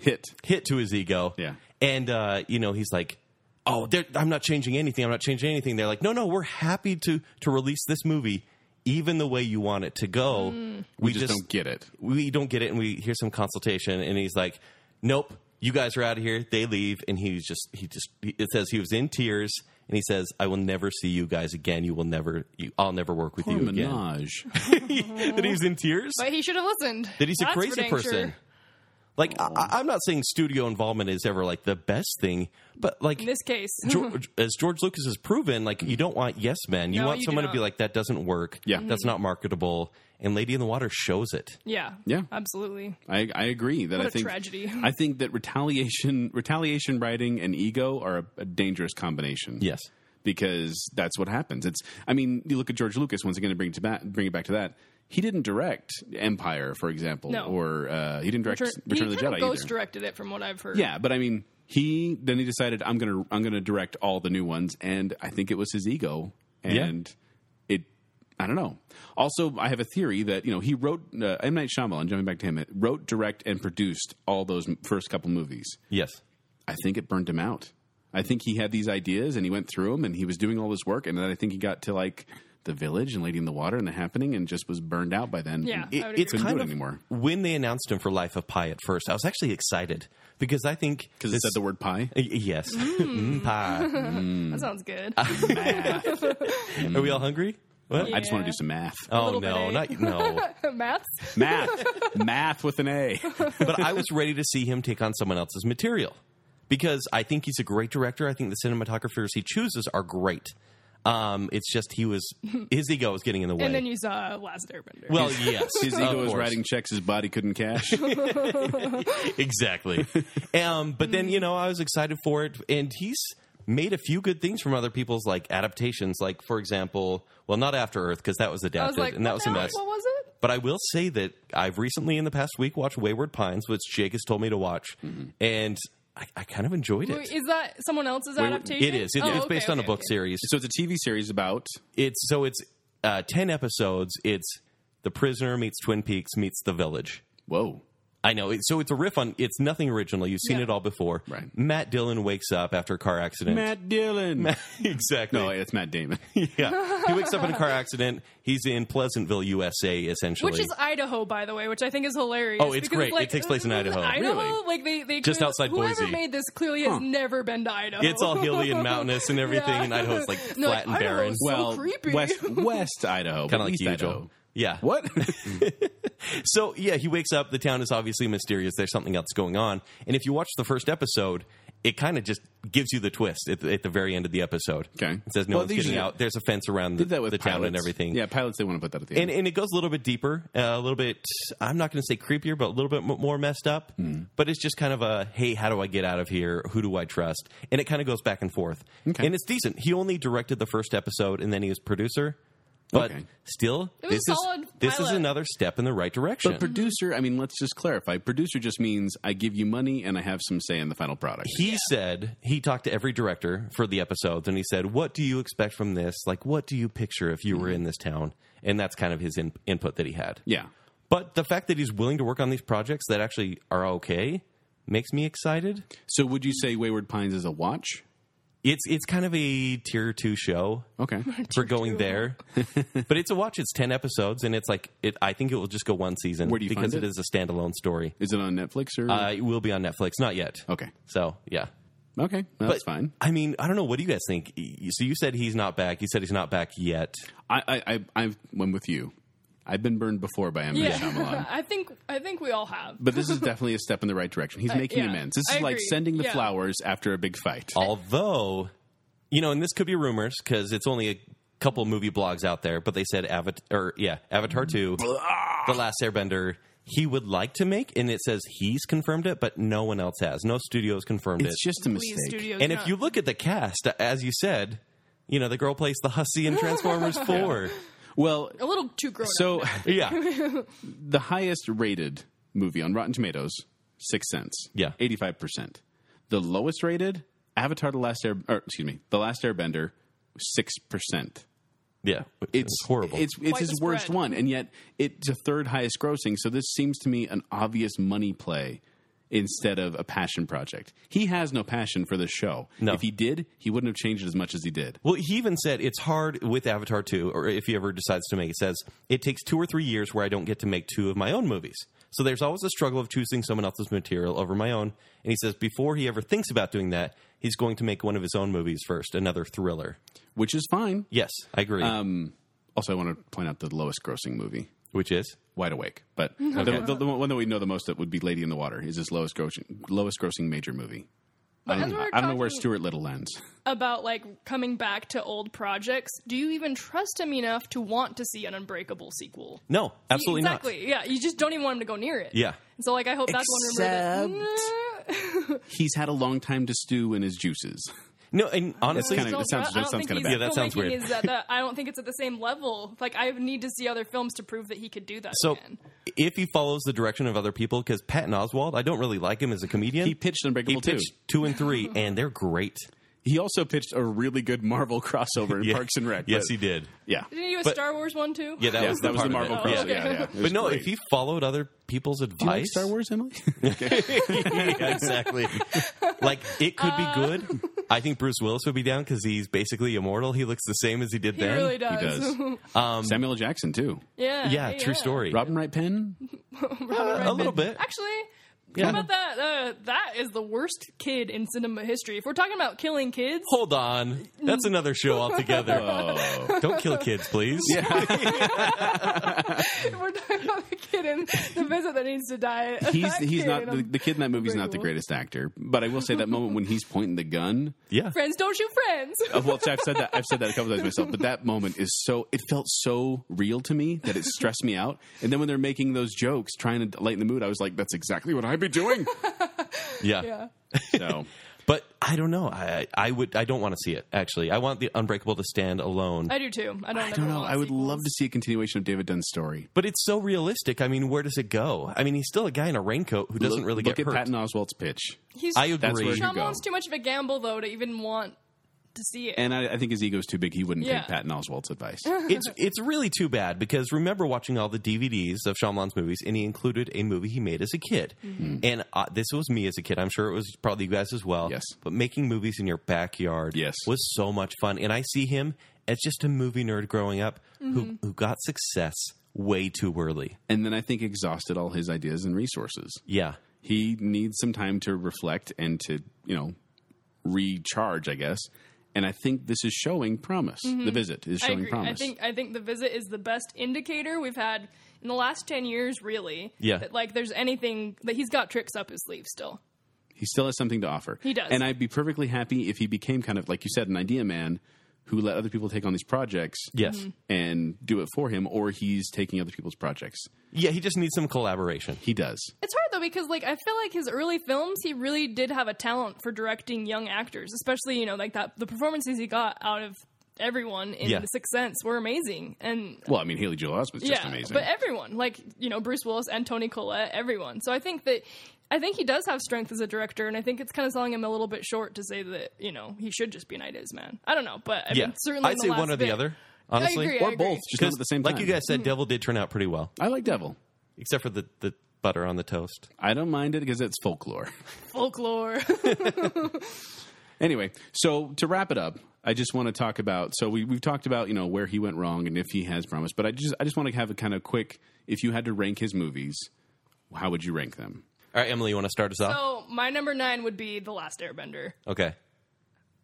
[SPEAKER 3] Hit.
[SPEAKER 2] hit to his ego.
[SPEAKER 3] Yeah.
[SPEAKER 2] And, uh, you know, he's like, Oh, they're- I'm not changing anything. I'm not changing anything. They're like, no, no, we're happy to, to release this movie even the way you want it to go.
[SPEAKER 3] We just, don't get it.
[SPEAKER 2] we don't get it and we hear some consultation and he's like nope you guys are out of here they leave and he's just he just it says he was in tears and he says i will never see you guys again you will never you, i'll never work with you again
[SPEAKER 3] Menage.
[SPEAKER 2] that he's in tears
[SPEAKER 1] But he should have listened.
[SPEAKER 2] that he's a
[SPEAKER 1] That's for
[SPEAKER 2] crazy
[SPEAKER 1] dang sure.
[SPEAKER 2] person like I- I, i'm not saying studio involvement is ever like the best thing but like
[SPEAKER 1] In this case,
[SPEAKER 2] George, as George Lucas has proven, like you don't want yes men. You
[SPEAKER 1] No,
[SPEAKER 2] want
[SPEAKER 1] you do
[SPEAKER 2] someone to be
[SPEAKER 1] not.
[SPEAKER 2] like that doesn't work.
[SPEAKER 3] Yeah.
[SPEAKER 2] that's not marketable. And Lady in the Water shows it.
[SPEAKER 1] yeah,
[SPEAKER 3] Yeah.
[SPEAKER 1] absolutely.
[SPEAKER 3] I, I agree that
[SPEAKER 1] What
[SPEAKER 3] I
[SPEAKER 1] a
[SPEAKER 3] think
[SPEAKER 1] tragedy.
[SPEAKER 3] I think that retaliation, retaliation writing, and ego are a, a dangerous combination.
[SPEAKER 2] Yes.
[SPEAKER 3] because that's what happens. It's I mean, you look at George Lucas once again to bring to back, bring it back to that. He didn't direct Empire, for example,
[SPEAKER 1] No.
[SPEAKER 3] or uh, he didn't direct
[SPEAKER 1] Turn,
[SPEAKER 3] Return,
[SPEAKER 1] he
[SPEAKER 3] of the
[SPEAKER 1] kind of
[SPEAKER 3] Jedi
[SPEAKER 1] ghost
[SPEAKER 3] either.
[SPEAKER 1] directed it, from what I've heard.
[SPEAKER 3] yeah, but I mean, he then he decided I'm gonna I'm gonna direct all the new ones, and I think it was his ego,
[SPEAKER 2] Yeah.
[SPEAKER 3] and it I don't know. Also, I have a theory that you know he wrote uh, M Night Shyamalan, jumping back to him, wrote, direct, and produced all those m- first couple movies.
[SPEAKER 2] Yes.
[SPEAKER 3] I think it burned him out. I think he had these ideas and he went through them and he was doing all this work and then I think he got to like the village and Lady in the Water and the happening and just was burned out by then.
[SPEAKER 1] Yeah.
[SPEAKER 3] It-
[SPEAKER 1] I would
[SPEAKER 2] it's
[SPEAKER 1] agree.
[SPEAKER 3] Couldn't do
[SPEAKER 2] kind
[SPEAKER 3] it
[SPEAKER 2] of
[SPEAKER 3] anymore.
[SPEAKER 2] when they announced him for Life of Pi at first, I was actually excited because I think
[SPEAKER 3] Because it said the word pie.
[SPEAKER 2] Y- yes Mm, pie.
[SPEAKER 1] that sounds good.
[SPEAKER 2] Mm.
[SPEAKER 3] Math.
[SPEAKER 2] Are we all hungry? What?
[SPEAKER 3] I just want to do some math.
[SPEAKER 2] Oh
[SPEAKER 1] Mm. little
[SPEAKER 2] no, not
[SPEAKER 1] bit, eh?
[SPEAKER 2] no.
[SPEAKER 1] Maths.
[SPEAKER 3] Math. math with an A.
[SPEAKER 2] but I was ready to see him take on someone else's material because I think he's a great director. I think the cinematographers he chooses are great. Um, it's just he was his ego was getting in the way.
[SPEAKER 1] And then you saw Last Airbender.
[SPEAKER 2] well, yes,
[SPEAKER 3] His
[SPEAKER 2] of
[SPEAKER 3] ego was
[SPEAKER 2] course.
[SPEAKER 3] writing checks his body couldn't cash.
[SPEAKER 2] exactly. um, but then you know I was excited for it, and he's made a few good things from other people's like adaptations. Like for example, well, not After Earth because that was
[SPEAKER 1] I was
[SPEAKER 2] adapted
[SPEAKER 1] like,
[SPEAKER 2] and that
[SPEAKER 1] what
[SPEAKER 2] was a
[SPEAKER 1] the hell?
[SPEAKER 2] mess.
[SPEAKER 1] What was it?
[SPEAKER 2] But I will say that I've recently in the past week watched Wayward Pines, which Jake has told me to watch,
[SPEAKER 1] Mm-hmm.
[SPEAKER 2] and I, I kind of enjoyed it.
[SPEAKER 1] Wait, Is that someone else's adaptation?
[SPEAKER 2] It is. It's,
[SPEAKER 1] Oh,
[SPEAKER 2] it's
[SPEAKER 1] okay,
[SPEAKER 2] based on a
[SPEAKER 1] okay,
[SPEAKER 2] book
[SPEAKER 1] okay.
[SPEAKER 2] series.
[SPEAKER 3] so it's a TV series about
[SPEAKER 2] It's so it's uh, ten episodes. It's The Prisoner meets Twin Peaks meets The Village.
[SPEAKER 3] whoa.
[SPEAKER 2] I know. It- So it's a riff on. It's nothing original. You've seen
[SPEAKER 1] Yeah.
[SPEAKER 2] it all before.
[SPEAKER 3] Right.
[SPEAKER 2] Matt Dillon wakes up after a car accident.
[SPEAKER 3] Matt Dillon.
[SPEAKER 2] exactly.
[SPEAKER 3] no, wait, that's Matt Damon.
[SPEAKER 2] yeah. He wakes up in a car accident. He's in Pleasantville, USA, essentially.
[SPEAKER 1] Which is Idaho, by the way, which I think is hilarious.
[SPEAKER 2] Oh, it's
[SPEAKER 1] because,
[SPEAKER 2] great.
[SPEAKER 1] like,
[SPEAKER 2] It takes place in Idaho.
[SPEAKER 1] Idaho,
[SPEAKER 3] Really?
[SPEAKER 1] like they, they
[SPEAKER 2] Just
[SPEAKER 1] clearly-
[SPEAKER 2] outside
[SPEAKER 1] whoever
[SPEAKER 2] Boise.
[SPEAKER 1] made this clearly has never been to Idaho.
[SPEAKER 2] It's all hilly and mountainous and everything, and Idaho's, like,
[SPEAKER 1] No,
[SPEAKER 2] flat and
[SPEAKER 1] Idaho
[SPEAKER 2] barren.
[SPEAKER 1] is so
[SPEAKER 3] well,
[SPEAKER 1] creepy.
[SPEAKER 3] West West Idaho,
[SPEAKER 2] kind of like
[SPEAKER 3] East
[SPEAKER 2] you,
[SPEAKER 3] Idaho.
[SPEAKER 2] Joel. Yeah.
[SPEAKER 3] What?
[SPEAKER 2] So yeah, he wakes up. The town is obviously mysterious. There's something else going on. And if you watch the first episode, it kind of just gives you the twist at the, at the very end of the episode.
[SPEAKER 3] Okay.
[SPEAKER 2] It says no
[SPEAKER 3] Well,
[SPEAKER 2] one's
[SPEAKER 3] they
[SPEAKER 2] getting
[SPEAKER 3] usually
[SPEAKER 2] out. There's a fence around the,
[SPEAKER 3] Did that with
[SPEAKER 2] the town and
[SPEAKER 3] pilots.
[SPEAKER 2] everything.
[SPEAKER 3] Yeah, pilots they want to put that at the
[SPEAKER 2] And,
[SPEAKER 3] end.
[SPEAKER 2] and it goes a little bit deeper, uh, a little bit. I'm not going to say creepier, but a little bit m- more messed up.
[SPEAKER 3] Hmm.
[SPEAKER 2] But it's just kind of a hey, how do I get out of here? Who do I trust? And it kind of goes back and forth.
[SPEAKER 3] Okay.
[SPEAKER 2] And it's decent. He only directed the first episode, and then he was producer. But
[SPEAKER 3] Okay.
[SPEAKER 2] still,
[SPEAKER 1] was a
[SPEAKER 2] this is
[SPEAKER 1] solid
[SPEAKER 2] this is
[SPEAKER 1] pilot.
[SPEAKER 2] another step in the right direction.
[SPEAKER 3] But producer, I mean, let's just clarify. Producer just means I give you money and I have some say in the final product.
[SPEAKER 2] he said he talked to every director for the episodes and he said what do you expect from this like what do you picture if you
[SPEAKER 1] Mm-hmm.
[SPEAKER 2] were in this town and that's kind of his in- input that he had
[SPEAKER 3] Yeah.
[SPEAKER 2] but the fact that he's willing to work on these projects that actually are okay makes me excited
[SPEAKER 3] So would you say Wayward Pines is a watch?
[SPEAKER 2] it's it's kind of a tier 2 show
[SPEAKER 3] Okay.
[SPEAKER 2] for going there but it's a watch it's 10 episodes and it's like it, i think it will just go one season
[SPEAKER 3] Where do you
[SPEAKER 2] because
[SPEAKER 3] find
[SPEAKER 2] it
[SPEAKER 3] it?
[SPEAKER 2] is a standalone story
[SPEAKER 3] Is it on Netflix or?
[SPEAKER 2] uh, it will be on netflix not yet
[SPEAKER 3] okay.
[SPEAKER 2] so yeah
[SPEAKER 3] Okay. Well, Oh. that's fine.
[SPEAKER 2] I mean, I don't know. What do you guys think? Y- So you said he's not back. You said he's not back yet.
[SPEAKER 3] I I I I've, I'm with you. I've been burned before by M. Night
[SPEAKER 1] yeah,
[SPEAKER 3] Shyamalan.
[SPEAKER 1] I think I think we all have.
[SPEAKER 3] But this is definitely a step in the right direction. He's
[SPEAKER 1] I-
[SPEAKER 3] making
[SPEAKER 1] Uh, yeah.
[SPEAKER 3] amends. This
[SPEAKER 1] I
[SPEAKER 3] is like
[SPEAKER 1] agree.
[SPEAKER 3] sending the
[SPEAKER 1] Yeah.
[SPEAKER 3] flowers after a big fight.
[SPEAKER 2] Although, you know, and this could be rumors because it's only a couple movie blogs out there. But they said Avatar, or yeah, Avatar Two, The Last Airbender. He would like to make, and it says he's confirmed it, but no one else has. No studios confirmed it.
[SPEAKER 3] It's just a
[SPEAKER 1] Please,
[SPEAKER 3] mistake.
[SPEAKER 1] studios,
[SPEAKER 2] and
[SPEAKER 1] no.
[SPEAKER 2] if you look at the cast, as you said, you know the girl plays the hussy in Transformers Four.
[SPEAKER 3] Well,
[SPEAKER 1] a little too grown up.
[SPEAKER 3] so
[SPEAKER 2] Yeah,
[SPEAKER 3] the highest rated movie on Rotten Tomatoes, Six Sense.
[SPEAKER 2] Yeah.
[SPEAKER 3] 85%. The lowest rated, Avatar The Last Air or excuse me, The Last Airbender, 6%.
[SPEAKER 2] yeah.
[SPEAKER 3] It's
[SPEAKER 2] horrible.
[SPEAKER 3] It's it's
[SPEAKER 1] Quite
[SPEAKER 3] his
[SPEAKER 1] the
[SPEAKER 3] worst
[SPEAKER 1] spread.
[SPEAKER 3] one and yet it's the third highest grossing, so this seems to me an obvious money play instead of a passion project. He has no passion for this show.
[SPEAKER 2] No.
[SPEAKER 3] If he did, he wouldn't have changed it as much as he did.
[SPEAKER 2] Well, he even said it's hard with Avatar 2, or if he ever decides to make it, says it takes two or three years where I don't get to make two of my own movies. So there's always a struggle of choosing someone else's material over my own. And he says before he ever thinks about doing that, he's going to make one of his own movies first, another thriller.
[SPEAKER 3] Which is fine.
[SPEAKER 2] Yes, I agree.
[SPEAKER 3] Um, Also I want to point out the lowest grossing movie.
[SPEAKER 2] Which is?
[SPEAKER 3] wide awake. But the, the, the one that we know the most that would be Lady in the Water is his lowest grossing lowest grossing major movie.
[SPEAKER 1] But
[SPEAKER 3] I
[SPEAKER 1] as we
[SPEAKER 3] don't, know,
[SPEAKER 1] were
[SPEAKER 3] Mm, I don't know where
[SPEAKER 1] talking-
[SPEAKER 3] Stuart Little ends.
[SPEAKER 1] about like coming back to old projects, do you even trust him enough to want to see an Unbreakable sequel?
[SPEAKER 2] No, absolutely
[SPEAKER 1] exactly. Yeah, you just don't even want him to go near it.
[SPEAKER 2] Yeah.
[SPEAKER 1] And so like I hope that's one rumor that
[SPEAKER 3] He's had a long time to stew in his juices.
[SPEAKER 2] not. No, and honestly,
[SPEAKER 3] kinda- that sounds-
[SPEAKER 1] I don't
[SPEAKER 3] that sounds
[SPEAKER 1] think
[SPEAKER 3] kinda
[SPEAKER 1] he's-
[SPEAKER 2] bad. Yeah, that sounds
[SPEAKER 1] filmmaking
[SPEAKER 2] weird.
[SPEAKER 1] Is at the, I don't think it's at the same level. Like I need to see other films to prove that he could do that.
[SPEAKER 2] so
[SPEAKER 1] again.
[SPEAKER 2] if he follows the direction of other people, because Patton Oswald, I don't really like him as a comedian.
[SPEAKER 3] He pitched
[SPEAKER 2] He
[SPEAKER 3] Unbreakable too.
[SPEAKER 2] pitched two and three, and they're great.
[SPEAKER 3] He also pitched a really good Marvel crossover in
[SPEAKER 2] Yeah.
[SPEAKER 3] Parks and Rec.
[SPEAKER 2] Yes,
[SPEAKER 3] but-
[SPEAKER 2] he did.
[SPEAKER 3] Yeah.
[SPEAKER 1] didn't he do a
[SPEAKER 2] but-
[SPEAKER 1] Star Wars one too?
[SPEAKER 2] Yeah, that
[SPEAKER 3] Yeah,
[SPEAKER 2] was the
[SPEAKER 3] that was the
[SPEAKER 2] part of
[SPEAKER 3] Marvel
[SPEAKER 2] it.
[SPEAKER 1] Oh,
[SPEAKER 2] Yeah.
[SPEAKER 3] crossover.
[SPEAKER 1] okay.
[SPEAKER 3] Yeah, yeah. It was
[SPEAKER 2] But no,
[SPEAKER 3] great.
[SPEAKER 2] if he followed other people's advice,
[SPEAKER 3] Do you like Star Wars, Emily?
[SPEAKER 2] yeah, exactly. like it could
[SPEAKER 1] Uh.
[SPEAKER 2] be good. I think Bruce Willis would be down because he's basically immortal. He looks the same as he did
[SPEAKER 1] he
[SPEAKER 2] then.
[SPEAKER 1] really does.
[SPEAKER 3] does. Samuel L. Jackson too.
[SPEAKER 1] yeah,
[SPEAKER 2] Yeah, true story.
[SPEAKER 3] Robin Wright Penn.
[SPEAKER 1] Robert
[SPEAKER 3] Uh,
[SPEAKER 2] a little
[SPEAKER 1] Redford.
[SPEAKER 2] bit.
[SPEAKER 1] Actually, How about that? Uh, that is the worst kid in cinema history. If we're talking about killing kids,
[SPEAKER 2] Hold on. That's another show altogether.
[SPEAKER 3] Oh.
[SPEAKER 2] Don't kill kids, please.
[SPEAKER 1] we're talking about the kid in the visit that needs to die.
[SPEAKER 3] he's
[SPEAKER 1] That
[SPEAKER 3] he's
[SPEAKER 1] kid
[SPEAKER 3] not
[SPEAKER 1] in
[SPEAKER 3] the,
[SPEAKER 1] a-
[SPEAKER 3] the kid in that movie's not the
[SPEAKER 1] Unbreakable.
[SPEAKER 3] greatest actor, but I will say that moment when he's pointing the gun.
[SPEAKER 2] Yeah.
[SPEAKER 1] friends don't shoot friends.
[SPEAKER 3] Uh, well, I've said that I've said that a couple times myself, but that moment is so it felt so real to me that it stressed me out. And then when they're making those jokes, trying to lighten the mood, I was like, "That's exactly what I'd be doing."
[SPEAKER 2] Yeah.
[SPEAKER 1] yeah.
[SPEAKER 3] So
[SPEAKER 2] But I don't know. I I would I don't want to see it actually. I want the Unbreakable to stand alone.
[SPEAKER 1] I do too. I don't,
[SPEAKER 3] I don't know. I would love to see a continuation of David Dunn's story.
[SPEAKER 2] but it's so realistic. I mean, where does it go? I mean, he's still a guy in a raincoat who doesn't
[SPEAKER 3] Look-
[SPEAKER 2] really
[SPEAKER 3] look
[SPEAKER 2] get
[SPEAKER 3] at
[SPEAKER 2] hurt.
[SPEAKER 3] Patton Oswalt's pitch,
[SPEAKER 1] He's,
[SPEAKER 2] I agree.
[SPEAKER 3] where you go.
[SPEAKER 1] Shyamalan's too much of a gamble though to even want to see it.
[SPEAKER 3] and I, I think his ego's too big. He wouldn't
[SPEAKER 1] Yeah.
[SPEAKER 3] take Patton Oswalt's advice.
[SPEAKER 2] it's it's really too bad because remember watching all the DVDs of Shyamalan's movies, and he included a movie he made as a kid.
[SPEAKER 3] Mm-hmm.
[SPEAKER 2] And uh, this was me as a kid. I'm sure it was probably you guys as well.
[SPEAKER 3] Yes.
[SPEAKER 2] But making movies in your backyard
[SPEAKER 3] Yes.
[SPEAKER 2] was so much fun. And I see him as just a movie nerd growing up who
[SPEAKER 1] Mm-hmm.
[SPEAKER 2] who got success way too early.
[SPEAKER 3] and then I think exhausted all his ideas and resources.
[SPEAKER 2] Yeah.
[SPEAKER 3] he needs some time to reflect and to you know recharge i guess and i think this is showing promise the visit is
[SPEAKER 1] Mm-hmm. I
[SPEAKER 3] showing
[SPEAKER 1] agree.
[SPEAKER 3] promise
[SPEAKER 1] I think I think the visit is the best indicator we've had in the last ten years, really.
[SPEAKER 2] Yeah.
[SPEAKER 1] That like there's anything that he's got tricks up his sleeve still.
[SPEAKER 3] he still has something to offer
[SPEAKER 1] He does.
[SPEAKER 3] and i'd be perfectly happy if he became kind of like you said an idea man who let other people take on these projects
[SPEAKER 2] Yes.
[SPEAKER 1] Mm-hmm.
[SPEAKER 3] and do it for him or he's taking other people's projects
[SPEAKER 2] Yeah. He just needs some collaboration.
[SPEAKER 3] he does
[SPEAKER 1] It's hard though because like I feel like his early films, he really did have a talent for directing young actors, especially you know like that the performances he got out of everyone in
[SPEAKER 2] Yeah.
[SPEAKER 1] The Sixth Sense were amazing and
[SPEAKER 3] well i mean haley joel osment's just
[SPEAKER 1] yeah,
[SPEAKER 3] amazing
[SPEAKER 1] but everyone like you know Bruce Willis and Tony Collette, everyone. So I think that. I think he does have strength as a director, and I think it's kind of selling him a little bit short to say that you know he should just be an ideas man. I don't know, but I
[SPEAKER 2] Yeah.
[SPEAKER 1] mean, certainly in
[SPEAKER 2] I'd
[SPEAKER 1] the
[SPEAKER 2] say
[SPEAKER 1] last
[SPEAKER 2] one or the
[SPEAKER 1] bit-
[SPEAKER 2] other. Honestly,
[SPEAKER 1] agree. Mm-hmm.
[SPEAKER 3] or both just not
[SPEAKER 2] because
[SPEAKER 3] at the same time
[SPEAKER 2] like you guys said, Devil did turn out pretty well,
[SPEAKER 3] i like devil
[SPEAKER 2] except for the the butter on the toast.
[SPEAKER 3] i don't mind it because it's folklore
[SPEAKER 1] folklore.
[SPEAKER 3] Anyway, so to wrap it up, I just want to talk about. So we, we've talked about you know where he went wrong and if he has promise, but I just I just want to have a kind of quick. If you had to rank his movies, how would you rank them?
[SPEAKER 2] All right, Emily, you want to start us off?
[SPEAKER 1] so my number nine would be The Last Airbender.
[SPEAKER 2] Okay.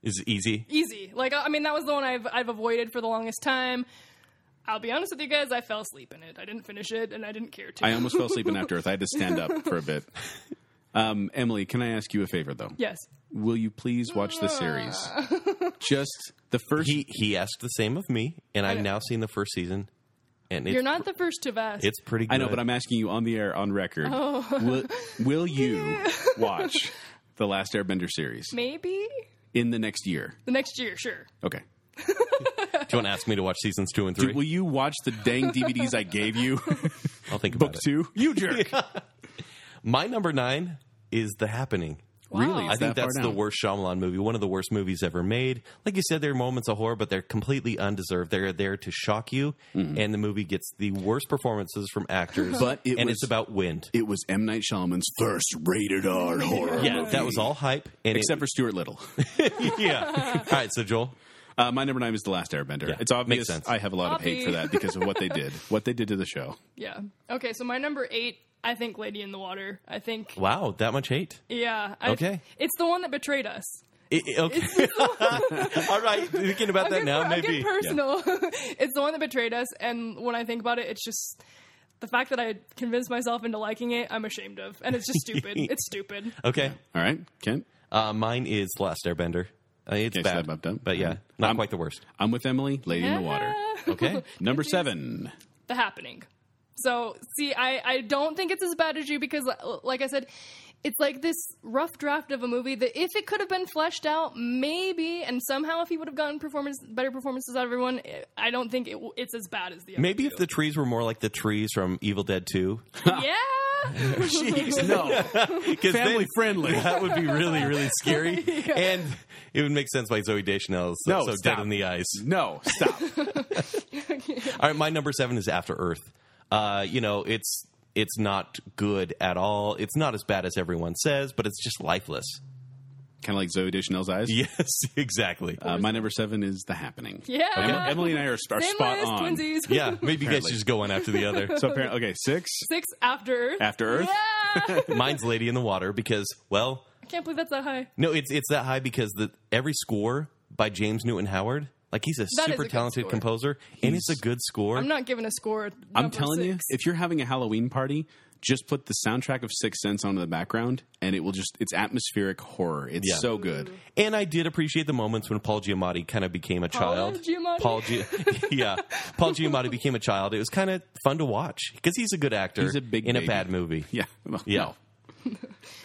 [SPEAKER 2] Is it easy?
[SPEAKER 1] easy. Like I I mean, that was the one I've I've avoided for the longest time. I'll be honest with you guys, I fell asleep in it. I didn't finish it, and I didn't care to.
[SPEAKER 3] I almost fell asleep in After Earth. I had to stand up for a bit. Um, Emily, can I ask you a favor though?
[SPEAKER 1] yes,
[SPEAKER 3] Will you please watch the series? Just the first.
[SPEAKER 2] He he asked the same of me, and I've now seen the first season, and it's,
[SPEAKER 1] you're not the first to ask.
[SPEAKER 2] it's pretty. good.
[SPEAKER 3] I know, but I'm asking you on the air, on record. Will, will you watch the Last Airbender series
[SPEAKER 1] maybe
[SPEAKER 3] in the next year?
[SPEAKER 1] the next year. Sure,
[SPEAKER 3] Okay.
[SPEAKER 2] Do you want to ask me to watch seasons two and three?
[SPEAKER 3] Will you watch the dang DVDs I gave you?
[SPEAKER 2] I'll think about
[SPEAKER 3] Book
[SPEAKER 2] it.
[SPEAKER 3] two? You jerk.
[SPEAKER 2] My number nine is The Happening.
[SPEAKER 1] Really?
[SPEAKER 2] I
[SPEAKER 1] It's
[SPEAKER 2] think
[SPEAKER 3] that far
[SPEAKER 2] that's
[SPEAKER 3] down.
[SPEAKER 2] the worst Shyamalan movie. One of the worst movies ever made. Like you said, there are moments of horror, but they're completely undeserved. They're there to shock you, and the movie gets the worst performances from actors.
[SPEAKER 3] Mm-hmm. But it
[SPEAKER 2] and
[SPEAKER 3] was-
[SPEAKER 2] it's about wind.
[SPEAKER 3] It was M. Night Shyamalan's first rated R horror.
[SPEAKER 2] yeah, that was all hype. And it-
[SPEAKER 3] Except for Stuart Little.
[SPEAKER 2] yeah. all right, so Joel,
[SPEAKER 3] Uh, my number nine is The Last Airbender.
[SPEAKER 2] Yeah,
[SPEAKER 3] it's obvious
[SPEAKER 2] makes sense.
[SPEAKER 3] I have a lot of hate for that because of what they did. What they did to the show.
[SPEAKER 1] yeah. Okay, so my number eight, I think Lady in the Water. I think
[SPEAKER 2] wow, that much hate.
[SPEAKER 1] yeah. I,
[SPEAKER 2] Okay.
[SPEAKER 1] it's the one that betrayed us.
[SPEAKER 2] I- I- okay. All right. Thinking about that
[SPEAKER 1] Good
[SPEAKER 2] now,
[SPEAKER 1] per- I'm
[SPEAKER 2] maybe.
[SPEAKER 1] getting personal. it's the one that betrayed us, and when I think about it, it's just. The fact that I convinced myself into liking it, I'm ashamed of, and it's just stupid. it's stupid.
[SPEAKER 2] Okay.
[SPEAKER 3] All right, Kent?
[SPEAKER 2] Uh, mine is The Last Airbender. Uh, it's
[SPEAKER 3] Okay, so
[SPEAKER 2] bad.
[SPEAKER 3] that bumped up.
[SPEAKER 2] But yeah,
[SPEAKER 3] Alright.
[SPEAKER 2] not
[SPEAKER 3] I'm-
[SPEAKER 2] quite the worst.
[SPEAKER 3] I'm with Emily, Lady in the Water.
[SPEAKER 2] Okay.
[SPEAKER 3] Number seven.
[SPEAKER 1] the happening. So, see, I, I don't think it's as bad as you because, l- like I said, it's like this rough draft of a movie that if it could have been fleshed out, maybe, and somehow if he would have gotten performance better performances out of everyone, I don't think it, w- it's as bad as the other.
[SPEAKER 2] Maybe if the trees were more like the trees from Evil Dead 2.
[SPEAKER 1] yeah.
[SPEAKER 2] Jeez.
[SPEAKER 3] No.
[SPEAKER 2] Because
[SPEAKER 3] Family
[SPEAKER 2] then
[SPEAKER 3] friendly.
[SPEAKER 2] that would be really, really scary. And it would make sense why Zoe Deschanel is so,
[SPEAKER 3] No,
[SPEAKER 2] so
[SPEAKER 3] stop.
[SPEAKER 2] dead in the eyes.
[SPEAKER 3] No, stop.
[SPEAKER 2] All right, my number seven is After Earth. Uh, you know, it's it's not good at all. It's not as bad as everyone says, but it's just lifeless.
[SPEAKER 3] kind of like Zoe Deschanel's eyes.
[SPEAKER 2] Yes, exactly.
[SPEAKER 3] Uh, my number seven is The Happening.
[SPEAKER 1] Yeah.
[SPEAKER 3] Em- Emily and I are, are spot
[SPEAKER 1] Same list,
[SPEAKER 3] on.
[SPEAKER 1] twinsies.
[SPEAKER 2] yeah, maybe you guys
[SPEAKER 3] Apparently.
[SPEAKER 2] should just go one after the other.
[SPEAKER 3] So apparently, okay, six
[SPEAKER 1] Six after Earth.
[SPEAKER 3] after Earth.
[SPEAKER 1] Yeah.
[SPEAKER 2] Mine's Lady in the Water because, well,
[SPEAKER 1] I can't believe that's that high.
[SPEAKER 2] no, it's it's that high because the every score by James Newton Howard, like he's a
[SPEAKER 1] is a
[SPEAKER 2] super
[SPEAKER 1] good
[SPEAKER 2] talented
[SPEAKER 1] score.
[SPEAKER 2] composer, and it's a good score.
[SPEAKER 1] I'm not giving a score.
[SPEAKER 3] I'm
[SPEAKER 1] number
[SPEAKER 3] telling
[SPEAKER 1] six.
[SPEAKER 3] you, if you're having a Halloween party, just put the soundtrack of Six Sense onto the background, and it will just—it's atmospheric horror. It's
[SPEAKER 2] Yeah.
[SPEAKER 3] so good.
[SPEAKER 1] Mm.
[SPEAKER 2] And I did appreciate the moments when Paul Giamatti kind of became a
[SPEAKER 1] Paul
[SPEAKER 2] child.
[SPEAKER 1] Giamatti?
[SPEAKER 2] Paul Gi- yeah, Paul Giamatti became a child. It was kind of fun to watch because he's a good actor.
[SPEAKER 3] He's a big
[SPEAKER 2] in
[SPEAKER 3] baby.
[SPEAKER 2] a bad movie.
[SPEAKER 3] Yeah, Well,
[SPEAKER 2] Yeah.
[SPEAKER 3] no.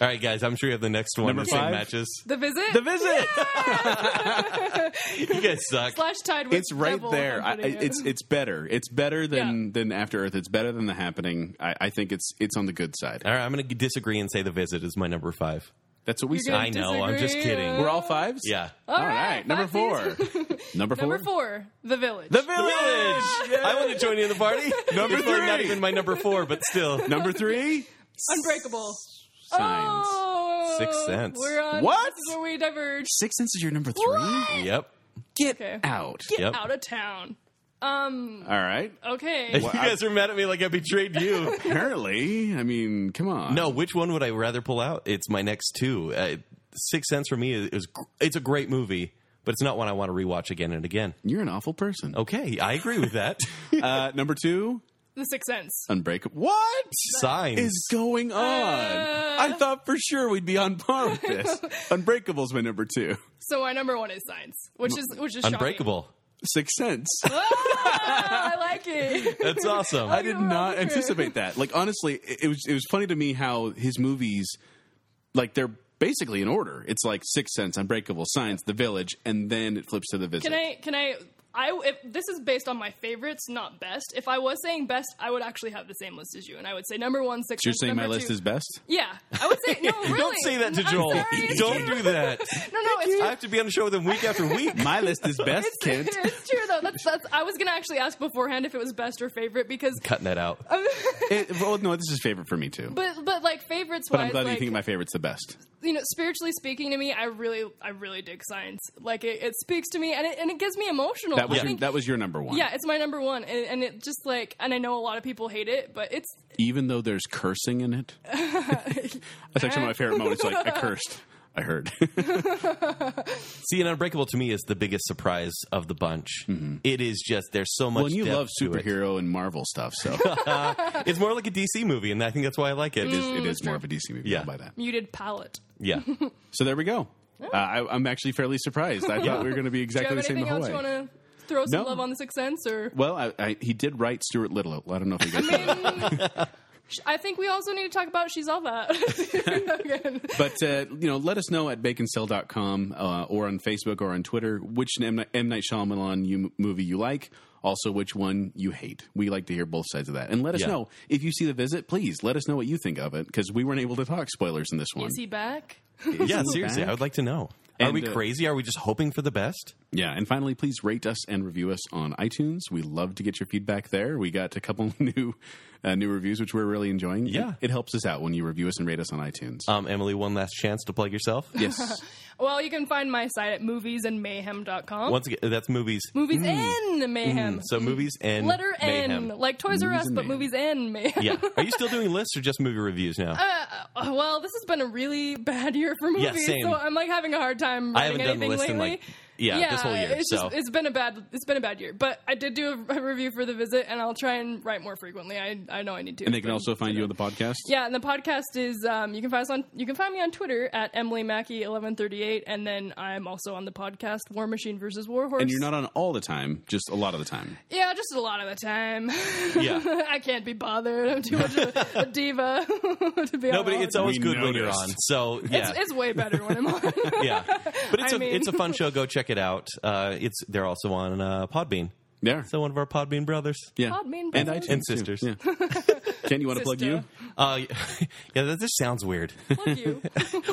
[SPEAKER 2] All right, guys, I'm sure you have the next one.
[SPEAKER 3] Number
[SPEAKER 2] the same
[SPEAKER 3] five?
[SPEAKER 2] matches.
[SPEAKER 1] The visit.
[SPEAKER 2] The visit. you guys suck.
[SPEAKER 1] Slash tied with.
[SPEAKER 3] It's right
[SPEAKER 1] Devil,
[SPEAKER 3] there.
[SPEAKER 1] I'm
[SPEAKER 3] I, I-
[SPEAKER 1] putting it.
[SPEAKER 3] it's it's better. It's better than than After Earth. It's better than The Happening. I, I think it's it's on the good side.
[SPEAKER 2] All right, I'm going to disagree and say the visit is my number five.
[SPEAKER 3] That's what we
[SPEAKER 1] You're
[SPEAKER 3] said.
[SPEAKER 1] gonna
[SPEAKER 2] I know, I'm just
[SPEAKER 1] disagree,
[SPEAKER 2] kidding.
[SPEAKER 1] uh,
[SPEAKER 3] We're all fives.
[SPEAKER 2] Yeah.
[SPEAKER 3] all right.
[SPEAKER 1] right,
[SPEAKER 3] Number four.
[SPEAKER 1] five
[SPEAKER 3] number four.
[SPEAKER 1] Number four. The village.
[SPEAKER 2] The village. I want to join you in the party.
[SPEAKER 3] Number
[SPEAKER 2] It's like not
[SPEAKER 3] three.
[SPEAKER 2] even my number four, but still.
[SPEAKER 3] Number three.
[SPEAKER 1] Unbreakable.
[SPEAKER 3] Signs.
[SPEAKER 1] Oh,
[SPEAKER 2] Sixth Sense.
[SPEAKER 1] We're on.
[SPEAKER 3] What?
[SPEAKER 1] This is where we diverge.
[SPEAKER 3] Six Sense is your number three.
[SPEAKER 1] What?
[SPEAKER 2] Yep.
[SPEAKER 3] Get
[SPEAKER 1] Okay.
[SPEAKER 3] out.
[SPEAKER 1] Get
[SPEAKER 2] Yep.
[SPEAKER 1] out of town. Um.
[SPEAKER 3] All right.
[SPEAKER 1] Okay.
[SPEAKER 2] you guys are mad at me like I betrayed you.
[SPEAKER 3] Apparently, I mean, come on.
[SPEAKER 2] No, which one would I rather pull out? It's my next two. Uh, Six Sense for me is, is gr- it's a great movie, but it's not one I want to rewatch again and again.
[SPEAKER 3] you're an awful person.
[SPEAKER 2] Okay, I agree with that.
[SPEAKER 3] Uh, number two,
[SPEAKER 1] The Sixth Sense.
[SPEAKER 3] Unbreakable. What
[SPEAKER 2] Signs.
[SPEAKER 3] is going on?
[SPEAKER 1] Uh.
[SPEAKER 3] I thought for sure we'd be on par with this. Unbreakable's my number two.
[SPEAKER 1] So my number one is Signs, which is which is shocking.
[SPEAKER 2] Unbreakable.
[SPEAKER 3] Sixth Sense.
[SPEAKER 1] Ah, I like it.
[SPEAKER 2] That's awesome.
[SPEAKER 3] I did
[SPEAKER 1] you're
[SPEAKER 3] not
[SPEAKER 1] right.
[SPEAKER 3] anticipate that. Like honestly, it, it was it was funny to me how his movies, like they're basically in order. It's like Sixth Sense, Unbreakable, Signs, The Village, and then it flips to The Visit.
[SPEAKER 1] Can I? Can I? I if, this is based on my favorites, not best. If I was saying best, I would actually have the same list as you, and I would say number one, Sixth
[SPEAKER 3] You're
[SPEAKER 1] Sense,
[SPEAKER 3] saying my
[SPEAKER 1] number
[SPEAKER 3] list
[SPEAKER 1] two-
[SPEAKER 3] is best?
[SPEAKER 1] Yeah, I would say no. Really,
[SPEAKER 2] Don't say that to
[SPEAKER 1] I'm
[SPEAKER 2] Joel.
[SPEAKER 1] sorry, it's
[SPEAKER 2] Don't
[SPEAKER 1] true.
[SPEAKER 2] do that.
[SPEAKER 1] No, no, it's
[SPEAKER 2] I have to be on the show with him week after week.
[SPEAKER 3] My list is best, kid.
[SPEAKER 1] It's true though. That's, that's I was gonna actually ask beforehand if it was best or favorite because,
[SPEAKER 2] Cutting that out.
[SPEAKER 3] It, well, no, this is favorite for me too. But,
[SPEAKER 1] but but like favorites
[SPEAKER 3] I'm
[SPEAKER 1] wise,
[SPEAKER 3] glad
[SPEAKER 1] like
[SPEAKER 3] you think my favorite's the best.
[SPEAKER 1] you know, spiritually speaking to me, I really I really dig science. Like it, it speaks to me and it and it gives me emotional.
[SPEAKER 3] That was
[SPEAKER 1] I
[SPEAKER 3] your,
[SPEAKER 1] think-
[SPEAKER 3] that was your number one.
[SPEAKER 1] yeah, it's my number one, and, and it just like and I know a lot of people hate it, but it's
[SPEAKER 3] Even though there's cursing in it, that's actually my favorite moment. It's like I cursed. I heard.
[SPEAKER 2] See, and Unbreakable to me is the biggest surprise of the bunch. It is just there's so much.
[SPEAKER 3] Mm-hmm. well, and you
[SPEAKER 2] depth
[SPEAKER 3] love
[SPEAKER 2] to it.
[SPEAKER 3] superhero and Marvel stuff, so
[SPEAKER 2] It's more like a DC movie, and I think that's why I like it.
[SPEAKER 3] it is, it is more of a DC movie
[SPEAKER 2] Yeah.
[SPEAKER 3] by that.
[SPEAKER 1] muted palette.
[SPEAKER 2] Yeah,
[SPEAKER 3] So there we go. Uh, I, I'm actually fairly surprised. I thought we were going to
[SPEAKER 1] Do
[SPEAKER 3] be
[SPEAKER 1] you
[SPEAKER 3] exactly
[SPEAKER 1] have
[SPEAKER 3] the same the
[SPEAKER 1] anything
[SPEAKER 3] whole
[SPEAKER 1] else
[SPEAKER 3] way.
[SPEAKER 1] you want to throw some
[SPEAKER 3] No.
[SPEAKER 1] love on the Sixth Sense or?
[SPEAKER 3] Well, I, I, he did write Stuart Little. I don't know if he got that.
[SPEAKER 1] Sh- I think we also need to talk about she's all that. Again.
[SPEAKER 3] But, uh, you know, let us know at baconcell.com uh, or on Facebook or on Twitter which M. Ni- M. Night Shyamalan you, movie you like, also which one you hate. We like to hear both sides of that. And let us
[SPEAKER 2] Yeah.
[SPEAKER 3] know if you see the visit, please let us know what you think of it because we weren't able to talk spoilers in this one.
[SPEAKER 1] Is he back?
[SPEAKER 2] yeah. Seriously, I would like to know. Are
[SPEAKER 3] And,
[SPEAKER 2] we
[SPEAKER 3] uh,
[SPEAKER 2] crazy? Are we just hoping for the best?
[SPEAKER 3] Yeah, and finally, please rate us and review us on iTunes. We love to get your feedback there. We got a couple new uh, new reviews, which we're really enjoying.
[SPEAKER 2] Yeah.
[SPEAKER 3] it, it helps us out when you review us and rate us on iTunes.
[SPEAKER 2] Um, Emily, one last chance to plug yourself.
[SPEAKER 3] yes,
[SPEAKER 1] Well, you can find my site at moviesandmayhem.com.
[SPEAKER 2] Once again, that's movies. Mm,
[SPEAKER 1] Movies and mayhem.
[SPEAKER 2] So movies and
[SPEAKER 1] Letter
[SPEAKER 2] mayhem.
[SPEAKER 1] N, like Toys R
[SPEAKER 3] Movies
[SPEAKER 1] Us,
[SPEAKER 3] and
[SPEAKER 1] but
[SPEAKER 3] mayhem.
[SPEAKER 1] movies and mayhem.
[SPEAKER 2] Yeah. Are you still doing lists or just movie reviews now?
[SPEAKER 1] Uh, well, this has been a really bad year for movies,
[SPEAKER 2] same.
[SPEAKER 1] so I'm like having a hard time.
[SPEAKER 2] I
[SPEAKER 1] writing
[SPEAKER 2] haven't done the
[SPEAKER 1] anything
[SPEAKER 2] list in
[SPEAKER 1] lately.
[SPEAKER 2] like yeah, this whole year.
[SPEAKER 1] It's,
[SPEAKER 2] so
[SPEAKER 1] just, it's been a bad it's been a bad year, but I did do a, a review for the visit, and I'll try and write more frequently. I I know I need to.
[SPEAKER 3] and they can also find you on the podcast.
[SPEAKER 1] Yeah, and the podcast is um, you can find us on you can find me on Twitter at Emily Mackey eleven thirty eight, and then I'm also on the podcast War Machine versus War Horse.
[SPEAKER 3] And you're not on all the time, just a lot of the time.
[SPEAKER 1] Yeah, just a lot of the time.
[SPEAKER 2] yeah.
[SPEAKER 1] I can't be bothered. I'm too much of a, a diva to be.
[SPEAKER 2] No,
[SPEAKER 1] on
[SPEAKER 2] but
[SPEAKER 1] all
[SPEAKER 2] it's
[SPEAKER 1] the-
[SPEAKER 2] always
[SPEAKER 3] We
[SPEAKER 2] good when you're on.
[SPEAKER 3] noticed.
[SPEAKER 2] So yeah,
[SPEAKER 1] it's, it's way better when I'm on.
[SPEAKER 2] yeah. But it's a
[SPEAKER 1] I mean-
[SPEAKER 2] it's a fun show. Go check it out. Uh, it's they're also on uh, Podbean.
[SPEAKER 3] Yeah,
[SPEAKER 2] So one of our Podbean brothers.
[SPEAKER 3] yeah,
[SPEAKER 1] Podbean
[SPEAKER 3] and
[SPEAKER 1] brothers.
[SPEAKER 3] iTunes
[SPEAKER 2] And
[SPEAKER 3] too.
[SPEAKER 2] sisters.
[SPEAKER 3] Yeah. Ken, you want to plug you?
[SPEAKER 1] Sister.
[SPEAKER 2] Uh, yeah, that just sounds weird.
[SPEAKER 1] Fuck you.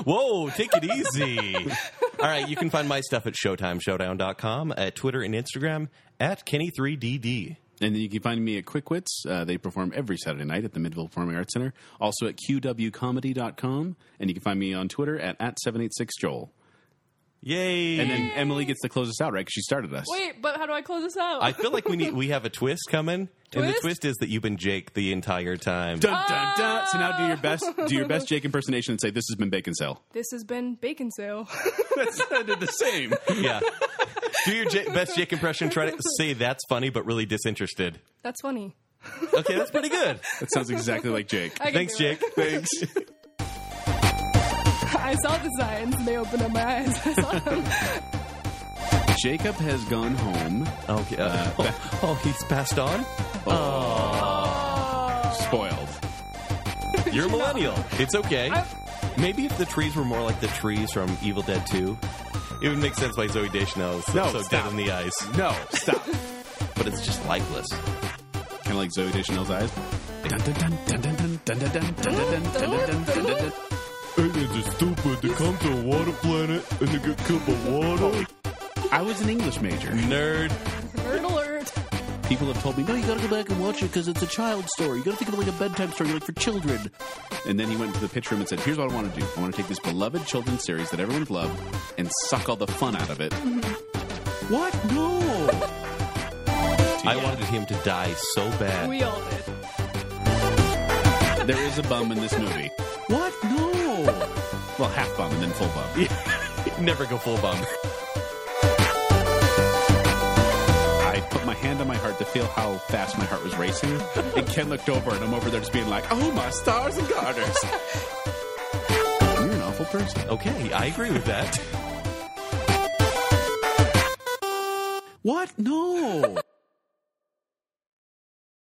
[SPEAKER 2] Whoa, take it easy. All right, you can find my stuff at ShowtimeShowdown.com, at Twitter and Instagram, at Kenny3DD.
[SPEAKER 3] And then you can find me at Quick Wits. Uh, they perform every Saturday night at the Midville Performing Arts Center. Also at qwcomedy.com. And you can find me on Twitter at, at 786joel.
[SPEAKER 2] Yay!
[SPEAKER 3] And then Emily gets to close us out, right? Because she started us.
[SPEAKER 1] Wait, but how do I close this out?
[SPEAKER 2] I feel like we need we have a twist coming, and the
[SPEAKER 1] Twist?
[SPEAKER 2] twist is that you've been Jake the entire time.
[SPEAKER 3] Dun, dun, dun. So now do your
[SPEAKER 1] Oh.
[SPEAKER 3] best, do your best Jake impersonation and say, "This has been Bacon Sale."
[SPEAKER 1] this has been Bacon Sale.
[SPEAKER 3] That sounded the same.
[SPEAKER 2] Yeah. Do your J- best Jake impression. Try to say that's funny, but really disinterested.
[SPEAKER 1] That's funny.
[SPEAKER 2] Okay, that's pretty good.
[SPEAKER 3] That sounds exactly like Jake.
[SPEAKER 1] I can
[SPEAKER 2] Thanks,
[SPEAKER 1] do it.
[SPEAKER 2] Jake. Thanks.
[SPEAKER 1] I saw the signs. They opened up my eyes. I saw them.
[SPEAKER 3] Jacob has gone home.
[SPEAKER 2] Okay. uh, oh, oh, he's passed on.
[SPEAKER 3] Spoiled.
[SPEAKER 2] You're a millennial. It's okay.
[SPEAKER 1] I-
[SPEAKER 2] Maybe if the trees were more like the trees from Evil Dead 2, it would make sense why Zoe Deschanel is so,
[SPEAKER 3] No,
[SPEAKER 2] so dead
[SPEAKER 3] stop.
[SPEAKER 2] on the eyes.
[SPEAKER 3] No, stop.
[SPEAKER 2] But it's just lifeless.
[SPEAKER 3] kind of like Zoe Deschanel's eyes. Dun, dun, dun, dun, dun, dun, dun, dun, dun, dun, dun, dun, dun, dun, dun, dun.
[SPEAKER 2] Aliens are stupid. They come to a water planet and they get killed by water.
[SPEAKER 3] I was an English major.
[SPEAKER 2] Nerd.
[SPEAKER 1] Nerd alert.
[SPEAKER 3] People have told me, no, you gotta go back and watch it because it's a child story. You gotta think of it like a bedtime story, like for children. And then he went into the pitch room and said, here's what I wanna do. I wanna take this beloved children's series that everyone's loved and suck all the fun out of it. What? No!
[SPEAKER 2] I wanted him to die so bad.
[SPEAKER 1] We all did.
[SPEAKER 3] There is a bum in this movie. What? No! Well, half bum and then full bum.
[SPEAKER 2] Never go full bum.
[SPEAKER 3] I put my hand on my heart to feel how fast my heart was racing. And Ken looked over, and I'm over there just being like, oh, my stars and garters. You're an awful person.
[SPEAKER 2] Okay, I agree with that.
[SPEAKER 3] What? No.